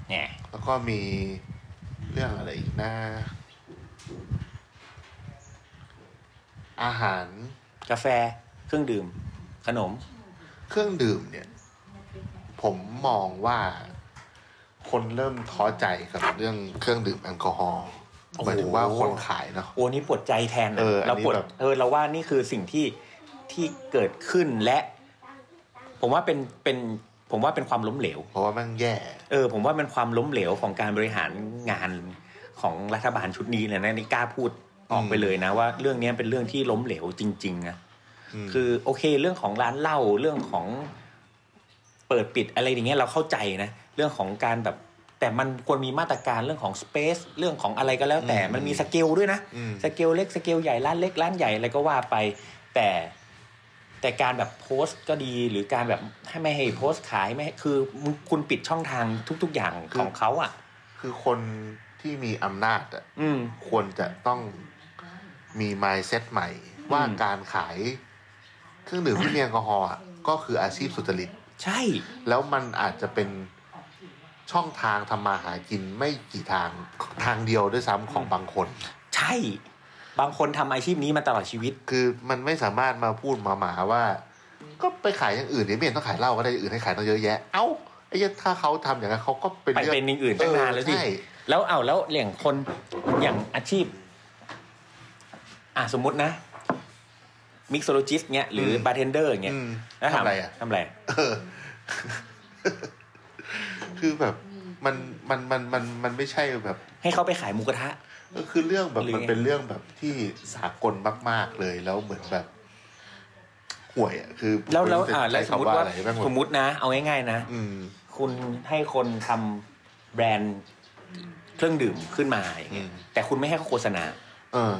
Speaker 4: เนี่ย
Speaker 2: แล้วก็มีเรื่องอะไรอีกนะอาหาร
Speaker 4: กาแฟเครื่องดื่ม ขนม
Speaker 2: เครื่องดื่มเนี่ย ผมมองว่าคนเริ่มท้อใจกับเรื่องเครื่องดื่มแอลกอฮอล์
Speaker 4: โอ้โห
Speaker 2: หมายถึงว่าคนขายเนาะ
Speaker 4: โอ้นี่ปวดใจแทนนะ
Speaker 2: เอออันนี้
Speaker 4: ปวด
Speaker 2: แบบ
Speaker 4: เออเราว่านี่คือสิ่งที่ที่เกิดขึ้นและ ผมว่าเป็นเป็นผมว่าเป็นความล้มเหลว
Speaker 2: เพราะว่าแมันแย่
Speaker 4: เออผมว่ามันความล้มเหลวของการบริหารงานของรัฐบาลชุดนี้เลยนะนี่กล้าพูดออกไปเลยนะ ว่าเรื่องเนี้ยเป็นเรื่องที่ล้มเหลวจริงๆนะ
Speaker 2: อืม
Speaker 4: คือโอเคเรื่องของร้านเหล้าเรื่องของเปิดปิดอะไรอย่างเงี้ยเราเข้าใจนะ เรื่องของการแบบแต่มันควรมีมาตรการเรื่องของสเปซเรื่องของอะไรก็แล้วแต่มันมีสเกลด้วยนะ
Speaker 2: อืม
Speaker 4: สเกลเล็กสเกลใหญ่ร้านเล็กร้านใหญ่อะไรก็ว่าไป แต่แต่การแบบโพสต์ก็ดีหรือการแบบให้ไม่ให้โพสต์ขายไม่ให้คือมึงคุณปิดช่องทางทุก ๆ อย่าง
Speaker 2: คือ
Speaker 4: ของเขาอ่ะ
Speaker 2: คือคนที่มีอำนาจอะ
Speaker 4: อืม
Speaker 2: ควรจะต้องมี mindset ใหม่ ว่าการขายเครื่องดื่มที่มีแอลกอฮอล์อะก็คืออาชีพสุจริต
Speaker 4: ใช่
Speaker 2: แล้วมันอาจจะเป็นช่องทางทำมาหากินไม่กี่ทางทางเดียวด้วยซ้ำของบางคน
Speaker 4: ใช่ บางคนทำอาชีพนี้มาตลอดชีวิต
Speaker 2: คือมันไม่สามารถมาพูดมาหมาว่า ก็ไปขายอย่างอื่นเนี่ยไม่เห็นต้องขายเหล้าก็ได้อย่างอื่นให้ขายต้องเยอะแยะ เอ้าไอ้เหี้ยถ้าเขาทำอย่างนั้นเขาก็เป็น
Speaker 4: ไป
Speaker 2: เรื่อง
Speaker 4: เป็นอย่างอื่นตั้งนานแล้วสิ
Speaker 2: เออใช่
Speaker 4: แล้วเอาแล้วอย่างคนอย่างอาชีพ อ่ะสมมตินะมิกโซโลจิสเงี้ยหรือบาร์เทนเดอร์เงี้ย
Speaker 2: อืม
Speaker 4: แล้ว
Speaker 2: ทำอะไรอ่ะ
Speaker 4: ทำอะไร
Speaker 2: เออ คือแบบมันมันมันมันมันไม่ใช่แบบ
Speaker 4: ให้เขาไปขายหมูกระทะ
Speaker 2: ก็คือเรื่องแบบ
Speaker 4: หรือไง
Speaker 2: มันเป็นเรื่องแบบที่สากลมาก ๆเลยแล้วเหมือนแบบห่วยอ่ะคือ
Speaker 4: แล้วแล้ว
Speaker 2: ผม
Speaker 4: อ่ะ
Speaker 2: ไม่
Speaker 4: แล้ว
Speaker 2: รู้จะใช้
Speaker 4: สมมติ
Speaker 2: คำ
Speaker 4: ว่า
Speaker 2: อะไรบ้างหม
Speaker 4: ส
Speaker 2: ด
Speaker 4: มมตินะ เอาง่ายๆนะ
Speaker 2: อืม
Speaker 4: คุณให้คนทำแบรนด์เครื่องดื่มขึ้นมาอย่างเงี้ย
Speaker 2: อืม
Speaker 4: แต่คุณไม่ให้เขาโฆษณา
Speaker 2: เออ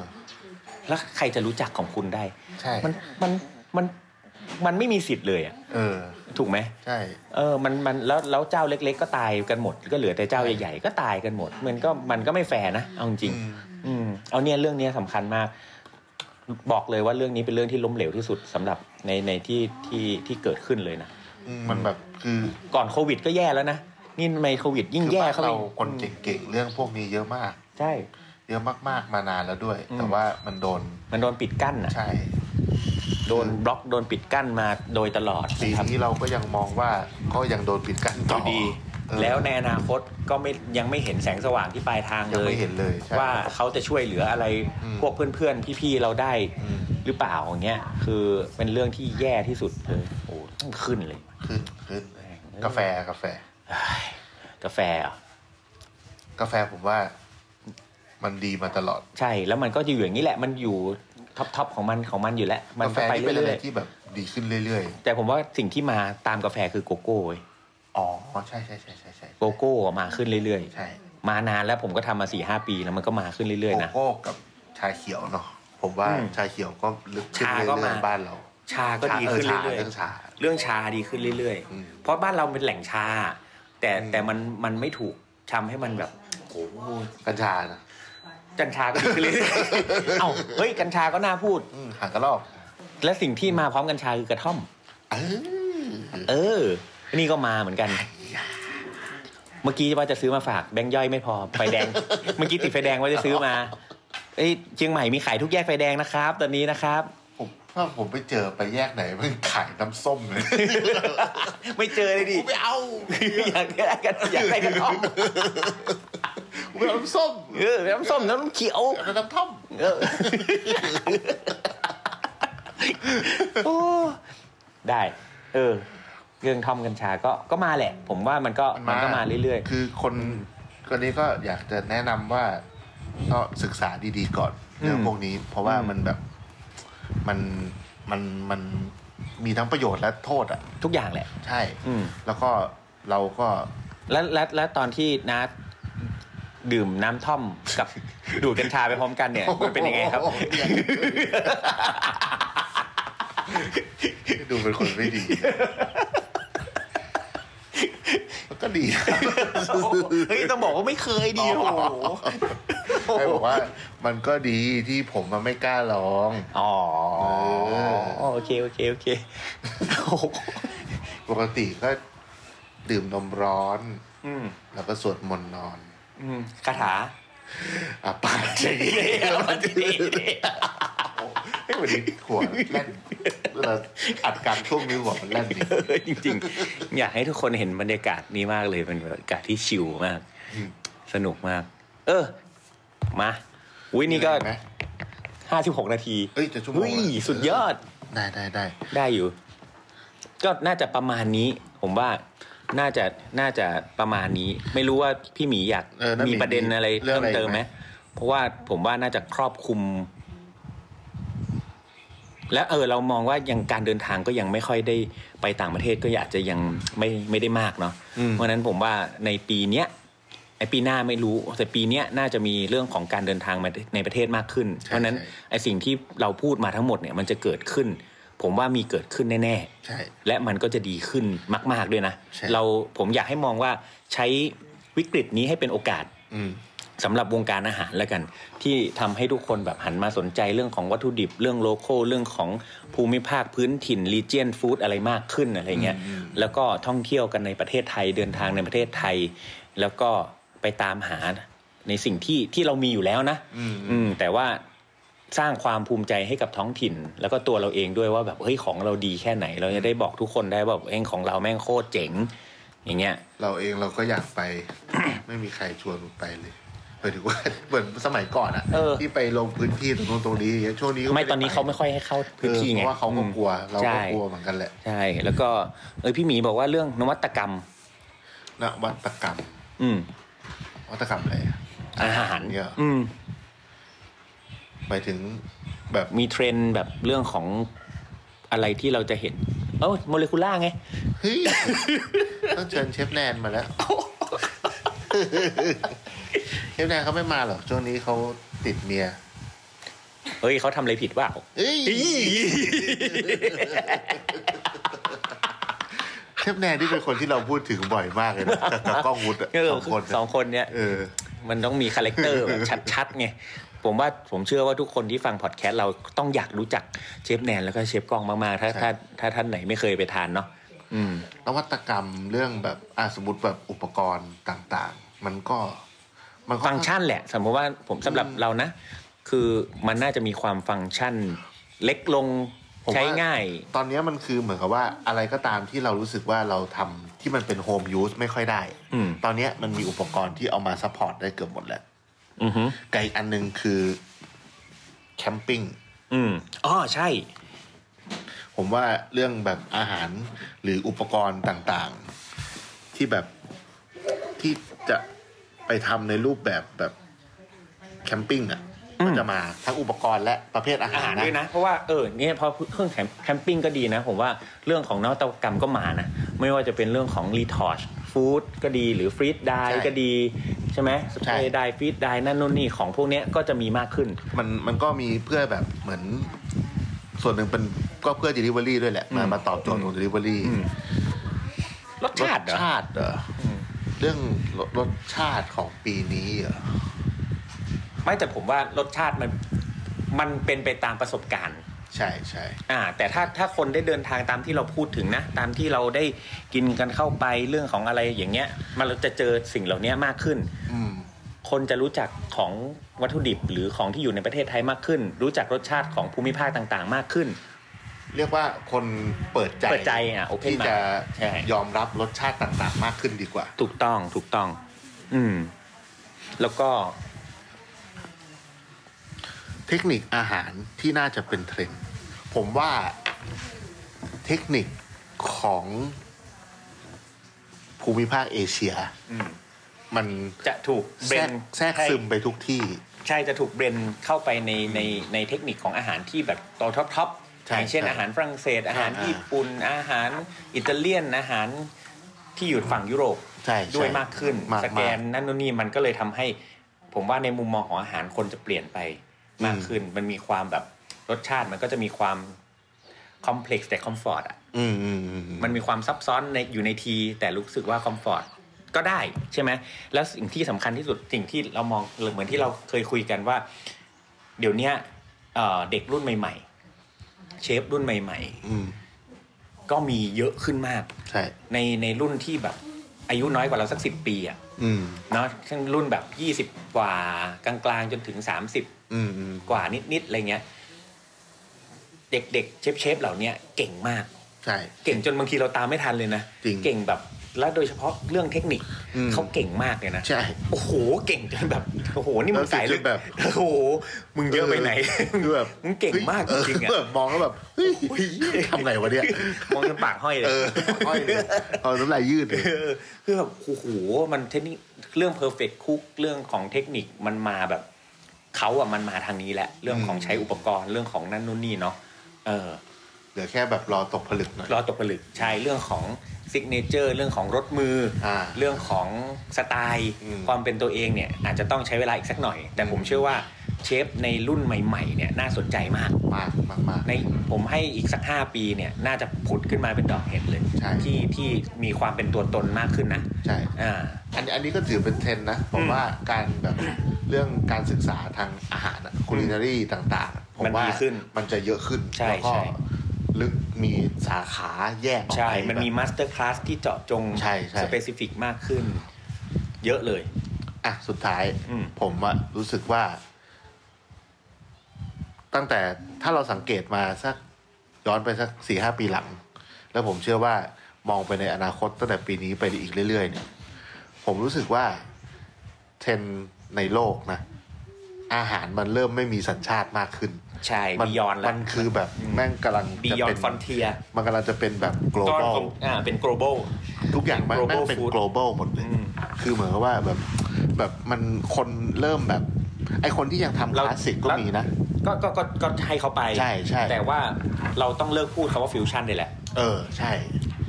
Speaker 4: แล้วใครจะรู้จักของคุณได้
Speaker 2: ใช่
Speaker 4: มันมันมันมันไม่มีสิทธิ์เลยอ่ะ
Speaker 2: เออ
Speaker 4: ถูกไหม
Speaker 2: ใช่
Speaker 4: เออมันมันแล้วแล้วเจ้าเล็ก ๆ ก็ตายกันหมด ก็เหลือแต่เจ้าใหญ่ๆก็ตายกันหมด มันก็มันก็ไม่แฟร์นะเอาจริ
Speaker 2: อื
Speaker 4: ง
Speaker 2: ม
Speaker 4: ๆอืมเอาเนี่ยเรื่องเนี้ยสำคัญมาก บอกเลยว่าเรื่องนี้เป็นเรื่องที่ล้มเหลวที่สุดสำหรับในในที่ที่ที่เกิดขึ้นเลยนะ
Speaker 2: อืมมันแบบคือ
Speaker 4: ก่อนโควิดก็แย่แล้วนะ นี่ทำไมโควิดยิ่ง
Speaker 2: คือ
Speaker 4: แย่
Speaker 2: บ้าน
Speaker 4: เข้าไป
Speaker 2: เราคนเก่งๆ เรื่องพวกนี้เยอะมาก
Speaker 4: ใช่
Speaker 2: เยอะมากๆ มานานแล้วด้วย
Speaker 4: อืม
Speaker 2: แต่ว่ามันโดน
Speaker 4: มันโดนปิดกั้นอ่ะ
Speaker 2: ใช่
Speaker 4: โดนบล็อกโดนปิดกั้นมาโดยตลอด
Speaker 2: ปี
Speaker 4: นะครับ
Speaker 2: นี้เราก็ยังมองว่าก็ยังโดนปิดกั้น
Speaker 4: อ
Speaker 2: ต่อยู่
Speaker 4: ดี
Speaker 2: เออ
Speaker 4: แล้วในอนาคตก็ไม่ยังไม่เห็นแสงสว่างที่ปลายทาง
Speaker 2: ยัง
Speaker 4: เลย
Speaker 2: ไม่เห็นเลยใช่
Speaker 4: ว่าเขาจะช่วยเหลืออะไร
Speaker 2: อืม
Speaker 4: พวกเพื่อนๆ พี่ๆ เราได้
Speaker 2: อืม
Speaker 4: หรือเปล่าอย่างเงี้ยคือเป็นเรื่องที่แย่ที่สุดเลยโอ้ต้องขึ้นเลย
Speaker 2: ขึ้นขึ้นกาแฟกาแฟ
Speaker 4: กาแฟอ่ะ
Speaker 2: กาแฟผมว่า มันดีมาตลอด
Speaker 4: ใช่แล้วมันก็จะอยู่อย่างนี้แหละ มันอยู่ท็อปทอปของมันของมันอยู่แล้วมัน
Speaker 2: กาแฟ
Speaker 4: ก็ไป
Speaker 2: นี่เป็นอะ
Speaker 4: เรื่
Speaker 2: ไร
Speaker 4: อย
Speaker 2: ที่แบบดีขึ้นเรื่อย
Speaker 4: ๆแต่ผมว่าสิ่งที่มาตามกาแฟคือโกโก้เว้ย
Speaker 2: ๆ อ๋อ ใช่ใช่ใช่ใช่ใช่
Speaker 4: โกโก้มาขึ้นเรื่อย
Speaker 2: ใช่
Speaker 4: ๆ มานานแล้วผมก็ทำมาสี่ห้าปีแล้วมันก็มาขึ้นเรื่อย
Speaker 2: โก
Speaker 4: ๆนะ
Speaker 2: โก้กับชาเขียวเนาะผมว่า
Speaker 4: อืม
Speaker 2: ชาเขียวก็ลึกขึ้น
Speaker 4: ชา
Speaker 2: เรื่
Speaker 4: ก็
Speaker 2: อย
Speaker 4: มา
Speaker 2: ๆบ้านเรา
Speaker 4: ชาก็ดีขึ้นเรื่อย
Speaker 2: เรื่องชา
Speaker 4: ๆ เรื่องชาดีขึ้นเรื่อย
Speaker 2: อืม
Speaker 4: ๆ เพราะบ้านเราเป็นแหล่งชา แต่
Speaker 2: อืม
Speaker 4: แต่มันมันไม่ถูกทำให้มันแบบโอ้โห
Speaker 2: กัญชานะ
Speaker 4: กัญชาก็ดีขึ้นเรื่อย ๆ เอ้าเฮ้ยกัญชาก็น่าพูด
Speaker 2: อืมหางกระรอก
Speaker 4: และสิ่งที่มาพร้อมกัญชาคือกระท่อม
Speaker 2: เออ
Speaker 4: เออ นี่ก็มาเหมือนกัน เมื่อกี้ว่าจะซื้อมาฝากแบงค์ย่อยไม่พอไฟแดง เมื่อกี้ติดไฟแดงว่าจะซื้อมาเอ้ยเชียงใหม่มีขายทุกแยกไฟแดงนะครับ ตอนนี้นะครับ
Speaker 2: ผมถ้าผมไปเจอไปแยกไหนมันขายน้ำส้มเลย
Speaker 4: ไม่เจอเลยดิ
Speaker 2: กูไม่เอา
Speaker 4: อยากได้กันอยากได้กันท่อม
Speaker 2: กูไม่เอาน้ำ ส้ม
Speaker 4: เออน้ำส้มน้ำเขียว
Speaker 2: อยากได้น้ำท่อม
Speaker 4: เออโอ้ได้ เออเรื่องทอมกัญชาก็ก็มาแหละ ผมว่ามันก็มันก็มาเรื่อย
Speaker 2: คือคนคนนี้ก็อยากจะแนะนำว่าก็ศึกษาดีๆก่อนเรื่องพวกนี้ เพราะว่า
Speaker 4: อืม
Speaker 2: มันแบบมันมันมันมีทั้งประโยชน์และโทษอ่ะ
Speaker 4: ๆ ทุกอย่างแหละ
Speaker 2: ใช่
Speaker 4: อืม
Speaker 2: แล้วก็เราก็
Speaker 4: แล้วแล้วแล้วตอนที่น้าดื่มน้ำท่อมกับ ดูดกัญชาไปพร้อมกันเนี่ยมันเป็นยังไงครับ
Speaker 2: ดูเป็นคนไม่ดีมันก็ ดีนะ
Speaker 4: เฮ้ยต้องบอกว่าไม่เคย ดีโอ้โห
Speaker 2: ให้บอกว่า มันก็ดีที่ผมมันไม่กล้าลอง
Speaker 4: อ๋อ
Speaker 2: เออ
Speaker 4: โอเคโอเคโอเคโอ้โห
Speaker 2: ปกติก็ดื่มนมร้อน
Speaker 4: อืม
Speaker 2: แล้วก็สวดมนต์นอน
Speaker 4: อืมคาถา
Speaker 2: อ่ะปากจะดีแล้วมันจะดีเฮ้ยวันนี้หัวแล่นเวลาอัดกลารช่วงนี้หัวมันแล่นดิ
Speaker 4: เออจริงๆ อยากให้ทุกคนเห็นบรรยากาศนี้มากเลยเป็นบรรยากาศที่ชิลมาก
Speaker 2: อืม
Speaker 4: สนุกมาก เออ มาอุ้ยนี่ก็
Speaker 2: เห็ไหม
Speaker 4: ห้าสิบหกนาที
Speaker 2: เอ้ยจะชั่วโมง
Speaker 4: เฮ้ย
Speaker 2: ละ
Speaker 4: สุดยอด
Speaker 2: ได้ได้ได้
Speaker 4: ได้อยู่ ก็น่าจะประมาณนี้ ผมว่าน่าจะน่าจะประมาณนี้ ไม่รู้ว่าพี่หมีอยาก
Speaker 2: เออน้าหมี
Speaker 4: มีประเด็นอะไร
Speaker 2: เรื่องอะ
Speaker 4: เพิ่ม
Speaker 2: ไร
Speaker 4: เติมไหม
Speaker 2: อีกไหม
Speaker 4: เพราะว่าผมว่าน่าจะครอบคลุม และเออ เรามองว่ายังการเดินทางก็ยังไม่ค่อยได้ไปต่างประเทศก็อยากจะยังไม่ไม่ได้มากเนาะเพราะฉะนั้นผมว่าในปีเนี้ยไอปีหน้าไม่รู้ แต่ปีเนี้ยน่าจะมีเรื่องของการเดินทางมาในประเทศมากขึ้น เพราะฉะนั้นไอสิ่งที่เราพูดมาทั้งหมดเนี่ยมันจะเกิดขึ้น ผมว่ามีเกิดขึ้นแน่ๆ
Speaker 2: ใช่
Speaker 4: และมันก็จะดีขึ้นมาก ๆ ด้วยนะ
Speaker 2: ใช่
Speaker 4: เราผมอยากให้มองว่าใช้วิกฤตนี้ให้เป็นโอกาส
Speaker 2: อืม
Speaker 4: สำหรับวงการอาหารแล้วกัน ที่ทำให้ทุกคนแบบหันมาสนใจเรื่องของวัตถุดิบ เรื่องโลโก้เรื่องของภูมิภาคพื้นถิ่นรีเจียนฟู้ดอะไรมากขึ้นอะไรเงี้ย
Speaker 2: อืม
Speaker 4: แล้วก็ท่องเที่ยวกันในประเทศไทยเดินทางในประเทศไทย แล้วก็ไปตามหาในสิ่งที่ที่เรามีอยู่แล้วนะ
Speaker 2: อืม
Speaker 4: อืมแต่ว่าสร้างความภูมิใจให้กับท้องถิ่น แล้วก็ตัวเราเองด้วยว่าแบบเฮ้ยของเราดีแค่ไหน เราจะได้บอกทุกคนได้ว่าแบบเองของเราแม่งโคตรเจ๋ง อย่างเงี้ย
Speaker 2: เราเองเราก็อยากไป ไม่มีใครชวนไปเลยหมายถึงว่า เหมือนสมัยก่อนอะ
Speaker 4: เออ
Speaker 2: ที่ไปลงพื้นที่ตรงนู้นตรงนี้ช่วงนี้ก็
Speaker 4: ไม่ตอนนี้
Speaker 2: ด้ป
Speaker 4: เขาไม่ค่อยให้เข้าพื้นที่
Speaker 2: เออเพ
Speaker 4: ไง
Speaker 2: ราะว่าเขาก็
Speaker 4: อืม
Speaker 2: กลัว เรา
Speaker 4: ใช่
Speaker 2: ก็กลัวเหมือนกันแหละ
Speaker 4: ใช่ แล้วก็เออพี่หมีบอกว่าเรื่องนวัตกรรม
Speaker 2: นวัตกรรม
Speaker 4: อืม
Speaker 2: นวัตกรรมอะไรอะ
Speaker 4: อาหาร
Speaker 2: เนี่ย
Speaker 4: อืม
Speaker 2: หมายถึงแบบ
Speaker 4: มีเทรนด์แบบเรื่องของอะไรที่เราจะเห็น เอ้าโมเลกุล่าไง
Speaker 2: เฮ้ย ต้องเชิญเชฟแนนมาแล้วเชฟแนนเขาไม่มาหรอกช่วงนี้เขาติดเมีย
Speaker 4: เฮ้ยเขาทำอะไรผิดเปล่า
Speaker 2: เอ้ยเชฟแนนที่เป็นคนที่เราพูดถึงบ่อยมากเลยนะ จากกับกล้องวุฒิอะ
Speaker 4: เออ
Speaker 2: สองคนอะ
Speaker 4: สองคนเนี่ย
Speaker 2: เออ
Speaker 4: มันต้องมีคาแรคเตอร์แบบชัดๆไง ผมว่าผมเชื่อว่าทุกคนที่ฟังพอดแคสต์เราต้องอยากรู้จักเชฟแนนแล้วก็เชฟกล้องมากๆ ถ้า
Speaker 2: ใช่
Speaker 4: ถ้าถ้าท่านไหนไม่เคยไปทานเนาะอืม
Speaker 2: นวัตกรรมเรื่องแบบอ่ะสมมติแบบอุปกรณ์ต่างๆ มันก็ มันก็
Speaker 4: ฟังก์ชันแหละ สมมติว่าผมสำหรับ
Speaker 2: อืม
Speaker 4: เรานะ คือมันน่าจะมีความฟังก์ชัน เล็กลง
Speaker 2: ผมว่า
Speaker 4: ใช้ง่าย
Speaker 2: ตอนเนี้ยมันคือเหมือนกับว่าอะไรก็ตามที่เรารู้สึกว่าเราทำที่มันเป็นโฮมยูสไม่ค่อยได้
Speaker 4: อืม
Speaker 2: ตอนเนี้ยมันมีอุปกรณ์ที่เอามาซัพพอร์ตได้เกือบหมดแล้ว
Speaker 4: อือหือ
Speaker 2: แต่อีกอันหนึงคือแคมปิ้ง
Speaker 4: อืมอ๋อใช่
Speaker 2: ผมว่าเรื่องแบบอาหารหรืออุปกรณ์ต่างๆ ที่แบบที่จะไปทำในรูปแบบแบบแคมปิ้งอ่ะ
Speaker 4: อืม
Speaker 2: ก็จะมาทั้งอุปกรณ์และประเภทอา
Speaker 4: อา
Speaker 2: หาร
Speaker 4: หาร
Speaker 2: นะ
Speaker 4: ด้วยนะ เพราะว่าเออเนี่ยพอเครื่องแคมปิ้งก็ดีนะ ผมว่าเรื่องของนวัตกรรมก็มานะ ไม่ว่าจะเป็นเรื่องของรีทอชฟู้ดก็ดีหรือฟรีดได
Speaker 2: ใช่
Speaker 4: ก็ดีใช่ไหมสเป
Speaker 2: ใช่
Speaker 4: รย์ไดฟรีดไดนั่นนู่นนี่ของพวกเนี้ยก็จะมีมากขึ้น
Speaker 2: มันมันก็มีเพื่อแบบเหมือน ส่วนหนึ่งเป็นก็เพื่อ delivery ด้วยแหละ มามาตอบโจทย์ของ delivery
Speaker 4: รสชาติเหร
Speaker 2: ร
Speaker 4: อ
Speaker 2: สชาติเหรออเรื่องรสรสชาติของปีนี้เหรอ
Speaker 4: ไม่แต่ผมว่ารสชาติมันมันเป็นไปตามประสบการณ์
Speaker 2: ใช่ใช่
Speaker 4: อ่าแต่ถ้าถ้าคนได้เดินทางตามที่เราพูดถึงนะ ตามที่เราได้กินกันเข้าไปเรื่องของอะไรอย่างเงี้ย มันเราจะเจอสิ่งเหล่านี้มากขึ้น
Speaker 2: อืม
Speaker 4: คนจะรู้จักของวัตถุดิบหรือของที่อยู่ในประเทศไทยมากขึ้น รู้จักรสชาติของภูมิภาคต่างๆ มากขึ้น
Speaker 2: เรียกว่าคนเปิดใจ
Speaker 4: เปิดใจอ่ะ open
Speaker 2: ที่จะ
Speaker 4: mind ใช่
Speaker 2: ยอมรับรสชาติต่างๆ มากขึ้นดีกว่า
Speaker 4: ถูกต้องถูกต้อง อืม แล้วก็
Speaker 2: เทคนิคอาหารที่น่าจะเป็นเทรนด์ผมว่าเทคนิค ของภูมิภาคเอเชีย
Speaker 4: อืม
Speaker 2: มัน
Speaker 4: จะถูกเบ
Speaker 2: แทรก
Speaker 4: รน
Speaker 2: แทรกซึมไปทุกที่
Speaker 4: ใช่จะถูกเบรนเข้าไปในในในเทคนิคของอาหารที่แบบโตท็อปท็อป
Speaker 2: ใช่
Speaker 4: อย่างเช่น
Speaker 2: ใช่
Speaker 4: อาหารฝรั่งเศส อาหาร
Speaker 2: อ่าอ่า
Speaker 4: ญี่ปุ่นอาหารอิตาเลียนอาหารที่อยู่ฝั่งยุโรป
Speaker 2: ใช่
Speaker 4: ด้วย
Speaker 2: ใช่
Speaker 4: มากขึ้น
Speaker 2: มา
Speaker 4: สแกน
Speaker 2: มา
Speaker 4: นั่นนู่นนี่มันก็เลยทำให้ ผมว่าในมุมมองของอาหารคนจะเปลี่ยนไปมากขึ้น มันมีความแบบรสชาติมันก็จะมีความคอมเพล็กซ์แต่คอมฟอร์ตอ่ะ
Speaker 2: อืมอืมอืมอืม
Speaker 4: มันมีความซับซ้อนในอยู่ในที แต่รู้สึกว่าคอมฟอร์ตก็ได้ใช่ไหมแล้วสิ่งที่สำคัญที่สุดสิ่งที่เรามองเหมือนที่เราเคยคุยกันว่า เดี๋ยวเนี้ยเอ่อเด็กรุ่นใหม่ ๆ เชฟรุ่นใหม่
Speaker 2: อืม
Speaker 4: ๆ ก็มีเยอะขึ้นมาก
Speaker 2: ใช่
Speaker 4: ในในรุ่นที่แบบอายุน้อยกว่าเราสักสิบปีอ่ะ
Speaker 2: อืม
Speaker 4: เนาะเช่นรุ่นแบบ 20 กว่ากลางๆ จนถึง 30
Speaker 2: อืมอืม
Speaker 4: กว่านิด ๆ อะไรเงี้ย เด็กๆ เชฟเชฟๆเหล่าเนี้ยเก่งมาก
Speaker 2: ใช่
Speaker 4: เก่งจนบางทีเราตามไม่ทันเลยนะ
Speaker 2: จริง
Speaker 4: เก่งแบบ แล้วโดยเฉพาะเรื่องเทคนิค
Speaker 2: อืม
Speaker 4: เขาเก่งมากเลยนะ
Speaker 2: ใช่
Speaker 4: โอ้โห เก่งจนแบบ โอ้โห นี่มึงสายลึก
Speaker 2: แล้วสิจนแบบ
Speaker 4: โอ้โห มึงเยอะไปไหน
Speaker 2: คือแบบ
Speaker 4: มึงเก่งมากจริงๆอะ
Speaker 2: เแบบมองแล้วแบบเฮ้ยทำไงวะเนี่ย
Speaker 4: มองจนปากห้อยเลย
Speaker 2: เออห้อยเลยเอาน้ำลายยืดเลย
Speaker 4: เออคือแบบโอ้โหมันเทคนิคเรื่อง perfect cook เรื่องของเทคนิคมันมาแบบเขาอะมันมาทางนี้แหละ เรื่องของใช้อุปกรณ์เรื่องของนั่นนู่นนี่เนาะเออ
Speaker 2: เหลือแค่แบบรอตกผลึกหน่อย
Speaker 4: รอตกผลึกใช่เรื่องของซิกเนเจอร์เรื่องของรถมืออาเรื่องของสไตล์
Speaker 2: อืม
Speaker 4: ความเป็นตัวเองเนี่ย อาจจะต้องใช้เวลาอีกสักหน่อย แต่ผมเชื่อว่าเชฟในรุ่นใหม่ๆเนี่ยน่าสนใจมาก
Speaker 2: มากมากมาก
Speaker 4: ในผมให้อีกสัก 5 ปีเนี่ยน่าจะผุดขึ้นมาเป็นดอกเห็ดเลย
Speaker 2: ใช่
Speaker 4: ที่ที่มีความเป็นตัวตนมากขึ้นนะ
Speaker 2: ใช่
Speaker 4: อ่า
Speaker 2: อันอันนี้ก็ถือเป็นเทรนด์นะผมว่าการแบบเรื่องการศึกษาทางอาหารคุณินารีต่างๆ ผม
Speaker 4: มัน
Speaker 2: ว่า
Speaker 4: ดีขึ้น
Speaker 2: มันจะเยอะขึ้น
Speaker 4: ใช่
Speaker 2: แล้วก็
Speaker 4: ใช่
Speaker 2: ลึกมีสาขาแยกออก
Speaker 4: ใช่
Speaker 2: ไป
Speaker 4: มันมี
Speaker 2: แบบ
Speaker 4: มาสเตอร์คลาสที่เจาะจง
Speaker 2: ใช่ใช่
Speaker 4: สเปซิฟิกมากขึ้น เยอะเลย
Speaker 2: อ่ะสุดท้าย
Speaker 4: อืม
Speaker 2: ผมอะรู้สึกว่า ตั้งแต่ถ้าเราสังเกตมาสักย้อนไปสักสี่ห้าปีหลัง แล้วผมเชื่อว่ามองไปในอนาคตตั้งแต่ปีนี้ไปอีกเรื่อย ๆ เนี่ย ผมรู้สึกว่าเทรนด์ในโลกนะ อาหารมันเริ่มไม่มีสัญชาติมากขึ้น
Speaker 4: ใช่
Speaker 2: มั
Speaker 4: บียอนแล้ว
Speaker 2: มันคือแบบแม่งกำลัง
Speaker 4: บี
Speaker 2: จะ
Speaker 4: ยอน
Speaker 2: เป็น
Speaker 4: ฟอนเทีย
Speaker 2: มันกำลังจะเป็นแบบ global
Speaker 4: อ่าเป็น global
Speaker 2: ทุกอย่างมัน
Speaker 4: global
Speaker 2: แม่งเป็น
Speaker 4: food
Speaker 2: global หมดเลย
Speaker 4: อืม
Speaker 2: คือเหมือนกับว่าแบบแบบมันคนเริ่มแบบ ไอคนที่ยังทำค
Speaker 4: เรา
Speaker 2: ลาสสิกก็มีนะ
Speaker 4: ก็ก็ก็ก็ให้เขาไป
Speaker 2: ใช่ใช่
Speaker 4: แต่ว่าเราต้องเลิกพูดคาว่าฟิวชั่นได้แหละ
Speaker 2: เออ ใช่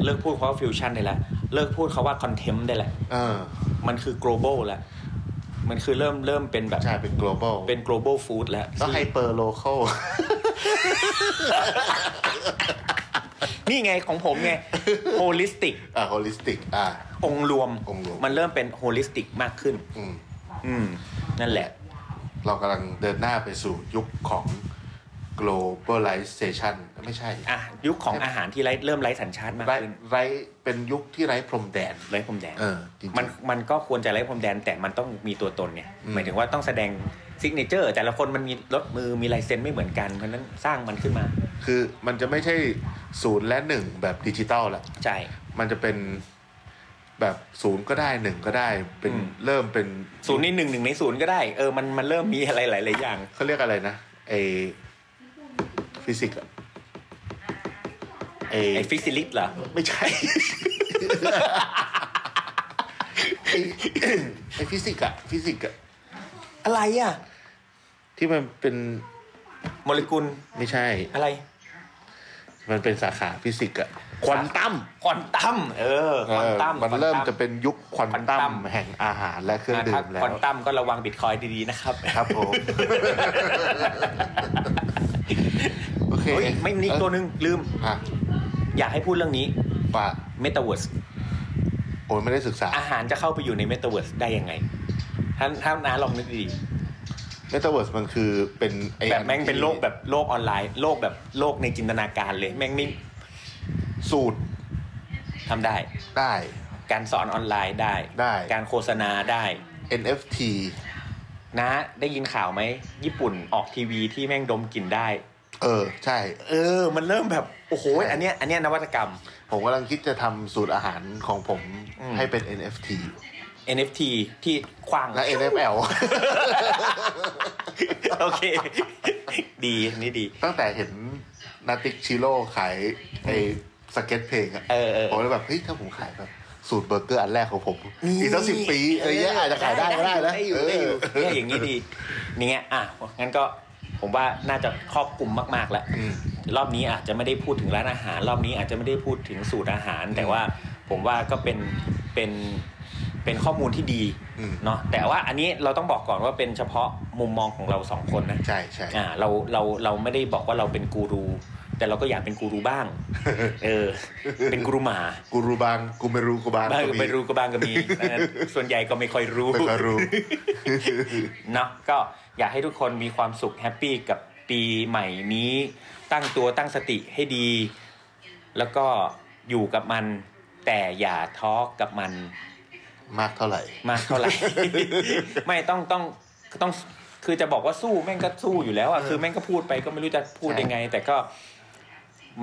Speaker 4: เลิกพูดคาว่าฟิวชั่นได้แล้ว เลิกพูดคาว่าคอนเทมได้แล้ว
Speaker 2: เออ
Speaker 4: มันคือ global แล้ว มันคือเริ่มเริ่มเป็นแบบ
Speaker 2: ใช่ เป็น global
Speaker 4: เป็น global food แล้ว
Speaker 2: แล้วไฮเปอร์โลเคอล
Speaker 4: นี่ไงของผมไง holistic
Speaker 2: อ่ะ holistic อ่ะ
Speaker 4: องค์รวม
Speaker 2: องค์รวม
Speaker 4: มันเริ่มเป็น holistic มากขึ้น
Speaker 2: อืม
Speaker 4: อืม นั่นแหละ
Speaker 2: เรากำลังเดินหน้าไปสู่ยุคของ globalization ไม่ใช่
Speaker 4: อ่ะ ยุคของอาหารที่ไร้เริ่มไร้สัญชาติมาก
Speaker 2: ไร้
Speaker 4: ขึ้น
Speaker 2: ไร้เป็นยุคที่ไร้พรมแดน
Speaker 4: ไร้พรมแดน
Speaker 2: เออจริงๆ
Speaker 4: มันมันก็ควรจะไร้พรมแดนแต่มันต้องมีตัวตนเนี่ย
Speaker 2: อืม
Speaker 4: หมายถึงว่าต้องแสดงซิกเนเจอร์แต่ละคนมันมีรถมือมีลายเซ็นไม่เหมือนกัน เพราะฉะนั้นสร้างมันขึ้นมา
Speaker 2: คือมันจะไม่ใช่ศูนย์และหนึ่งแบบดิจิตอลละ
Speaker 4: ใช่
Speaker 2: มันจะเป็นแบบศูนย์ก็ได้หนึ่งก็ได้ เป็น
Speaker 4: อืม
Speaker 2: เริ่มเป็น
Speaker 4: ศูนย์ในหนึ่งหนึ่งในศูนย์ก็ได้ เออมันมันเริ่มมีอะไรหลายๆอย่าง
Speaker 2: เขาเรียกอะไรนะไอฟิสิกส์อะไอ
Speaker 4: ไอ้ฟิสิลิสเหรอ
Speaker 2: ไม่ใช่ ไอ้ ไอฟิสิกส์อะฟิสิกส์อะ
Speaker 4: อะไรอ่ะ
Speaker 2: ที่มันเป็น
Speaker 4: โมเลกุล
Speaker 2: ไม่ใช่
Speaker 4: อะไร
Speaker 2: มันเป็นสาขาฟิสิกส์อะควอนตัม
Speaker 4: ควอนตัมเออควอนตัม
Speaker 2: เออมันเริ่มจะเป็นยุคควอน
Speaker 4: ควอนตั
Speaker 2: ตัม
Speaker 4: ม
Speaker 2: แห่งอาหารและเครื่องดื่มแล้
Speaker 4: ควอ
Speaker 2: วน
Speaker 4: ตัมก็ระวังบิตคอยน์ดีๆนะครับ
Speaker 2: ครับผม โอเค
Speaker 4: เฮ้ยไม่มีอีกตัวหนึง ลืม
Speaker 2: อ่ะ
Speaker 4: อยากให้พูดเรื่องนี้
Speaker 2: ว่า
Speaker 4: เมตาเวิร์ส
Speaker 2: โอ้ยไม่ได้ศึกษา
Speaker 4: อาหารจะเข้าไปอยู่ในเมตาเวิร์สได้ยังไงท่านท่านน้าลองนึกดี
Speaker 2: เมตาเวิร์สมันคือเป็นไอ้
Speaker 4: ๆแบบแม่ง
Speaker 2: ที่
Speaker 4: เป็นโลกแบบโลกออนไลน์ โลกแบบโลกในจินตนาการเลย แม่งไม่
Speaker 2: สูตร
Speaker 4: ทำได้
Speaker 2: ได้
Speaker 4: การสอนออนไลน์ได้
Speaker 2: ได้
Speaker 4: การโฆษณาได้
Speaker 2: NFT
Speaker 4: นะ ได้ยินข่าวไหม ญี่ปุ่นออกทีวีที่แม่งดมกลิ่นได้
Speaker 2: เออ ใช่
Speaker 4: เออ มันเริ่มแบบ โอ้โหอันเนี้ยอันเนี้ยนวัตกรรม
Speaker 2: ผมกำลังคิดจะทำสูตรอาหารของผม
Speaker 4: อืม
Speaker 2: ให้เป็น NFT
Speaker 4: NFT ที่ควาง
Speaker 2: และ NFL
Speaker 4: โอเค ดีอันนี่ดี
Speaker 2: ตั้งแต่เห็นนาติกชิโร่ขายไอ้ สเก็ตเพลงอะ
Speaker 4: เออเออ
Speaker 2: ผมเลยแบบเฮ้ยถ้าผมขายแบบสูตรเบอร์เกอร์อันแรกของผม
Speaker 4: นี่
Speaker 2: อีกสักสิบปีอะไรเงี้ยอาจจะขายได้ก็ได้นะ
Speaker 4: ได้อยู่ได้อยู่
Speaker 2: เอ
Speaker 4: เนี่
Speaker 2: อ
Speaker 4: ยอย่างนี้ดีนี่ไงอ่ะงั้นก็ผมว่าน่าจะครอบคลุมมากๆแล้ว
Speaker 2: อืม
Speaker 4: รอบนี้อาจจะไม่ได้พูดถึงร้านอาหาร รอบนี้อาจจะไม่ได้พูดถึงสูตรอาหาร แต่ว่าผมว่าก็เป็นเป็นเป็นข้อมูลที่ดี
Speaker 2: อืม
Speaker 4: เนาะแต่ว่าอันนี้เราต้องบอกก่อนว่าเป็นเฉพาะมุมมองของเราสองคนนะ
Speaker 2: ใช่ใช่
Speaker 4: อ่าเราเราเราไม่ได้บอกว่าเราเป็นกูรู แต่เราก็อยากเป็นกูรู บ้าง เออ เป็นกูรูหมา
Speaker 2: กูรูบางกูไม่รู้กูบาง
Speaker 4: บาง
Speaker 2: ก็มี
Speaker 4: ไปรู้ก็บางก็ มีเพราะฉะนั้นส่วนใหญ่ก็ไม่ค่อยรู้
Speaker 2: ไม่ก็รู้
Speaker 4: เนาะก็อยากให้ทุกคนมีความสุขแฮปปี้กับปีใหม่นี้ ตั้งตัวตั้งสติให้ดี แล้วก็อยู่กับมัน แต่อย่าท้อกับมัน
Speaker 2: มากเท่าไหร่
Speaker 4: มากเท่า ไหร่ ไม่ต้องต้องต้องคือจะบอกว่าสู้แม่งก็สู้อยู่แล้วอ่ะคือแม่งก็พูดไปก็ไม่รู้จะพูด
Speaker 2: ใช่
Speaker 4: ยังไง แต่ก็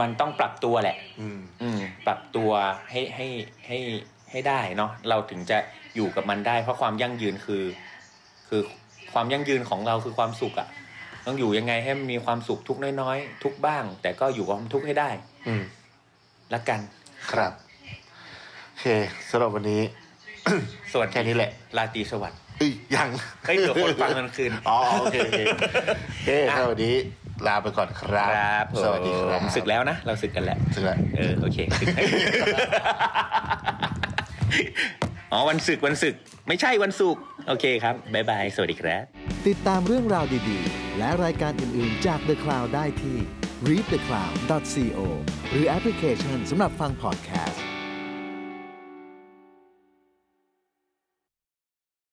Speaker 4: มันต้องปรับตัวแหละ
Speaker 2: อืม
Speaker 4: อืมปรับตัวให้ให้ให้ให้ได้เนาะเราถึงจะอยู่กับมันได้ เพราะความยั่งยืนคือ คือความยั่งยืนของเราคือความสุขอะ่ะ ต้องอยู่ยังไงให้มันมีความสุขทุกข์น้อยๆ ทุกบ้าง แต่ก็อยู่กับความทุกข์ให้ได้
Speaker 2: อืม
Speaker 4: ละกัน
Speaker 2: ครับ โอเคสำหรับวันนี้
Speaker 4: ส่วน
Speaker 2: แค่นี้แหละ
Speaker 4: ราตรีสวัสดิ์
Speaker 2: เอ้ยยัง
Speaker 4: เฮ้ยเดี๋ยวคนฟังกลางคืน
Speaker 2: อ๋อโอเคโอเคโอเคสำหรับวันนี้ลาไปก่อนครับ
Speaker 4: ครับผม
Speaker 2: สวัสดีครับ
Speaker 4: ศึกแล้วนะ เราศึกกันแล้ว
Speaker 2: สึกแล้ว
Speaker 4: เออ โอเค ศึก อ๋อ วันศึกวันศึก ไม่ใช่วันศุกร์โอเคครับบ๊ายบาย สวัสดีครับ
Speaker 1: ติดตามเรื่องราวดีๆ และรายการอื่นๆจาก The Cloud ได้ที่ readthecloud.co หรือแอปพลิเคชันสำหรับฟัง podcast